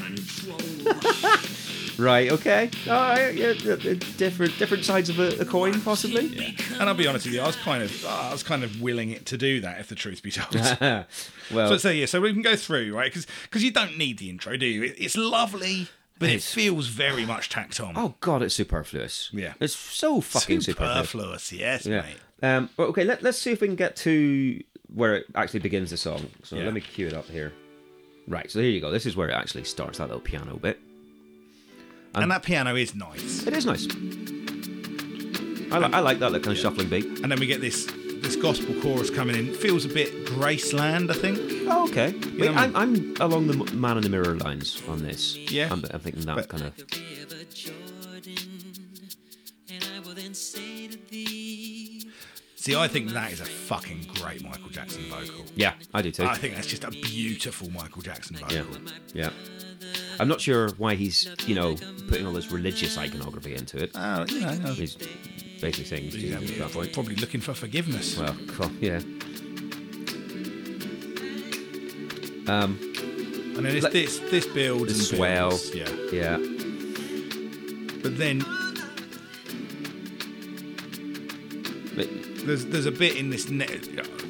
right. Okay. All right. Yeah, yeah, yeah, different different sides of a, a coin, possibly. and I'll be honest with you, I was kind of, I was kind of willing it to do that, if the truth be told. so, [LAUGHS] well, so yeah, so we can go through, right? Because you don't need the intro, do you? It, it's lovely, but it It's- feels very much tacked on. oh god, it's superfluous. Yeah. It's so fucking superfluous. superfluous. Yes, Yeah. mate. Um. But okay. Let, let's see if we can get to where it actually begins the song. So Yeah. let me cue it up here. Right. So here you go. This is where it actually starts. That little piano bit. and that piano is nice. It is nice. I, li- I like that little kind of shuffling beat. and then we get this this gospel chorus coming in. Feels a bit Graceland, I think. Oh, okay. Wait, know- I'm, I'm along the m- man in the mirror lines on this. Yeah. I'm, I'm thinking that But- kind of. river Jordan, and I will then say to thee, See, I think that is a fucking great Michael Jackson vocal. Yeah, I do too. I think that's just a beautiful Michael Jackson vocal. yeah, yeah. I'm not sure why he's, you know, putting all this religious iconography into it. Oh, you know, I was- He's basically saying he's Jesus at that point. probably looking for forgiveness. Well, cool. yeah. Um, and then it's like- this this builds the and swell. builds. Yeah. yeah. But then But- there's there's a bit in this ne-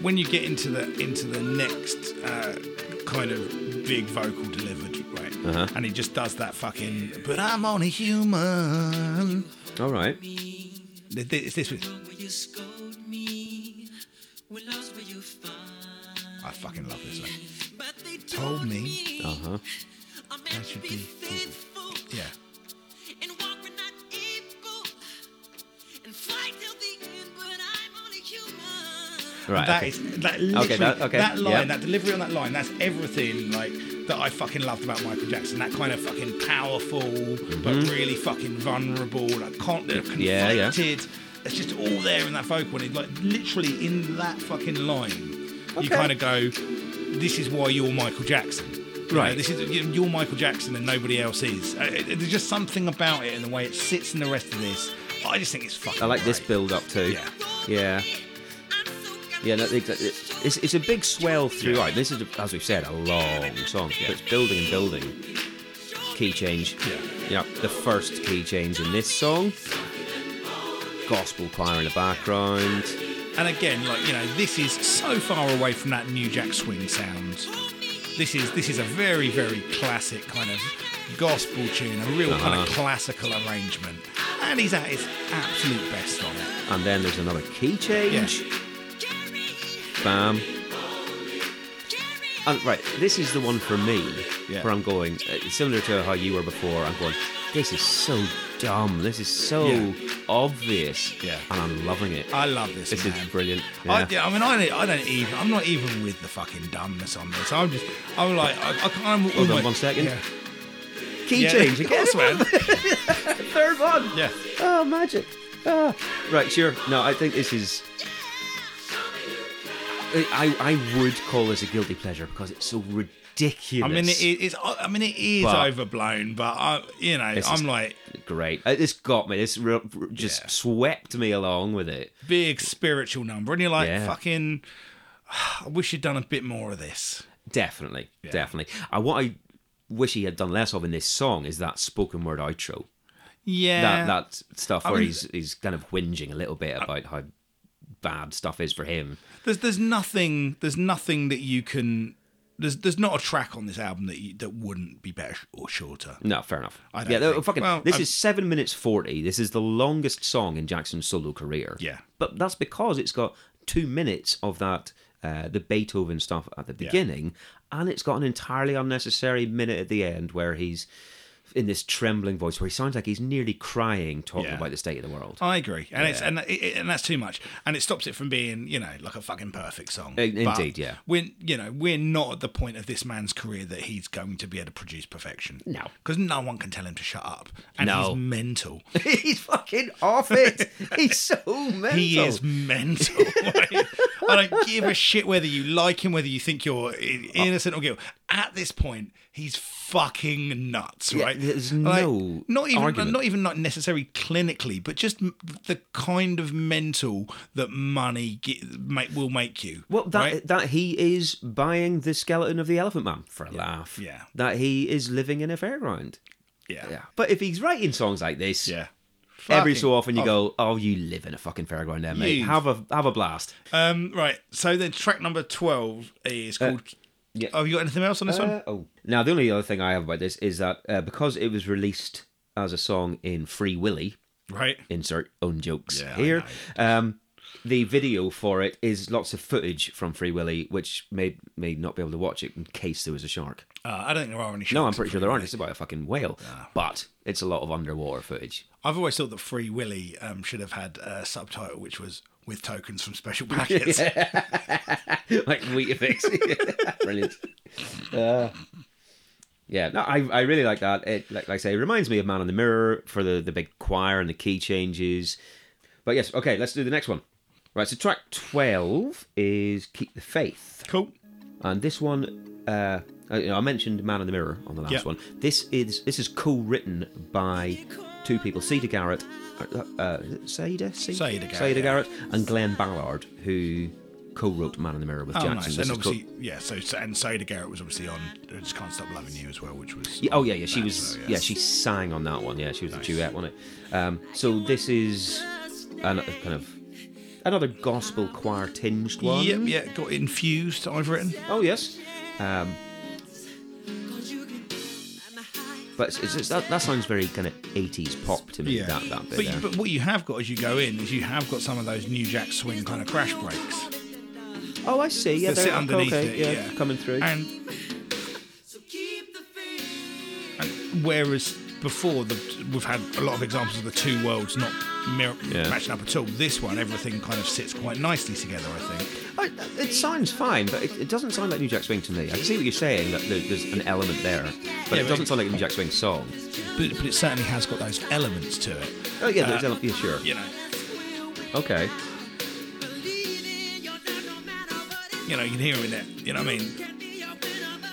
when you get into the into the next uh, kind of big vocal delivered right, Uh-huh. and he just does that fucking. But I'm only human. all right. Th- th- It's this bit. Will you scold me? Will loves will you find? I fucking love this one. But they Told told me. me Uh huh. I'm meant to should be be- faithful Yeah. and walk when not able and fight till the end, but I'm only human. Right, That okay. is that literally that- that, okay, line, yeah. that delivery on that line, that's everything like that I fucking loved about Michael Jackson. That kind of fucking powerful, but really fucking vulnerable, like con- uh, conflicted. Mm-hmm. Yeah, yeah. It's just all there in that vocal, and it, like literally in that fucking line, Okay. you kind of go, "This is why you're Michael Jackson." You know, Right. this is you- you're Michael Jackson, and nobody else is. Uh, it- it- There's just something about it and the way it sits in the rest of this. I just think it's fucking. I like this great. build up too. Yeah. Yeah. Yeah, no, exactly. It's, it's a big swell throughout. This is, as we've said, a long song. but it's building and building. Key change. Yeah. the first key change in this song. Gospel choir in the background. And again, like you know, this is so far away from that new jack swing sound. This is this is a very very classic kind of gospel tune, a real kind Uh-huh. of classical arrangement, and he's at his absolute best on it. And then there's another key change. Bam. And right, this is the one for me Yeah. where I'm going, uh, similar to how you were before, I'm going, this is so dumb. This is so Yeah. obvious. Yeah. Uh, And I'm loving it. I love this. This is man. brilliant. I, Yeah. I mean, I don't, I don't even. I'm not even with the fucking dumbness on this. I'm just. I'm like, I, I can't. Hold on one second. Yeah. Key Yeah, change [LAUGHS] of again. course, man. [LAUGHS] Third one. Yeah. Oh, magic. Ah. Right, sure. No, I think this is. I, I I would call this a guilty pleasure because it's so ridiculous. I mean, it, it's. I mean, it is But- overblown, but I, you know, I'm This is- like great. Uh, This got me. This re- re- just Yeah. swept me along with it. big spiritual number, and you're like, Yeah. fucking. I wish you'd done a bit more of this. Definitely, definitely. I what I wish he had done less of in this song is that spoken word outro. That Yeah. that stuff I where mean- he's he's kind of whinging a little bit about how bad stuff is for him. There's there's nothing there's nothing that you can. There's, there's not a track on this album that you, that wouldn't be better or shorter. No, fair enough. I don't yeah, they're think- fucking. well, this I'm- is seven minutes forty. This is the longest song in Jackson's solo career. Yeah. but that's because it's got two minutes of that uh, the Beethoven stuff at the beginning, and it's got an entirely unnecessary minute at the end where he's in this trembling voice where he sounds like he's nearly crying talking Yeah. about the state of the [LAUGHS] world. [LAUGHS] I agree, and it's and it- it, and that's too much, and it stops it from being you know like a fucking perfect song. In- indeed, yeah. We're you know we're not at the point of this man's career that he's going to be able to produce perfection. No. because no one can tell him to shut up, and No. he's mental. [LAUGHS] he's fucking off [LAUGHS] it. he's so mental. He is mental. [LAUGHS] right? I don't give a shit whether you like him, whether you think you're i- innocent or guilty. At this point, he's fucking nuts, Yeah, right? there's Like, no not even argument. not even not necessarily clinically, but just m- the kind of mental that money ge- make, will make you. Well, that right? that he is buying the skeleton of the Elephant Man for a laugh. Yeah. That he is living in a fairground. yeah, Yeah. But if he's writing songs like this, yeah. every Fucking- so often you oh, go, "Oh, you live in a fucking fairground, there, mate. You- Have a have a blast." Um, right. So then, track number twelve is called. Uh, yeah. Oh, you got anything else on this one? Uh, oh. Now the only other thing I have about this is that uh, because it was released as a song in Free Willy, Right. insert own jokes Yeah, I here. Um, the video for it is lots of footage from Free Willy, which may may not be able to watch it in case there was a shark. Uh, I don't think there are any. No, I'm shots pretty for sure there you, aren't. mate. It's about a fucking whale, Ah. but it's a lot of underwater footage. I've always thought that Free Willy um, should have had a subtitle which was with tokens [LAUGHS] from special packets. like Weetabix. Brilliant. Uh, yeah, no, I, I really like that. It like, like I say, it reminds me of Man in the Mirror for the, the big choir and the key changes. But yes, okay, let's do the next one. Right, so track twelve is Keep the Faith, Cool. and this one, uh, I, you know, I mentioned Man in the Mirror on the last Yeah. one. This is this is co-written by two people, Cedar Garrett, uh, uh, is it Seda, Se- Seda Garrett, Seda yeah. Garrett, and Glenn Ballard, who co-wrote Man in the Mirror with Oh, Jackson. nice. This And is co- obviously, yeah. So, so and Soda Garrett was obviously on. I just can't stop loving you as well, which was. Yeah, oh yeah, yeah. on She that, was so, yeah. She sang on that one. Yeah, she was a duet, wasn't it? Um, so this is an, a kind of another gospel choir tinged one. Yep, yeah, got infused. I've written. Oh yes. Um, but it's, it's, it's- that, that sounds very kind of eighties pop to me. Yeah, That that bit. but, you- there. but what you have got as you go in is you have got some of those new jack swing kind of crash breaks oh, I see. Yeah, that sit they're underneath okay, it. yeah, Yeah, coming through. And And whereas before the, we've had a lot of examples of the two worlds not mir- Yeah. matching up at all, this one everything kind of sits quite nicely together. I think. I, it sounds fine, but it, it doesn't sound like New Jack Swing to me. I can see what you're saying that there, there's an element there, but Yeah, it but- doesn't sound like a New Jack Swing song. but, but it certainly has got those elements to it. Oh yeah, there's Uh, ele- yeah, sure. You know, Okay. you know, you can hear him in there. You know what I mean?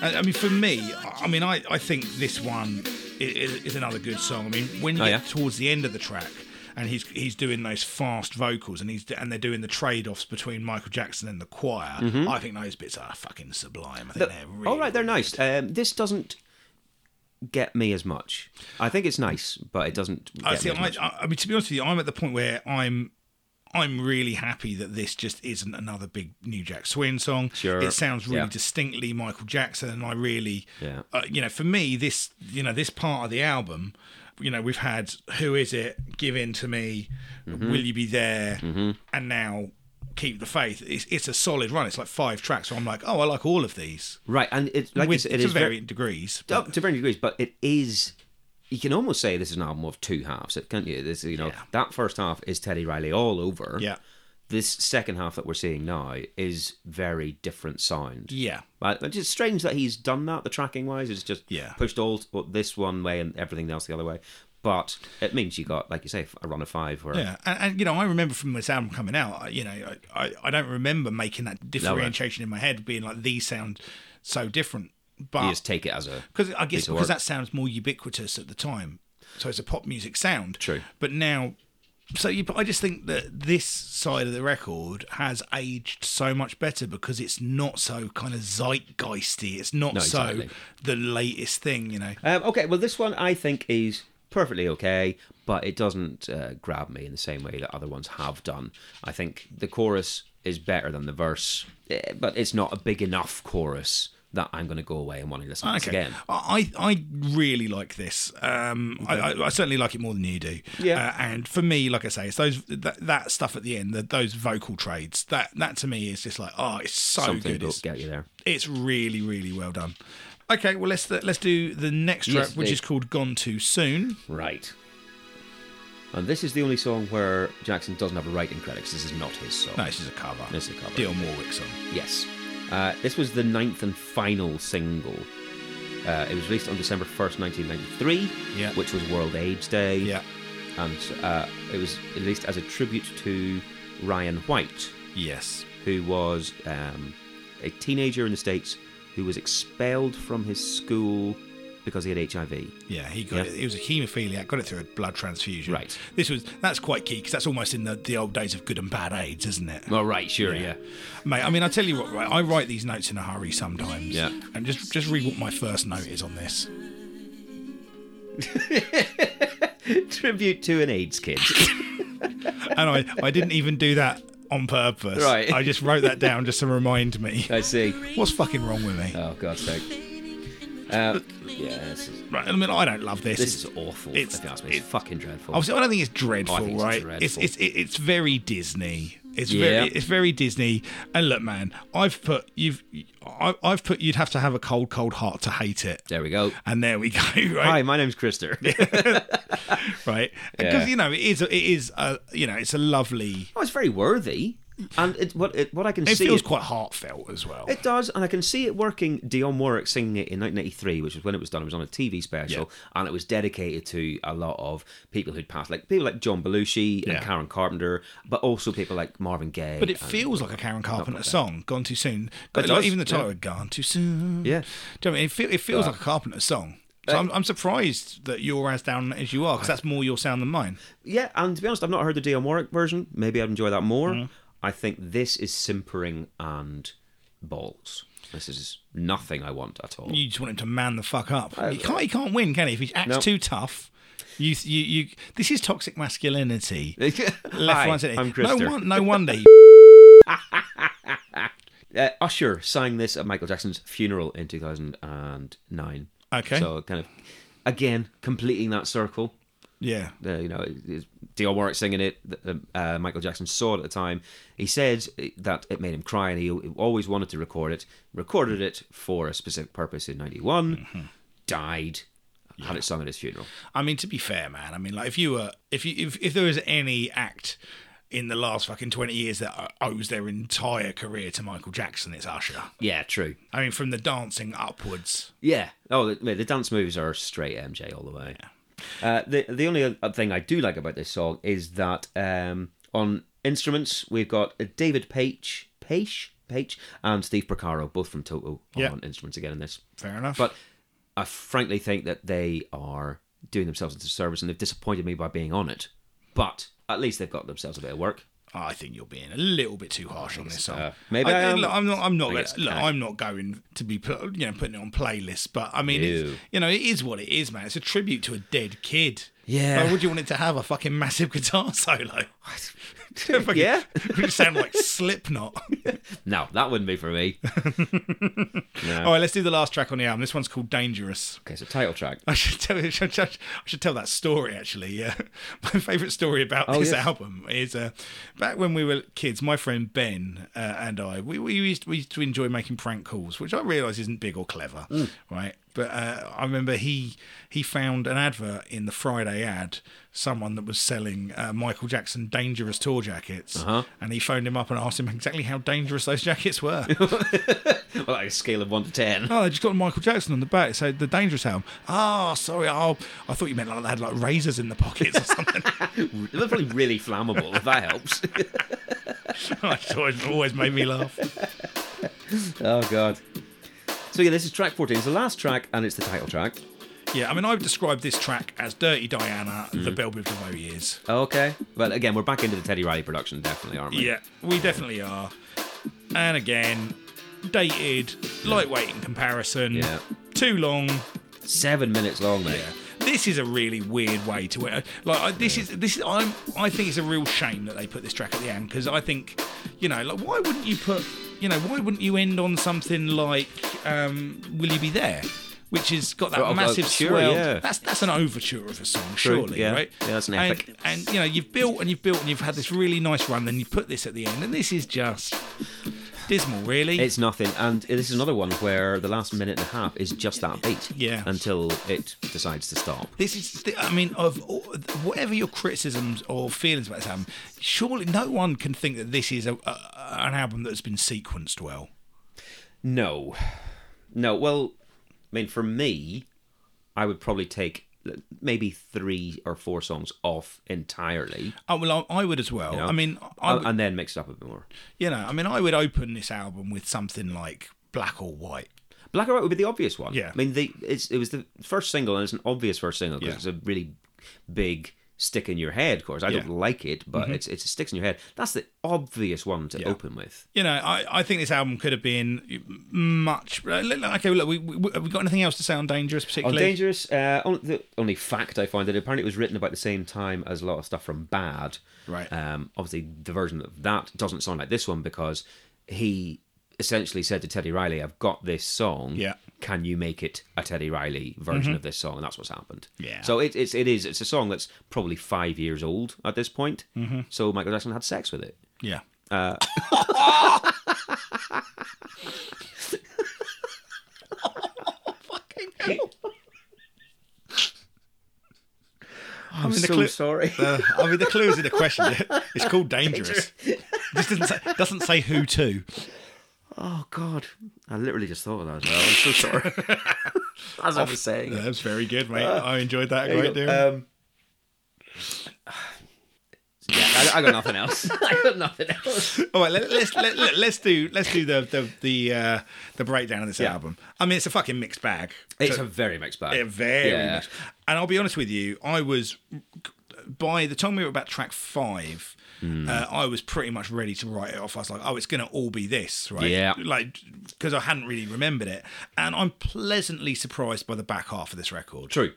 I, I mean, for me, I I mean, I, I think this one is, is another good song. I mean, when you Oh, get yeah? towards the end of the track, and he's he's doing those fast vocals, and he's and they're doing the trade offs between Michael Jackson and the choir. I think those bits are fucking sublime. I think they're really Mm-hmm. All right, they're nice. Um, this doesn't get me as much. I think it's nice, but it doesn't. Get I see. me as I, much. I, I mean, to be honest with you, I'm at the point where I'm. I'm really happy that this just isn't another big New Jack Swing song. Sure. It sounds really Yeah. distinctly Michael Jackson, and I really, Yeah. uh, you know, for me, this, you know, this part of the album, you know, we've had "Who Is It," "Give In to Me," Mm-hmm. "Will You Be There," and now "Keep the Faith." It's, it's a solid run. It's like five tracks. So I'm like, oh, I like all of these right, and it's like with it's, it to is very varying degrees. up but- to varying degrees, but it is. You can almost say this is an album of two halves, it can't you? This, you know, Yeah. that first half is Teddy Riley all over. Yeah. This second half that we're seeing now is very different sound. yeah, But it's just strange that he's done that. The tracking wise, it's just Yeah. pushed all well, this one way and everything else the other way. But it means you got, like you say, a run of five. Where Yeah, and, and you know, I remember from this album coming out, I- you know, I, I, I don't remember making that differentiation in my head, being like these sound so different, you but just take it as a because I guess piece of because work. that sounds more ubiquitous at the time, so it's a pop music sound. True. but now, so you, but I just think that this side of the record has aged so much better because it's not so kind of zeitgeisty. It's not No, so exactly. the latest thing, you know. Um, okay, well, this one I think is perfectly okay, but it doesn't uh, grab me in the same way that other ones have done. I think the chorus is better than the verse, eh, but it's not a big enough chorus that I'm going to go away and want to listen to this again. I, I really like this. Um, I, I, I certainly like it more than you do. Yeah. Uh, and for me, like I say, it's those that, that stuff at the end, that those vocal trades. That that to me is just like, oh, it's so Something good. will It's, get you there. it's really really well done. Okay, well let's let's do the next track, Yes, which please. is called "Gone Too Soon." Right. And this is the only song where Jackson doesn't have a writing credit 'cause this is not his song. No, this is a cover. This is a cover. Dionne Warwick song. Yes. Uh, this was the ninth and final single. Uh, it was released on December 1st, 1993, Yeah. which was World AIDS Day. Yeah, And uh, it was released as a tribute to Ryan White, yes, who was um, a teenager in the States who was expelled from his school because he had HIV. yeah. He got Yeah. it. It was a haemophiliac. Got it through a blood transfusion. Right. This was that's quite key because that's almost in the, the old days of good and bad AIDS, isn't it? Well, Oh, right, sure, Yeah. Mate, I mean, I tell you what, right? I write these notes in a hurry sometimes. Yeah. And just just read what my first note is on this. [LAUGHS] tribute to an AIDS [LAUGHS] kid. And I, I didn't even do that on purpose. Right. I just wrote that down just to remind me. I see. What's fucking wrong with me? Oh, God's sake. Uh, yeah, this is, Right. I mean, I don't love this. this is awful, It's- if you ask me. It's it- fucking dreadful. Obviously, I don't think it's dreadful, Oh, I think it's right? It's dreadful. it's it- it's very Disney. It's Yeah. very it's very Disney. And look, man, I've put you've I, I've put you'd have to have a cold, cold heart to hate it. There we go. And there we go. [LAUGHS] Right. Hi, my name's [LAUGHS] Krister. right? Yeah. Because you know it is it is a you know it's a lovely. oh, it's very worthy, and it, what it, what I can It see feels quite heartfelt as well. It does, and I can see it working. Dionne Warwick singing it in 1983, which was when it was done. It was on a TV special, and it was dedicated to a lot of people who'd passed, like people like John Belushi Yeah. and Karen Carpenter, but also people like Marvin Gaye. but it and- feels like a Karen Carpenter song, "Gone Too Soon." Like, does, even the title, yeah. Uh, "Gone Too Soon." Yeah. Do you know what I mean? It, feel, it feels like a Carpenter song. So uh, I'm, I'm surprised that you're as down as you are, because that's more your sound than mine. yeah, and to be honest, I've not heard the Dionne Warwick version. Maybe I'd enjoy that more. Mm-hmm. I think this is simpering and balls. This is nothing I want at all. You just want him to man the fuck up. He can't. He can't win, can he? If he acts No. too tough, you, you, you. This is toxic masculinity. [LAUGHS] Hi, Left, right, centre. I'm no, Krister. won- no [LAUGHS] wonder. He, uh, Usher sang this at Michael Jackson's funeral in 2009. Okay. So kind of again completing that circle. yeah. Uh, you know, it- it's Dionne Warwick singing it. th- Uh, Michael Jackson saw it at the time. He said uh, that it made him cry, and he always wanted to record it. Recorded it for a specific purpose in '91. Died. Had it sung at his funeral. I mean, to be fair, man. I mean, like if you were, if you, if, if there was any act in the last fucking 20 years that owes their entire career to Michael Jackson, it's Usher. Yeah, true. I mean, from the dancing upwards. Yeah. Oh, the, mate, the dance moves are straight MJ all the way. Uh, the the only other thing I do like about this song is that um, on instruments we've got uh, David Page, Page, Page, and Steve Percaro, both from Toto, Yeah. on instruments again in this. Fair enough. But I frankly think that they are doing themselves a disservice, and they've disappointed me by being on it. But at least they've got themselves a bit of work. I think you're being a little bit too harsh on this song. uh, maybe I am. look, I'm not. I'm not. I Gonna, guess, look, okay. I'm not going to be put, you know putting it on playlists. But I mean, Ew. it's, you know, it is what it is, man. It's a tribute to a dead kid. Yeah. Why would you want it to have a fucking massive [LAUGHS] [LAUGHS] guitar solo? Fucking- Yeah. It [LAUGHS] would sound like Slipknot. No, that wouldn't be for me. All right, let's do the last track on the album. This one's called Dangerous. Okay, so title track. [LAUGHS] I should tell [LAUGHS] I should, I should tell that story actually. Yeah, [LAUGHS] my favourite story about Oh, this yes. album is uh, back when we were kids. My friend Ben uh, and I we we used, we used to enjoy making prank calls, which I realise isn't big or clever, Mm. right? But uh, I remember he he found an advert in the Friday ad, someone that was selling uh, Michael Jackson dangerous tour jackets, Uh-huh. and he phoned him up and asked him exactly how dangerous those [LAUGHS] jackets were. Well, like a scale of one to ten. No, Oh, they just got Michael Jackson on the back. It said the Dangerous album. Oh, sorry. Oh, I thought you meant like they had like razors in the pockets or something. [LAUGHS] They're probably really flammable, if that helps. That's always, always made me laugh. oh, God. So, yeah, this is track 14. It's the last track, and it's the title track. Yeah, I mean, I've described this track as Dirty Diana, the Belle Biv DeVoe years. Okay. Well, again, we're back into the Teddy Riley production, definitely, aren't we? Yeah, we definitely are. And again, dated, lightweight in comparison, Yeah. too long. Seven minutes long, mate. This is a really weird way to it. Like I, this is this is I'm I think it's a real shame that they put this track at the end because I think, you know, like why wouldn't you put, you know, why wouldn't you end on something like um, "Will You Be There," which has got that Oh, oh, massive sure, swell. yeah. That's that's an overture of a song, True, surely, yeah. right? Yeah, that's an And- epic. And, you know, you've built and you've built and you've had this really nice run, then you put this at the end, and this is just dismal, really. It's nothing. And this is another one where the last minute and a half is just that beat. Yeah. Until it decides to stop. This is, the, I mean, of all, whatever your criticisms or feelings about this album, surely no one can think that this is a, a, an album that's been sequenced well. No. No, well, I mean, for me, I would probably take maybe three or four songs off entirely. Oh well, I, I would as well. you know, I mean, I would, Oh, and then mix it up a bit more. you know, I mean, I would open this album with something like Black or White. Black or White would be the obvious one. Yeah. I mean, they, it's, it was the first single, and it's an obvious first single because Yeah. it's a really big stick in your head. Of course, I don't Yeah. Mm-hmm. like it, but it's it's it sticks in your head. That's the obvious one to Yeah. open with. You know, I, I think this album could have been much. Okay, look, we, we, have we got anything else to say on Dangerous On particularly? Dangerous, uh, only, the only fact I find that apparently it was written about the same time as a lot of stuff from Bad. Right. Um, obviously, the version of that doesn't sound like this one because he essentially said to Teddy Riley, "I've got this song. Yeah. Mm-hmm. Can you make it a Teddy Riley version of this song?" And that's what's happened. Yeah. So it, it's it is it's a song that's probably five years old at this point. Mm-hmm. So Michael Jackson had sex with it. Yeah. I'm, in the so clu- sorry. Uh, I mean, the clue's in the question. It's called Dangerous. This doesn't say, doesn't say who to. oh God, I literally just thought of that as well. I'm so sorry. [LAUGHS] [LAUGHS] as I was saying. That was very good, mate. I enjoyed that a There great you deal. go. Um, yeah, I, I got nothing else. [LAUGHS] I got nothing else. All right, let, let's let, let, let's do let's do the the the, uh, the breakdown of this album. I mean, it's a fucking mixed bag. It's So- a very mixed bag. a very Yeah. mixed. And I'll be honest with you, I was by the time we were about track five. Hmm. Uh, I was pretty much ready to write it off. I was like, "Oh, it's going to all be this, right?" Yeah. Like, because I hadn't really remembered it, and I'm pleasantly surprised by the back half of this record. True.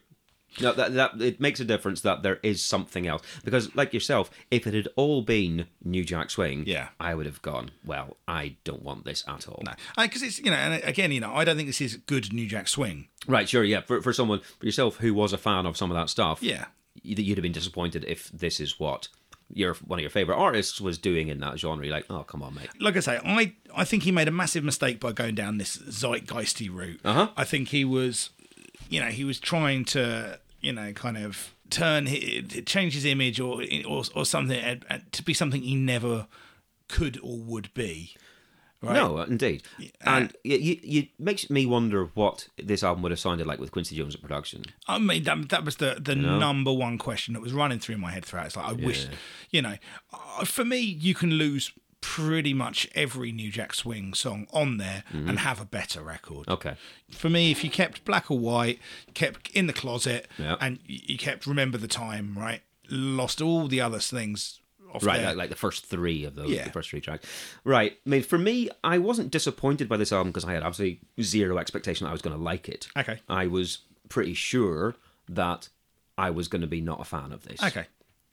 No, that, that it makes a difference that there is something else because, like yourself, if it had all been New Jack Swing, Yeah. I would have gone. Well, I don't want this at all. Right, Because it's you know, and again, you know, I don't think this is good New Jack Swing. sure, yeah. For, for someone for yourself who was a fan of some of that stuff, Yeah. you'd, you'd have been disappointed if this is what your one of your favorite artists was doing in that genre. You're like, oh, come on, mate. like I say, I I think he made a massive mistake by going down this zeitgeisty route. Uh-huh. I think he was, you know, he was trying to, you know, kind of turn hi- change his image or or, or something and- and to be something he never could or would be. Right? No, uh, indeed. And y you, you makes me wonder what this album would have sounded like with Quincy Jones at production. I mean that, that was the the number one question that was running through my head throughout. It's like I wish, you know, uh, for me you can lose pretty much every New Jack Swing song on there and have a better record. Mm-hmm. Okay. For me, if you kept black or white, kept in the closet, Yeah. and y- you kept remember the time, right, lost all the other things off Right, there. like, like the first three of those, Yeah. the first three tracks. Right. I mean, for me, I wasn't disappointed by this album because I had absolutely zero expectation that I was going to like it. Okay. I was pretty sure that I was going to be not a fan of this. okay.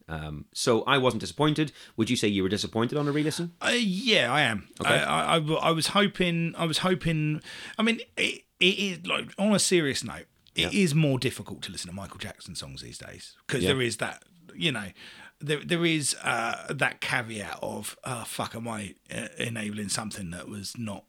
Um, so I wasn't disappointed. Would you say you were disappointed on a re-listen? Uh, yeah, I am. Okay. I, I, I, w- I was hoping. I was hoping. I mean, it, it is like on a serious note, it is more difficult to listen to Michael Jackson songs these days because there is that you know. There, there is uh, that caveat of oh, fuck am I uh, enabling something that was not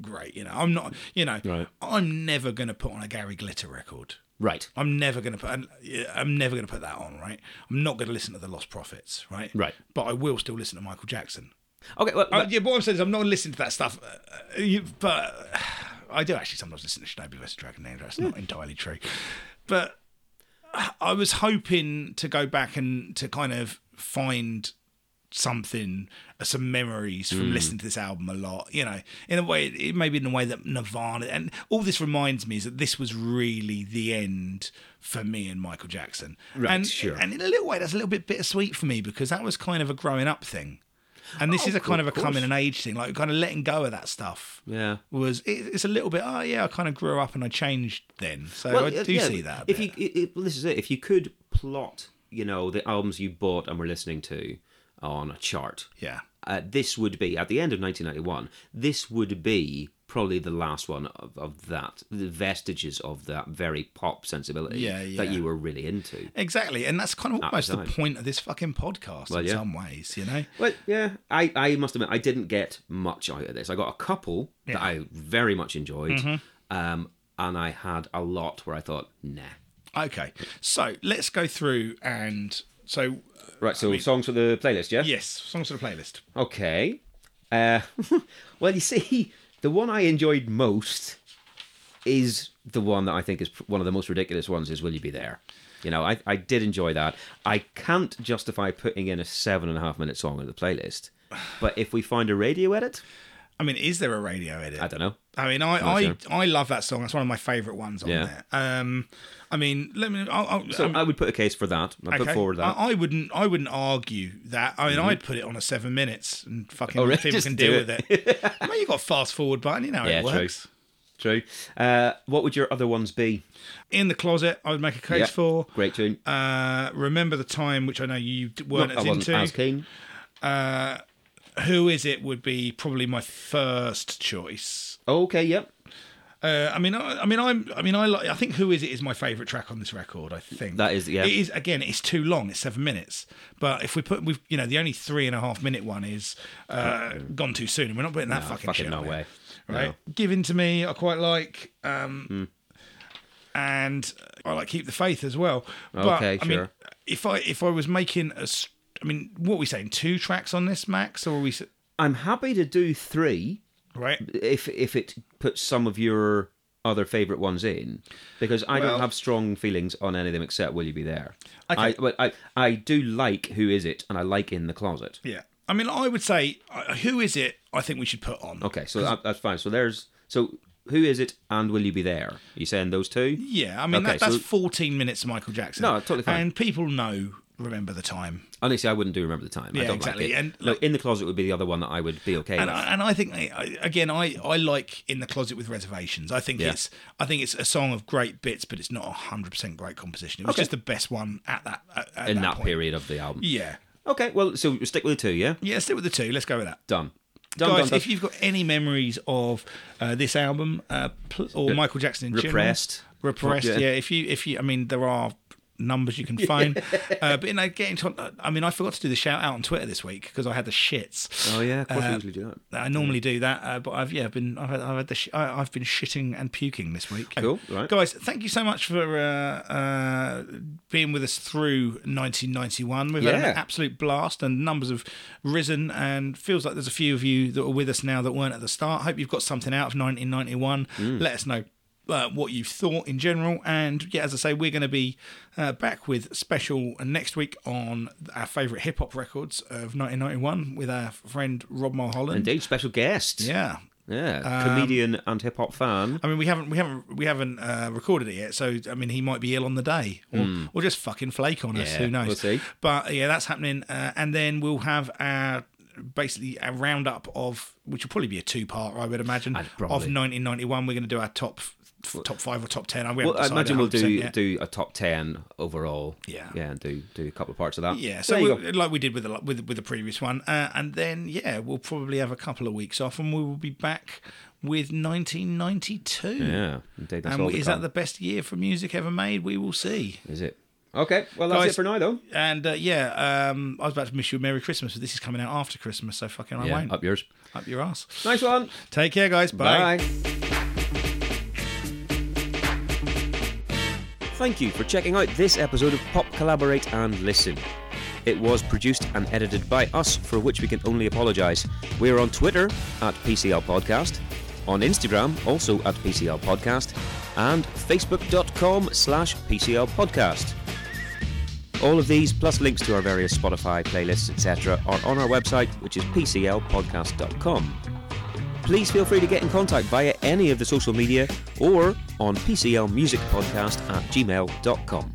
great you know I'm not you know Right. I'm never gonna put on a Gary Glitter record Right. I'm never going to put. I'm- I'm never going to put that on, right? I'm not going to listen to the Lost Prophets, right? Right. But I will still listen to Michael Jackson. Okay. Well, Uh, yeah, but what I'm saying is I'm not listening to that stuff. Uh, you, but [SIGHS] I do actually sometimes listen to Shinobi vs Dragon Name. That's not entirely true. But [SIGHS] I was hoping to go back and to kind of find something, uh, some memories from listening to this album a lot. You know, in a way, it maybe in the way that Nirvana and all this reminds me is that this was really the end for me and Michael Jackson. Right, and, sure. And in a little way, that's a little bit bittersweet for me because that was kind of a growing up thing. And this is a kind of, Oh, of a course. coming and age thing, like kind of letting go of that stuff. Yeah. was it, it's a little bit. Oh yeah, I kind of grew up and I changed then, so I uh, do yeah, see that. a If bit. you, i i- well, this is it. If you could plot, you know, the albums you bought and were listening to on a chart, yeah, uh, this would be at the end of 1991. This would be probably the last one of, of that, the vestiges of that very pop sensibility Yeah, that yeah. you were really into. Exactly, and that's kind of At the almost the time. point of this fucking podcast Ah, Well, in yeah. some ways, you know. Well, yeah, I, I must admit, I didn't get much out of this. I got a couple that Yeah. Mm-hmm. I very much enjoyed, um, and I had a lot where I thought, nah. Okay, so let's go through and so Right, so songs for the playlist, yeah? yes, songs for the playlist. Okay. Uh, [LAUGHS] well, you see, the one I enjoyed most is the one that I think is pr- one of the most ridiculous ones is Will You Be There? You know, I, I did enjoy that. I can't justify putting in a seven and a half minute song in the [SIGHS] playlist. But if we find a radio edit, I mean, is there a radio edit? I don't know. I mean, I, I, sure. I love that song. That's one of my favourite ones on Yeah. there. Um, I mean, let me. I'll, I'll, So I mean, I would put a case for that. I put Um, okay. Uh-uh. forward that. Mm-hmm. I, I wouldn't. I wouldn't argue that. I mean, I'd put it on a seven minutes and fucking Oh, really? people Just can do deal [LAUGHS] with it. I mean, you got a fast forward button. You know how yeah, it works. true. True. Uh, what would your other ones be? In the closet, I would make a case Yeah, for. Great tune. Uh, remember the time, which I know you d- weren't I as wasn't into. as keen. Who is it would be probably my first choice. Okay, yep. Uh, I mean, I, I mean, I'm, I mean, I like. I think "Who Is It" is my favourite track on this record. I think That is- yeah. It is again. It's too long. It's seven minutes. But if we put, we've, you know, the only three and a half minute one is uh, "Gone Too Soon," and we're not putting that fucking, Fucking shit no on there, way. right? "Given to Me," I quite like, um, Hmm. and I like "Keep the Faith" as well. But, Okay, I mean, sure. if I if I was making a, s- I mean, what are we saying? Two tracks on this, Max, or are we s- I'm happy to do three. right? if if it puts some of your other favourite ones in, because I Well- don't have strong feelings on any of them except Will You Be There. I, Okay. but I I do like Who Is It, and I like In the Closet. Yeah. I mean, I would say, uh, who is it? I think we should put on. Okay, so that, that's fine. So there's so Who Is It and Will You Be There? Are you saying those two? Yeah, I mean Okay, that, that's so- 14 minutes of Michael Jackson. No, totally fine. And people know. Remember the time, Honestly, I wouldn't do Remember the Time. I Yeah, don't exactly, Like it. and- no, In the Closet would be the other one that I would be okay and with. I, and I think I, I- again, I, I like in the closet with reservations. I think Yeah. it's I think it's a song of great bits, but it's not hundred percent great composition. It was Okay. just the best one at that at, at in that, that, point. period of the album. Yeah, Okay, well, so stick with the two, yeah? yeah. Stick with the two. Let's go with that. Done. Done, Guys, done, done. if you've got any memories of uh, this album uh, pl- or Michael Jackson in repressed. general, repressed, Yeah. yeah. If you, if you, I mean, there are numbers you [LAUGHS] can find. uh, but you know, getting to, I mean, I forgot to do the shout out on Twitter this week because I had the shits. Oh yeah, of course we Uh, usually do that. I normally do that, uh, but I've yeah been I've had, I've had the sh- I, I've been shitting and puking this week. Oh, Cool, right. guys, thank you so much for uh, uh, being with us through 1991. We've had Yeah. an absolute blast, and numbers have risen, and feels like there's a few of you that are with us now that weren't at the start. Hope you've got something out of 1991. Mm. Let us know. Uh, what you've thought in general, and yeah, as I say, we're going to be uh, back with special next week on our favourite hip hop records of 1991 with our friend Rob Mulholland. Indeed, special guest. Yeah. Yeah, Um, comedian and hip hop fan. I mean, we haven't, we haven't, we haven't uh, recorded it yet. So, I mean, he might be ill on the day, or, or just fucking flake on us. Hmm. Yeah, Who knows? we'll see. But yeah, that's happening. Uh, and then we'll have our basically a roundup of, which will probably be a two-part, I would imagine, I'd of probably- 1991. We're going to do our top, f- top five or top ten. I Well, I imagine we'll do Yet. do a top ten overall. Yeah. yeah, and do do a couple of parts of that. Yeah, There you so uh, go. we, like we did with the, with with the previous one, uh, and then yeah, we'll probably have a couple of weeks off, and we will be back with 1992. yeah, indeed. That's And all is come. that the best year for music ever made? We will see. Is it? Okay, well that's Guys- it for now though. And uh, yeah, um, I was about to miss you a Merry Christmas, but this is coming out after Christmas, so fucking I won't. up yours. Up your ass. Nice one. Take care, guys. Bye. Bye. Thank you for checking out this episode of Pop Collaborate and Listen. It was produced and edited by us, for which we can only apologise. We are on Twitter at PCL Podcast, on Instagram also at PCL Podcast, and Facebook.com slash PCL Podcast. All of these, plus links to our various Spotify playlists, etc., are on our website, which is PCLpodcast.com please feel free to get in contact via any of the social media or on PCLmusicpodcast at gmail.com.